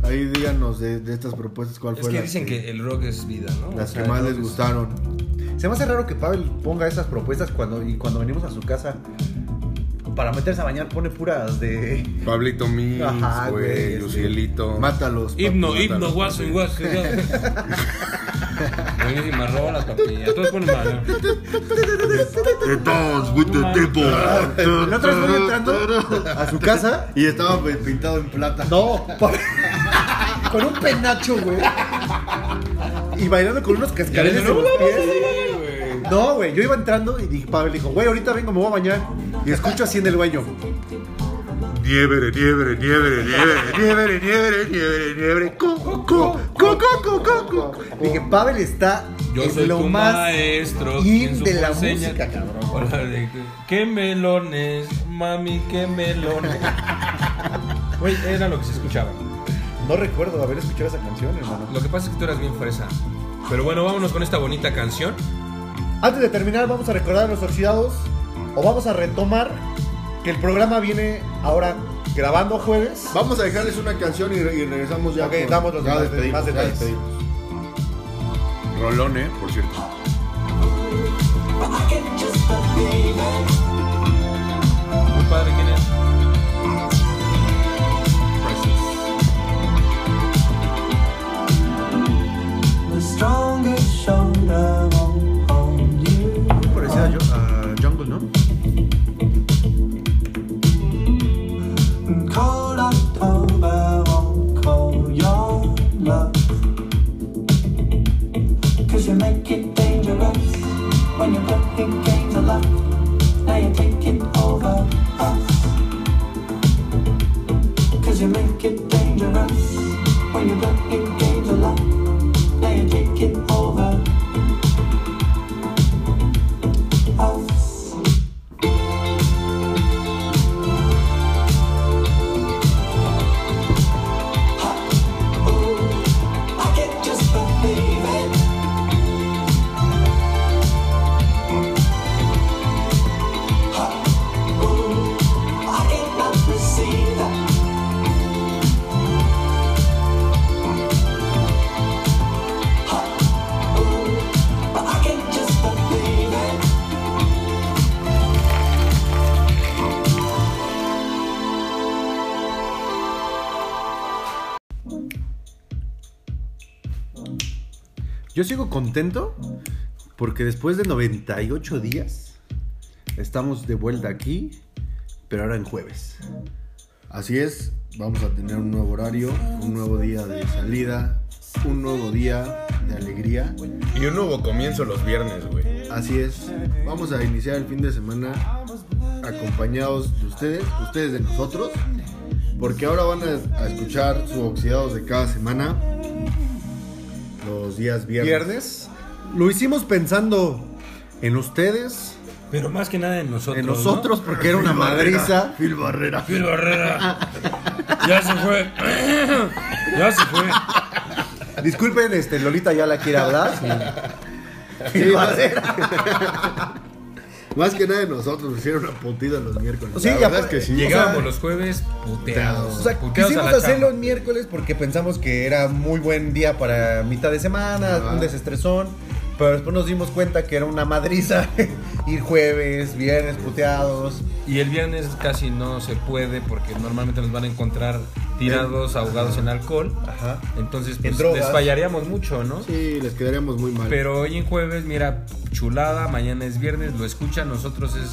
[SPEAKER 4] Ahí díganos de, de estas propuestas cuál
[SPEAKER 2] Es
[SPEAKER 4] fue
[SPEAKER 2] que
[SPEAKER 4] la
[SPEAKER 2] dicen que el rock es vida, ¿no?
[SPEAKER 4] las
[SPEAKER 2] O
[SPEAKER 4] que
[SPEAKER 2] sea,
[SPEAKER 4] más
[SPEAKER 2] el
[SPEAKER 4] les
[SPEAKER 2] rock es-
[SPEAKER 4] gustaron.
[SPEAKER 5] Se me hace raro que Pavel ponga esas propuestas cuando, y cuando venimos a su casa para meterse a bañar pone puras de...
[SPEAKER 1] Pablito Mix,
[SPEAKER 5] Ajá, güey,
[SPEAKER 1] güey,
[SPEAKER 5] este.
[SPEAKER 1] Lucielito.
[SPEAKER 4] Mátalos. papi,
[SPEAKER 2] Himno,
[SPEAKER 4] mátalos.
[SPEAKER 2] himno, guaso, y guaso, y guaso. Buenísima rola, papi. A todos ponen mal.
[SPEAKER 1] De todos, güey, de tipo.
[SPEAKER 5] La otra vez voy entrando a su casa.
[SPEAKER 4] Y estaba pe- pintado en plata.
[SPEAKER 5] No, pa- con un penacho, güey. Y bailando con unos cascabeles en los pies. No, güey, yo iba entrando y dije, Pavel dijo, güey, ahorita vengo, me voy a bañar. Y escucho así en el baño.
[SPEAKER 1] Nievere, nievere, nievere, nievere, nievere, nievere, nievere, nievere. Coco, coco, coco, coco, coco.
[SPEAKER 5] Dije, Pavel está
[SPEAKER 2] Yo
[SPEAKER 5] en
[SPEAKER 2] soy
[SPEAKER 5] lo
[SPEAKER 2] tu
[SPEAKER 5] más
[SPEAKER 2] maestro.
[SPEAKER 5] in
[SPEAKER 2] quien supo
[SPEAKER 5] de la
[SPEAKER 2] enseñar.
[SPEAKER 5] música, cabrón.
[SPEAKER 2] O la de, qué melones, mami, qué melones. Güey, era lo que se escuchaba.
[SPEAKER 5] No recuerdo haber escuchado esa canción, hermano.
[SPEAKER 2] Lo que pasa es que tú eras bien fresa. Pero bueno, vámonos con esta bonita canción.
[SPEAKER 5] Antes de terminar, vamos a recordar a los oxidados o vamos a retomar que el programa viene ahora grabando jueves.
[SPEAKER 4] Vamos a dejarles una canción y, re- y regresamos ya.
[SPEAKER 5] Ok, damos los
[SPEAKER 4] ya
[SPEAKER 5] demás-
[SPEAKER 4] despedimos,
[SPEAKER 5] más
[SPEAKER 4] ya
[SPEAKER 5] detalles.
[SPEAKER 4] despedimos.
[SPEAKER 1] Rolón, ¿eh? Por cierto.
[SPEAKER 2] Muy padre, ¿quién es?
[SPEAKER 5] Muy parecido a, Jo- a Jungle, ¿no?
[SPEAKER 7] Cause you make it dangerous when you put the game to luck. Now you're taking over us. Cause you make it dangerous when you put the game to luck. Now you're taking over us. I can't just believe it. I can't not receive it. But I can't just believe it.
[SPEAKER 5] Yo sigo contento porque después de 98 días estamos de vuelta aquí, pero ahora en jueves.
[SPEAKER 4] Así es, vamos a tener un nuevo horario, un nuevo día de salida, un nuevo día de alegría.
[SPEAKER 1] Y un nuevo comienzo los viernes, güey.
[SPEAKER 4] Así es, vamos a iniciar el fin de semana acompañados de ustedes, ustedes de nosotros, porque ahora van a, a escuchar su oxidados de cada semana los días viernes.
[SPEAKER 5] Viernes. Lo hicimos pensando en ustedes,
[SPEAKER 2] Pero más que nada en nosotros.
[SPEAKER 5] en nosotros, porque era una madriza.
[SPEAKER 4] Phil Barrera.
[SPEAKER 2] Phil Barrera. Ya se fue. Ya se fue.
[SPEAKER 5] Disculpen, este, Lolita ya la quiere hablar.
[SPEAKER 4] Sí, más, más que nada de nosotros, nos hicieron una puntida los miércoles.
[SPEAKER 5] Sí,
[SPEAKER 4] la
[SPEAKER 5] ya
[SPEAKER 4] verdad es
[SPEAKER 5] fue-
[SPEAKER 4] que sí.
[SPEAKER 2] Llegábamos
[SPEAKER 5] O sea,
[SPEAKER 2] los jueves puteados.
[SPEAKER 5] O sea,
[SPEAKER 2] puteados a
[SPEAKER 5] quisimos
[SPEAKER 2] la
[SPEAKER 5] hacerlo
[SPEAKER 2] chamba.
[SPEAKER 5] el miércoles porque pensamos que era muy buen día para mitad de semana,
[SPEAKER 4] Ajá.
[SPEAKER 5] un desestresón. Pero después nos dimos cuenta que era una madriza ir jueves, viernes puteados.
[SPEAKER 2] Y el viernes casi no se puede porque normalmente nos van a encontrar tirados, ahogados en alcohol.
[SPEAKER 5] Ajá.
[SPEAKER 2] Entonces,
[SPEAKER 5] En
[SPEAKER 2] pues,
[SPEAKER 5] drogas.
[SPEAKER 2] les fallaríamos mucho, ¿no?
[SPEAKER 4] Sí, les quedaríamos muy mal.
[SPEAKER 2] Pero hoy en jueves, mira, chulada, mañana es viernes, lo escuchan, nosotros es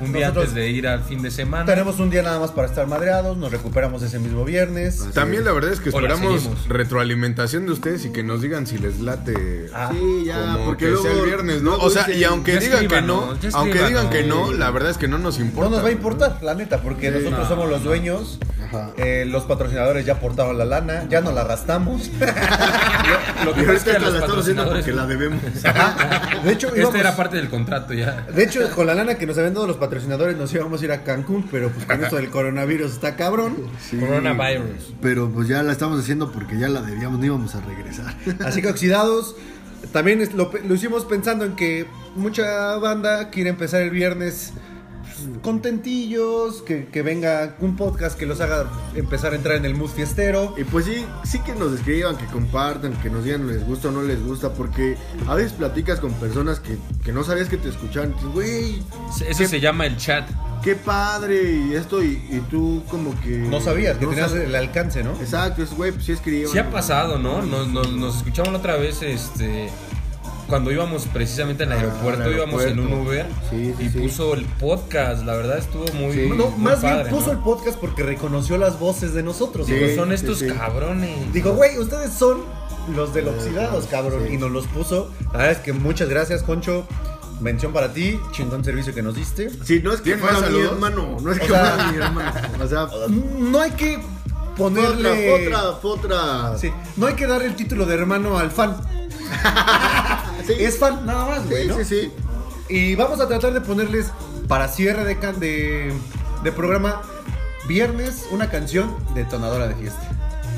[SPEAKER 2] un día
[SPEAKER 5] Nosotros-
[SPEAKER 2] antes de ir al fin de semana.
[SPEAKER 5] Tenemos un día nada más para estar madreados, nos recuperamos ese mismo viernes.
[SPEAKER 1] También la verdad es que
[SPEAKER 2] O la
[SPEAKER 1] esperamos
[SPEAKER 2] seguimos.
[SPEAKER 1] retroalimentación de ustedes y que nos digan si les late.
[SPEAKER 4] Ah, sí, ya,
[SPEAKER 1] como
[SPEAKER 4] porque
[SPEAKER 1] que
[SPEAKER 4] luego,
[SPEAKER 1] sea el viernes, ¿no?
[SPEAKER 4] luego
[SPEAKER 1] O sea,
[SPEAKER 4] dicen,
[SPEAKER 1] y aunque
[SPEAKER 2] ya
[SPEAKER 1] digan que no,
[SPEAKER 2] escríbanos, ya
[SPEAKER 1] aunque digan que no,
[SPEAKER 2] escríbanos.
[SPEAKER 1] la verdad es que no nos importa.
[SPEAKER 5] No nos va a importar, la neta, porque nosotros
[SPEAKER 2] no.
[SPEAKER 5] somos los dueños.
[SPEAKER 4] Ajá.
[SPEAKER 5] eh, los patrocinadores ya aportaron la lana, ya no la gastamos.
[SPEAKER 2] Lo
[SPEAKER 4] Y
[SPEAKER 2] que pasa es
[SPEAKER 4] ahorita
[SPEAKER 2] que a
[SPEAKER 4] la
[SPEAKER 2] los
[SPEAKER 4] estamos haciendo
[SPEAKER 2] patrocinadores-
[SPEAKER 4] porque la debemos.
[SPEAKER 5] De hecho, íbamos-
[SPEAKER 2] Esta Este era parte del contrato ya.
[SPEAKER 5] de hecho, con la lana que nos habían dado los patrocinadores nos íbamos a ir a Cancún, pero pues con esto del coronavirus está cabrón.
[SPEAKER 4] Sí.
[SPEAKER 2] Coronavirus.
[SPEAKER 4] Pero pues ya la estamos haciendo porque ya la debíamos, no íbamos a regresar.
[SPEAKER 5] Así que oxidados, también es- lo, pe- lo hicimos pensando en que mucha banda quiere empezar el viernes pues, contentillos, que, que venga un podcast que los haga empezar a entrar en el mood fiestero.
[SPEAKER 4] Y pues sí, sí que nos escriban, que compartan, que nos digan les gusta o no les gusta, porque a veces platicas con personas que, que no sabías que te escuchaban, y dices, güey,
[SPEAKER 2] Eso se llama el chat.
[SPEAKER 4] qué padre y esto, y, y tú como que...
[SPEAKER 5] No sabías que
[SPEAKER 4] no
[SPEAKER 5] tenías
[SPEAKER 4] sab-
[SPEAKER 5] el alcance, ¿no?
[SPEAKER 4] Exacto, es güey, pues sí escriban.
[SPEAKER 2] Sí ha pasado, ¿no? Nos, nos, nos escucharon otra vez, este... Cuando íbamos precisamente al
[SPEAKER 4] Ah, al
[SPEAKER 2] aeropuerto, íbamos en
[SPEAKER 4] aeropuerto.
[SPEAKER 2] un Uber
[SPEAKER 4] Sí, sí,
[SPEAKER 2] y
[SPEAKER 4] sí.
[SPEAKER 2] puso el podcast, la verdad estuvo muy,
[SPEAKER 4] Sí.
[SPEAKER 5] No,
[SPEAKER 2] muy
[SPEAKER 5] más
[SPEAKER 2] padre,
[SPEAKER 5] bien puso
[SPEAKER 2] ¿no?
[SPEAKER 5] el podcast porque reconoció las voces de nosotros.
[SPEAKER 4] Sí.
[SPEAKER 5] güey.
[SPEAKER 2] Digo, son estos
[SPEAKER 4] sí, sí.
[SPEAKER 2] cabrones.
[SPEAKER 5] Digo, güey, ustedes son los del oxidados,
[SPEAKER 4] sí.
[SPEAKER 5] cabrón. Y nos los puso. La verdad es que muchas gracias, Concho. Mención para ti, chingón servicio que nos diste.
[SPEAKER 4] Sí, no es que
[SPEAKER 1] ¿Tiene
[SPEAKER 4] fuera
[SPEAKER 1] más
[SPEAKER 4] mi
[SPEAKER 1] saludos?
[SPEAKER 4] hermano, no es
[SPEAKER 5] O
[SPEAKER 4] que
[SPEAKER 5] sea-
[SPEAKER 4] fuera mi hermano. O sea, fue
[SPEAKER 5] No hay que
[SPEAKER 4] otra,
[SPEAKER 5] ponerle.
[SPEAKER 4] fue otra, fue otra.
[SPEAKER 5] Sí, no hay que dar el título de hermano al fan.
[SPEAKER 4] Sí.
[SPEAKER 5] Es fan nada más,
[SPEAKER 4] Sí,
[SPEAKER 5] güey. ¿no?
[SPEAKER 4] sí, sí.
[SPEAKER 5] Y vamos a tratar de ponerles para cierre de, can de, de programa viernes una canción detonadora de fiesta.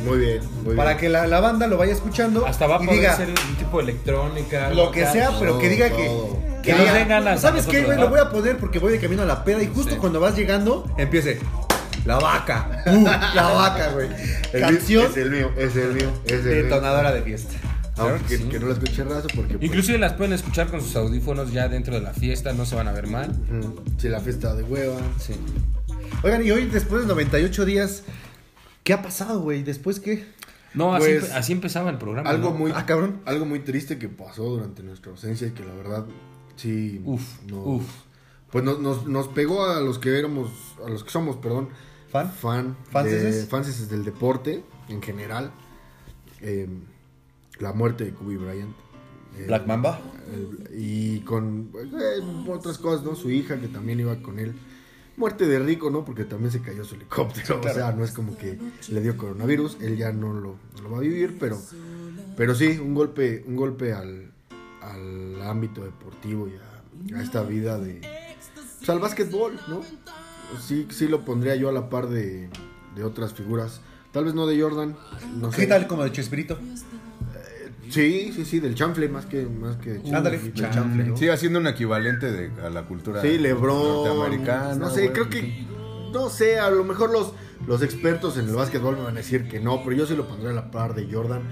[SPEAKER 4] Muy bien, muy
[SPEAKER 5] para
[SPEAKER 4] bien.
[SPEAKER 5] que la, la banda lo vaya escuchando
[SPEAKER 2] Hasta va a
[SPEAKER 5] y
[SPEAKER 2] poder
[SPEAKER 5] diga
[SPEAKER 2] ser un tipo de electrónica.
[SPEAKER 5] lo
[SPEAKER 2] algo
[SPEAKER 5] que
[SPEAKER 2] acá.
[SPEAKER 5] sea, pero que diga que.
[SPEAKER 4] todo.
[SPEAKER 2] Que nos
[SPEAKER 5] diga,
[SPEAKER 2] den ganas a
[SPEAKER 5] ¿Sabes qué,
[SPEAKER 2] nosotros,
[SPEAKER 5] güey?
[SPEAKER 2] ¿no?
[SPEAKER 5] Lo voy a poner porque voy de camino a la peda y justo
[SPEAKER 2] Sí.
[SPEAKER 5] cuando vas llegando empiece. La vaca. uh, la vaca, güey.
[SPEAKER 4] El mío-
[SPEAKER 5] Canción
[SPEAKER 4] Es el mío, es el mío, es el mío.
[SPEAKER 5] detonadora de fiesta.
[SPEAKER 4] Aunque que, que no la escuché raso porque. pues,
[SPEAKER 2] Inclusive las pueden escuchar con sus audífonos ya dentro de la fiesta, no se van a ver mal.
[SPEAKER 4] mm, Si la fiesta de hueva.
[SPEAKER 2] Sí.
[SPEAKER 5] Oigan, y hoy después de 98 días, ¿qué ha pasado, güey? ¿Después qué?
[SPEAKER 2] No, así,
[SPEAKER 4] Pues,
[SPEAKER 2] así empezaba el programa.
[SPEAKER 4] Algo
[SPEAKER 2] ¿no?
[SPEAKER 4] muy.
[SPEAKER 5] Ah, cabrón.
[SPEAKER 4] Algo muy triste que pasó durante nuestra ausencia y que la verdad. Sí.
[SPEAKER 2] Uf,
[SPEAKER 4] no-
[SPEAKER 2] uf.
[SPEAKER 4] Pues nos, nos, nos pegó a los que éramos. A los que somos, perdón.
[SPEAKER 5] ¿Fan?
[SPEAKER 4] Fan.
[SPEAKER 5] ¿Fanses?
[SPEAKER 4] de- fanses del deporte en general. Eh, la muerte de Kobe Bryant. Eh,
[SPEAKER 5] Black Mamba.
[SPEAKER 4] El- y con eh, otras cosas, ¿no? Su hija que también iba con él. Muerte de rico, ¿no? Porque también se cayó su helicóptero. O sea, no es como que le dio coronavirus. Él ya no lo, no lo va a vivir, pero, pero sí, un golpe, un golpe al, al ámbito deportivo y a, a esta vida de. pues, al básquetbol, ¿no? Sí, sí lo pondría yo a la par de, de otras figuras. Tal vez no de Jordan. No sé.
[SPEAKER 5] ¿Qué tal como de Chespirito?
[SPEAKER 4] Sí, sí, sí, del chanfle más que, más que de
[SPEAKER 5] Ándale.
[SPEAKER 4] del chanfle, ¿no?
[SPEAKER 1] Sigue haciendo un equivalente de, a la cultura
[SPEAKER 4] Sí, Lebron.
[SPEAKER 1] norteamericana.
[SPEAKER 4] No sé,
[SPEAKER 1] güey.
[SPEAKER 4] creo que. No sé, a lo mejor los, los expertos en el básquetbol me van a decir que no, pero yo sí lo pondré a la par de Jordan.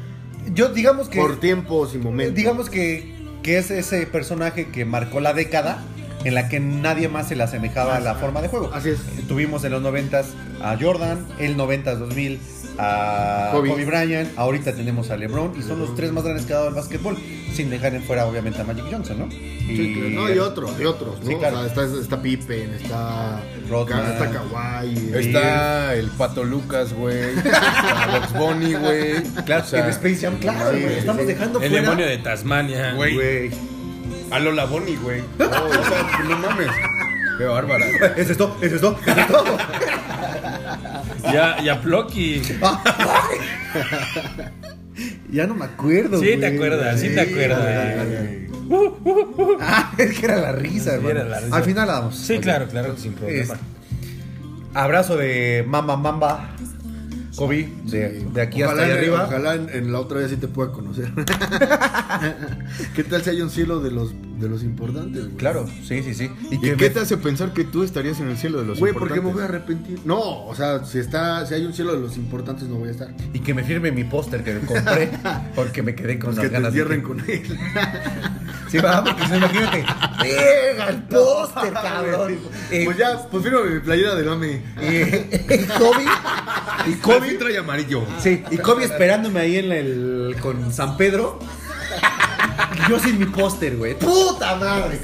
[SPEAKER 5] Yo, digamos que.
[SPEAKER 4] Por tiempos y momentos.
[SPEAKER 5] Digamos que, que es ese personaje que marcó la década en la que nadie más se le asemejaba a la forma de juego.
[SPEAKER 4] Así es.
[SPEAKER 5] Eh, Tuvimos en los 90 a Jordan, el 90 2000 a
[SPEAKER 4] Kobe.
[SPEAKER 5] Kobe. Bryant, ahorita tenemos a LeBron y son los tres más grandes que ha dado el básquetbol, sin dejar en fuera obviamente a Magic Johnson, ¿no?
[SPEAKER 4] Sí, claro. No, y otros, y otros, ¿no?
[SPEAKER 5] Sí, claro.
[SPEAKER 4] O sea, está, está Pippen, está.
[SPEAKER 5] Rodman.
[SPEAKER 4] Está Kawhi.
[SPEAKER 1] Está el Pato Lucas, güey. Está Box Bunny, güey.
[SPEAKER 5] Claro,
[SPEAKER 1] O sea,
[SPEAKER 5] en Space Jam, claro,
[SPEAKER 4] sí,
[SPEAKER 5] güey,
[SPEAKER 4] sí,
[SPEAKER 5] estamos
[SPEAKER 4] sí.
[SPEAKER 5] dejando
[SPEAKER 2] El
[SPEAKER 5] fuera.
[SPEAKER 2] demonio de Tasmania.
[SPEAKER 1] Güey. Oh,
[SPEAKER 5] Güey.
[SPEAKER 1] A Lola Bunny, güey. No, o sea, no mames. Qué bárbara.
[SPEAKER 5] Es esto, es esto, es esto.
[SPEAKER 2] Y a, y a Plocky.
[SPEAKER 5] ya no me acuerdo.
[SPEAKER 2] Sí, te
[SPEAKER 5] güey.
[SPEAKER 2] acuerdas, sí te acuerdas.
[SPEAKER 5] ay, ay. Ah, es que era la
[SPEAKER 2] Sí,
[SPEAKER 5] risa, hermano.
[SPEAKER 2] era la risa.
[SPEAKER 5] Al final la damos.
[SPEAKER 2] Sí, claro, claro, que sin problema.
[SPEAKER 5] Es- abrazo de Mamba Mamba. Kobe, de, de aquí
[SPEAKER 4] ojalá,
[SPEAKER 5] hasta allá
[SPEAKER 4] en-
[SPEAKER 5] arriba.
[SPEAKER 4] Ojalá en, en la otra vez sí te pueda conocer. ¿Qué tal si hay un cielo de los, de los importantes, güey?
[SPEAKER 5] Claro, sí, sí, sí.
[SPEAKER 1] ¿Y
[SPEAKER 5] que
[SPEAKER 1] qué
[SPEAKER 5] me-
[SPEAKER 1] te hace pensar que tú estarías en el cielo de los
[SPEAKER 4] Güey, ¿por qué
[SPEAKER 1] importantes?
[SPEAKER 4] me voy a arrepentir? No, o sea, si está, si hay un cielo de los importantes no voy a estar.
[SPEAKER 5] y que me firme mi póster que compré porque me quedé con
[SPEAKER 4] Pues
[SPEAKER 5] las
[SPEAKER 4] que te
[SPEAKER 5] ganas de
[SPEAKER 4] entierren
[SPEAKER 5] que-
[SPEAKER 4] con él.
[SPEAKER 5] Sí, va, porque se- imagínate. ¡Verga, el póster, cabrón! Eh,
[SPEAKER 4] Pues ya, pues vino mi playera del mami.
[SPEAKER 5] eh, y Kobe. Y
[SPEAKER 1] Kobe
[SPEAKER 5] Kobe.
[SPEAKER 1] trae amarillo.
[SPEAKER 5] Sí, y Kobe esperándome ahí en el. con San Pedro. Y Yo sin mi póster, güey. ¡Puta madre!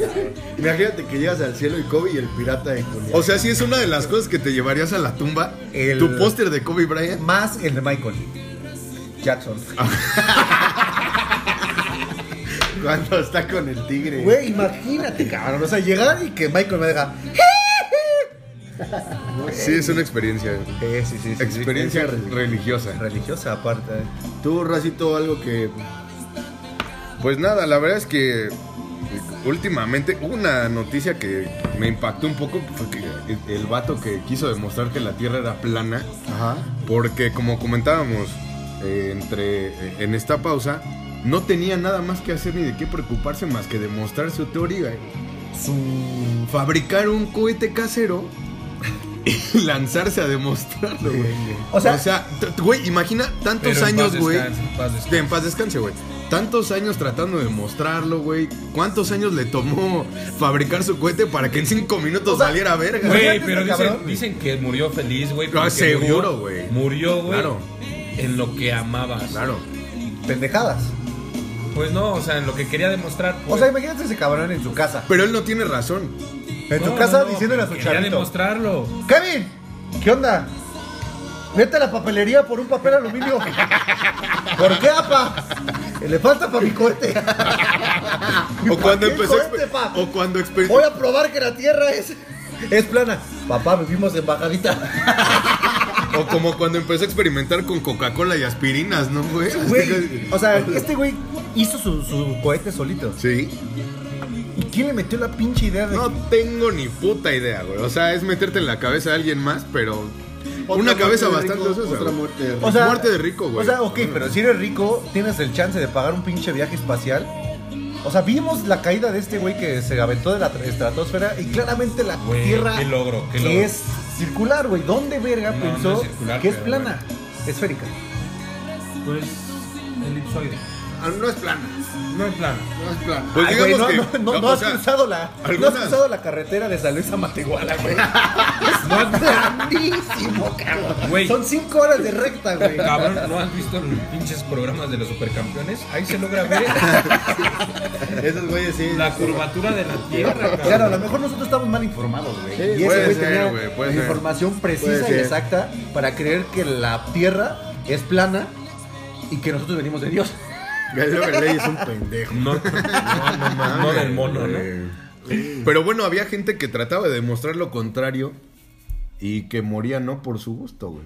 [SPEAKER 4] Imagínate que llegas al cielo y Kobe y el pirata de Culiacán.
[SPEAKER 1] O sea, si es una de las cosas que te llevarías a la tumba.
[SPEAKER 5] El-
[SPEAKER 1] Tu póster de Kobe Bryant.
[SPEAKER 5] Más el de Michael Jackson.
[SPEAKER 1] Ah.
[SPEAKER 4] cuando está con el tigre.
[SPEAKER 5] Güey, imagínate, cabrón. O sea, llegar y que Michael me diga.
[SPEAKER 1] Sí, es una experiencia.
[SPEAKER 5] Eh, sí, sí, sí, sí.
[SPEAKER 1] Experiencia religiosa.
[SPEAKER 5] religiosa aparte. eh.
[SPEAKER 4] Tú, Racito, algo que.
[SPEAKER 1] Pues nada, la verdad es que eh, últimamente hubo una noticia que me impactó un poco porque el vato que quiso demostrar que la Tierra era plana,
[SPEAKER 4] Ajá.
[SPEAKER 1] porque como comentábamos eh, entre eh, en esta pausa, no tenía nada más que hacer ni de qué preocuparse más que demostrar su teoría. eh. Su fabricar un cohete casero y lanzarse a demostrarlo, güey.
[SPEAKER 5] O
[SPEAKER 1] O
[SPEAKER 5] sea-
[SPEAKER 1] sea, t- güey, imagina tantos
[SPEAKER 2] Pero en paz
[SPEAKER 1] años, güey.
[SPEAKER 2] descanse, en paz descanse.
[SPEAKER 1] Que en paz descanse, güey. Tantos años tratando de mostrarlo, güey. ¿Cuántos años le tomó fabricar su cohete para que en cinco minutos saliera verga?
[SPEAKER 2] Güey, pero dicen,
[SPEAKER 5] cabrón.
[SPEAKER 2] dicen que murió feliz, güey.
[SPEAKER 1] No,
[SPEAKER 2] porque
[SPEAKER 1] seguro,
[SPEAKER 2] murió-
[SPEAKER 1] güey.
[SPEAKER 2] Murió, güey.
[SPEAKER 1] Claro.
[SPEAKER 2] En lo que amabas.
[SPEAKER 1] Claro.
[SPEAKER 5] Pendejadas.
[SPEAKER 2] Pues no, o sea, en lo que quería demostrar.
[SPEAKER 5] O
[SPEAKER 2] pues.
[SPEAKER 5] sea, imagínate ese cabrón en su casa.
[SPEAKER 1] Pero él no tiene razón.
[SPEAKER 5] En
[SPEAKER 2] No,
[SPEAKER 5] su casa
[SPEAKER 2] no, no,
[SPEAKER 5] diciéndole a su
[SPEAKER 2] quería
[SPEAKER 5] charrito.
[SPEAKER 2] demostrarlo.
[SPEAKER 5] Kevin, ¿qué onda? Vete a la papelería por un papel aluminio. ¿Por qué, apa? Le falta para mi cohete.
[SPEAKER 1] O cuando
[SPEAKER 5] ¿Para qué
[SPEAKER 1] empezó a
[SPEAKER 5] cohete,
[SPEAKER 1] exper-
[SPEAKER 5] pa?
[SPEAKER 1] O cuando exper-
[SPEAKER 5] Voy a probar que la tierra es, es plana. Papá, vivimos en bajadita.
[SPEAKER 1] o como cuando empezó a experimentar con Coca-Cola y aspirinas, ¿no, güey?
[SPEAKER 5] Güey, o sea, este güey hizo su, su cohete solito.
[SPEAKER 1] Sí.
[SPEAKER 5] ¿Y quién le metió la pinche idea de
[SPEAKER 1] No tengo ni puta idea, güey. O sea, es meterte en la cabeza de alguien más, pero
[SPEAKER 4] Otra
[SPEAKER 1] una cabeza
[SPEAKER 4] muerte de
[SPEAKER 1] bastante
[SPEAKER 4] rico,
[SPEAKER 1] ociosa,
[SPEAKER 4] Otra
[SPEAKER 1] güey.
[SPEAKER 4] muerte. de rico.
[SPEAKER 5] O sea,
[SPEAKER 1] Muerte de rico, güey.
[SPEAKER 5] O sea, ok, pero si eres rico, tienes el chance de pagar un pinche viaje espacial. O sea, vimos la caída de este güey que se aventó de la tra- estratosfera y claramente la
[SPEAKER 2] Güey,
[SPEAKER 5] Tierra
[SPEAKER 2] qué logro, qué
[SPEAKER 5] que
[SPEAKER 2] logro.
[SPEAKER 5] es circular, güey. ¿Dónde verga
[SPEAKER 2] No,
[SPEAKER 5] pensó
[SPEAKER 2] no es circular,
[SPEAKER 5] que es
[SPEAKER 2] pero
[SPEAKER 5] plana? Esférica.
[SPEAKER 2] Pues elipsoide.
[SPEAKER 1] Ah, no es plana.
[SPEAKER 2] No es plano.
[SPEAKER 1] No es plana. Pues
[SPEAKER 5] Ay, güey,
[SPEAKER 1] digamos
[SPEAKER 5] no,
[SPEAKER 1] que.
[SPEAKER 5] no, no, no
[SPEAKER 1] o
[SPEAKER 5] has
[SPEAKER 1] sea,
[SPEAKER 5] cruzado la, no
[SPEAKER 1] algunas-
[SPEAKER 5] has cruzado la carretera de San Luis a Matehuala, güey. es grandísimo, cabrón.
[SPEAKER 2] Güey.
[SPEAKER 5] Son cinco horas de recta, güey.
[SPEAKER 2] Cabrón, ¿no has visto los pinches programas de los supercampeones? Ahí se logra ver
[SPEAKER 4] Esos güeyes sí.
[SPEAKER 2] la curvatura de la Tierra,
[SPEAKER 5] Claro, a
[SPEAKER 2] cabrón.
[SPEAKER 5] lo mejor nosotros estamos mal informados, güey.
[SPEAKER 4] Sí,
[SPEAKER 5] y ese
[SPEAKER 1] puede
[SPEAKER 5] güey
[SPEAKER 1] ser,
[SPEAKER 5] tenía
[SPEAKER 1] güey, puede
[SPEAKER 5] la
[SPEAKER 1] ser.
[SPEAKER 5] información precisa
[SPEAKER 4] Puede
[SPEAKER 5] y
[SPEAKER 4] ser.
[SPEAKER 5] exacta para creer que la Tierra es plana y que nosotros venimos de Dios.
[SPEAKER 4] Galileo Galilei es un pendejo.
[SPEAKER 2] No, no, no, no, no del mono, ¿no?
[SPEAKER 1] Eh, Ah, Pero bueno, había gente que trataba de demostrar lo contrario y que moría no por su gusto, güey.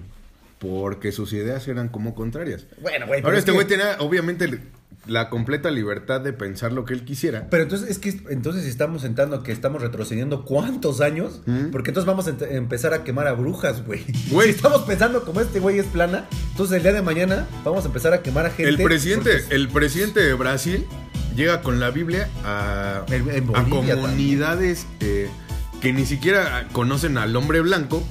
[SPEAKER 1] Porque sus ideas eran como contrarias.
[SPEAKER 5] Bueno, güey, pero
[SPEAKER 1] Ahora
[SPEAKER 5] es
[SPEAKER 1] este
[SPEAKER 5] que-
[SPEAKER 1] güey tenía, obviamente, la completa libertad de pensar lo que él quisiera.
[SPEAKER 5] Pero entonces es que entonces si estamos sentando que estamos retrocediendo cuántos años, porque entonces vamos a ent- empezar a quemar a brujas, güey.
[SPEAKER 1] Güey.
[SPEAKER 5] Si estamos pensando como este güey es plana, entonces el día de mañana vamos a empezar a quemar a gente.
[SPEAKER 1] El presidente,
[SPEAKER 5] porque-
[SPEAKER 1] el presidente de Brasil llega con la Biblia a,
[SPEAKER 5] En- en
[SPEAKER 1] a
[SPEAKER 5] Bolivia
[SPEAKER 1] comunidades eh, que ni siquiera conocen al hombre blanco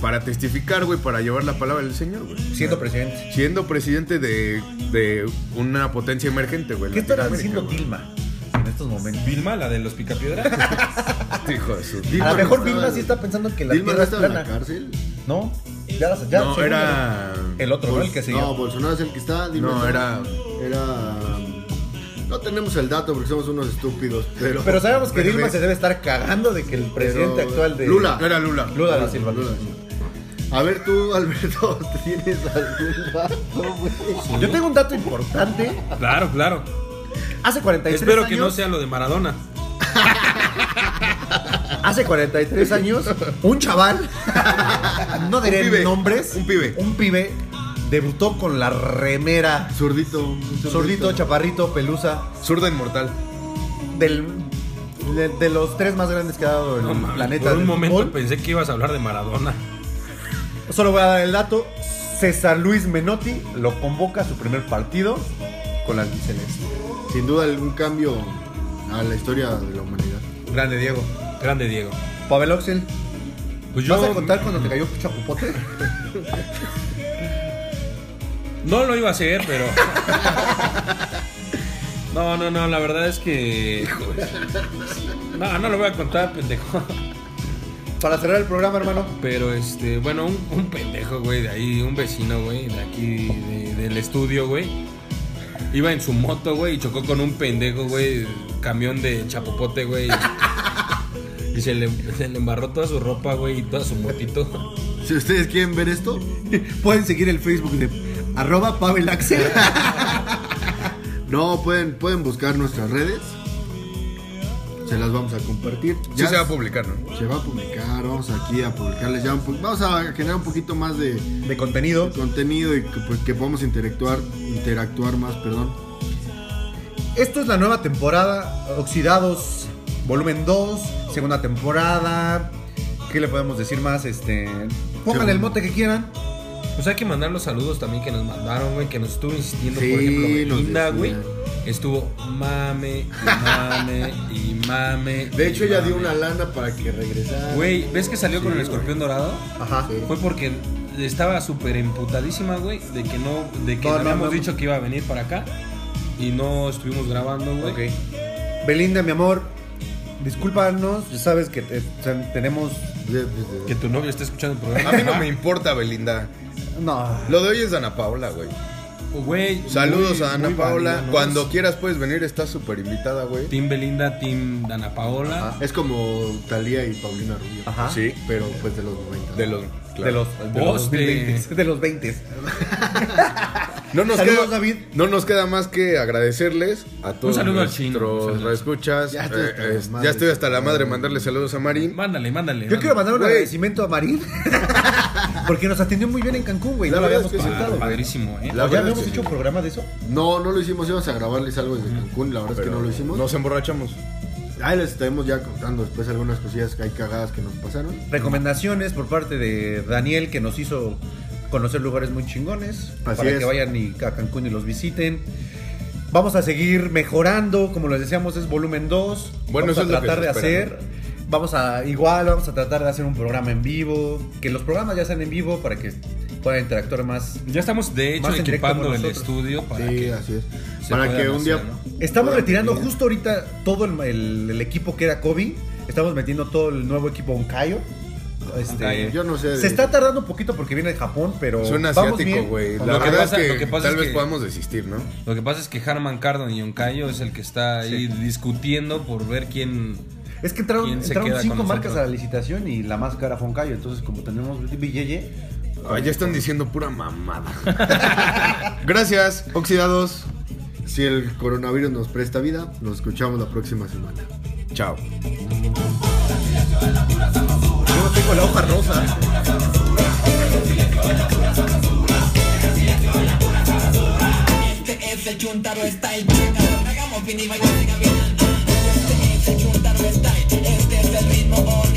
[SPEAKER 1] para testificar, güey, para llevar la palabra del Señor, güey.
[SPEAKER 5] siendo presidente.
[SPEAKER 1] Siendo presidente de, de una potencia emergente, güey.
[SPEAKER 5] ¿Qué estará
[SPEAKER 1] Latinoamérica,
[SPEAKER 5] diciendo Tilma en estos momentos?
[SPEAKER 2] Vilma, la de los picapiedras.
[SPEAKER 1] güey. Hijo de su-
[SPEAKER 5] Ah, a lo mejor
[SPEAKER 4] no
[SPEAKER 5] Vilma
[SPEAKER 4] estaba-
[SPEAKER 5] sí está pensando que la
[SPEAKER 4] ¿Dilma no
[SPEAKER 5] Tierra es
[SPEAKER 4] estaba en
[SPEAKER 5] plana.
[SPEAKER 4] la cárcel? pues,
[SPEAKER 5] No, ya las ya
[SPEAKER 1] No,
[SPEAKER 5] según
[SPEAKER 1] era...
[SPEAKER 5] El otro, ¿no? El que
[SPEAKER 4] No,
[SPEAKER 5] siguió.
[SPEAKER 4] Bolsonaro es el que está. Dilma
[SPEAKER 1] No,
[SPEAKER 4] estaba-
[SPEAKER 1] era...
[SPEAKER 4] Era. um, No tenemos el dato porque somos unos estúpidos, pero.
[SPEAKER 5] pero sabemos que
[SPEAKER 1] Pero
[SPEAKER 5] Dilma
[SPEAKER 1] es-
[SPEAKER 5] se debe estar cagando de que el presidente
[SPEAKER 4] Pues, Pero-
[SPEAKER 5] actual de
[SPEAKER 4] Lula.
[SPEAKER 1] Era Lula.
[SPEAKER 5] Lula da Silva.
[SPEAKER 4] Lula. A ver tú, Alberto, ¿tienes algún dato, güey?
[SPEAKER 5] Yo tengo un dato importante.
[SPEAKER 2] Claro, claro.
[SPEAKER 5] Hace 43
[SPEAKER 2] Espero que no
[SPEAKER 5] años,
[SPEAKER 2] sea lo de Maradona.
[SPEAKER 5] hace 43 años, un chaval, no diré
[SPEAKER 1] pibe,
[SPEAKER 5] nombres,
[SPEAKER 1] un pibe.
[SPEAKER 5] un pibe debutó con la remera
[SPEAKER 4] Zurdito. un
[SPEAKER 5] sordito, chaparrito, pelusa
[SPEAKER 1] Zurda
[SPEAKER 2] e
[SPEAKER 1] inmortal.
[SPEAKER 5] del de, de los tres más grandes que ha dado el
[SPEAKER 2] No, mames,
[SPEAKER 5] planeta.
[SPEAKER 2] Por un
[SPEAKER 5] del
[SPEAKER 2] momento
[SPEAKER 5] fútbol.
[SPEAKER 2] pensé que ibas a hablar de Maradona.
[SPEAKER 5] Solo voy a dar el dato. César Luis Menotti lo convoca a su primer partido con la albiceleste.
[SPEAKER 4] Sin duda algún cambio a la historia de la humanidad.
[SPEAKER 5] Grande Diego.
[SPEAKER 2] Grande Diego.
[SPEAKER 5] Pavel Oxel,
[SPEAKER 2] Pues
[SPEAKER 5] ¿vas
[SPEAKER 2] yo
[SPEAKER 5] a contar cuando te cayó Chapupote?
[SPEAKER 2] no lo iba a hacer, pero No, no, no, la verdad es que. pues, No, no lo voy a contar, pendejo.
[SPEAKER 5] Para cerrar el programa, hermano.
[SPEAKER 2] Pero este, bueno, un, un pendejo, güey, de ahí, un vecino, güey, de aquí, de- del estudio, güey. Iba en su moto, güey, y chocó con un pendejo, güey, camión de chapopote, güey. Y se le, se le embarró toda su ropa, güey, y toda su motito.
[SPEAKER 5] Si ustedes quieren ver esto, pueden seguir el Facebook de arroba Pavel Axel.
[SPEAKER 4] No, pueden, pueden buscar nuestras redes. Se las vamos a compartir.
[SPEAKER 1] Sí
[SPEAKER 4] Ya
[SPEAKER 1] se va a publicar, ¿no?
[SPEAKER 4] se va a publicar, vamos aquí a publicarles ya un po- Vamos a generar un poquito más de
[SPEAKER 5] De contenido.
[SPEAKER 4] contenido y que, pues, que podamos interactuar, interactuar más, perdón.
[SPEAKER 5] Esto es la nueva temporada, Oxidados, volumen 2, segunda temporada. ¿Qué le podemos decir más? Este, pónganle el mote que quieran.
[SPEAKER 2] Pues hay que mandar los saludos también que nos mandaron, güey, que nos estuvo insistiendo,
[SPEAKER 4] Sí,
[SPEAKER 2] por ejemplo,
[SPEAKER 4] nos
[SPEAKER 2] Belinda,
[SPEAKER 4] decía.
[SPEAKER 2] güey. Estuvo mame, y mame, y mame.
[SPEAKER 4] De hecho,
[SPEAKER 2] y
[SPEAKER 4] ella
[SPEAKER 2] mame.
[SPEAKER 4] dio una lana para que regresara.
[SPEAKER 2] Güey, ¿ves que salió con el escorpión dorado?
[SPEAKER 5] Ajá.
[SPEAKER 4] Sí.
[SPEAKER 2] Fue porque estaba súper emputadísima, güey, de que no, de que
[SPEAKER 5] No,
[SPEAKER 2] le
[SPEAKER 5] no,
[SPEAKER 2] habíamos
[SPEAKER 5] no.
[SPEAKER 2] dicho que iba a venir para acá y no estuvimos grabando, güey.
[SPEAKER 5] Ok. Belinda, mi amor, discúlpanos, ya sabes que te- te- tenemos...
[SPEAKER 2] Que tu novio esté escuchando el programa.
[SPEAKER 1] A mí no me importa, Belinda.
[SPEAKER 5] No,
[SPEAKER 1] Lo de hoy es de Ana Paula, güey.
[SPEAKER 2] Güey.
[SPEAKER 1] Saludos
[SPEAKER 2] muy-
[SPEAKER 1] a Ana
[SPEAKER 2] muy
[SPEAKER 1] Paula.
[SPEAKER 2] válida, ¿no?
[SPEAKER 1] Cuando quieras puedes venir, estás súper invitada, güey.
[SPEAKER 2] Team Belinda, Team Dana Paola.
[SPEAKER 4] Es como Talía y Paulina Rubio.
[SPEAKER 5] Ajá.
[SPEAKER 1] Sí,
[SPEAKER 4] Pero pues de los 90.
[SPEAKER 1] de los.
[SPEAKER 5] de
[SPEAKER 1] claro.
[SPEAKER 5] los... De los
[SPEAKER 2] Vos de-
[SPEAKER 5] 20. De los 20.
[SPEAKER 1] No nos,
[SPEAKER 5] Saludos,
[SPEAKER 1] queda,
[SPEAKER 5] David.
[SPEAKER 1] no nos queda más que agradecerles a todos
[SPEAKER 2] saludo al Chin. Un
[SPEAKER 1] nuestros
[SPEAKER 2] saludo.
[SPEAKER 1] escuchas. Eh,
[SPEAKER 4] Ya estoy hasta la madre.
[SPEAKER 1] ya estoy hasta la madre mandarle saludos a Marín.
[SPEAKER 2] Mándale, mándale.
[SPEAKER 5] Yo quiero mandar un
[SPEAKER 1] Güey.
[SPEAKER 5] agradecimiento a Marín. Porque nos atendió muy bien en Cancún, güey.
[SPEAKER 4] La
[SPEAKER 5] No lo
[SPEAKER 4] verdad
[SPEAKER 5] habíamos
[SPEAKER 4] es que sí.
[SPEAKER 5] presentado.
[SPEAKER 2] Padrísimo, eh.
[SPEAKER 1] La
[SPEAKER 5] ¿O ¿Ya
[SPEAKER 1] verdad
[SPEAKER 5] habíamos
[SPEAKER 1] es que
[SPEAKER 5] hecho un programa de eso?
[SPEAKER 4] No, no lo hicimos, íbamos a grabarles algo desde Cancún, la verdad es que no lo hicimos.
[SPEAKER 1] Nos emborrachamos.
[SPEAKER 4] Ahí les estaremos ya contando después algunas cosillas que hay cagadas que nos pasaron.
[SPEAKER 5] recomendaciones por parte de Daniel que nos hizo conocer lugares muy chingones
[SPEAKER 4] Así
[SPEAKER 5] para
[SPEAKER 4] es.
[SPEAKER 5] que vayan y a Cancún y los visiten. Vamos a seguir mejorando, como les decíamos, es volumen 2.
[SPEAKER 1] Bueno,
[SPEAKER 5] vamos
[SPEAKER 1] eso
[SPEAKER 5] a
[SPEAKER 1] es lo que
[SPEAKER 5] tratar
[SPEAKER 1] se
[SPEAKER 5] de
[SPEAKER 1] espera,
[SPEAKER 5] hacer. Vamos a igual vamos a tratar de hacer un programa en vivo, que los programas ya sean en vivo para que puedan interactuar más.
[SPEAKER 2] Ya estamos, de hecho,
[SPEAKER 5] Más en directo
[SPEAKER 2] equipando
[SPEAKER 5] con
[SPEAKER 2] el
[SPEAKER 5] nosotros.
[SPEAKER 2] estudio para
[SPEAKER 4] Sí,
[SPEAKER 2] que
[SPEAKER 4] así es.
[SPEAKER 2] se
[SPEAKER 4] Para
[SPEAKER 2] puedan
[SPEAKER 4] que un día.
[SPEAKER 2] hacer, ¿no?
[SPEAKER 5] Estamos
[SPEAKER 4] puedan
[SPEAKER 5] retirando
[SPEAKER 4] venir.
[SPEAKER 5] justo ahorita todo el, el- el equipo que era Kobe. Estamos metiendo todo el nuevo equipo Oncayo. Este,
[SPEAKER 2] Oncayo.
[SPEAKER 4] Yo no sé. de-
[SPEAKER 5] Se está tardando un poquito porque viene de Japón, pero.
[SPEAKER 1] Suena
[SPEAKER 5] vamos
[SPEAKER 1] asiático,
[SPEAKER 5] bien.
[SPEAKER 1] güey.
[SPEAKER 2] Lo
[SPEAKER 1] La
[SPEAKER 2] que
[SPEAKER 1] verdad
[SPEAKER 2] pasa-
[SPEAKER 1] es
[SPEAKER 2] lo
[SPEAKER 1] que
[SPEAKER 2] que pasa
[SPEAKER 1] tal
[SPEAKER 2] es
[SPEAKER 1] vez
[SPEAKER 2] que-
[SPEAKER 1] podamos desistir, ¿no?
[SPEAKER 2] Lo que pasa es que Harman Kardon y Oncayo es el que está ahí discutiendo por ver quién.
[SPEAKER 5] Es que entraron,
[SPEAKER 2] ¿Quién se
[SPEAKER 5] entraron
[SPEAKER 2] queda con
[SPEAKER 5] cinco marcas
[SPEAKER 2] nosotros?
[SPEAKER 5] a la licitación y la más cara fue Oncayo. Entonces, como tenemos billete,
[SPEAKER 1] Ah, ya están diciendo pura mamada. Gracias, oxidados.
[SPEAKER 4] Si el coronavirus nos presta vida, nos escuchamos la próxima semana.
[SPEAKER 1] Chao.
[SPEAKER 5] yo no tengo la hoja rosa.
[SPEAKER 7] Este es el ritmo original.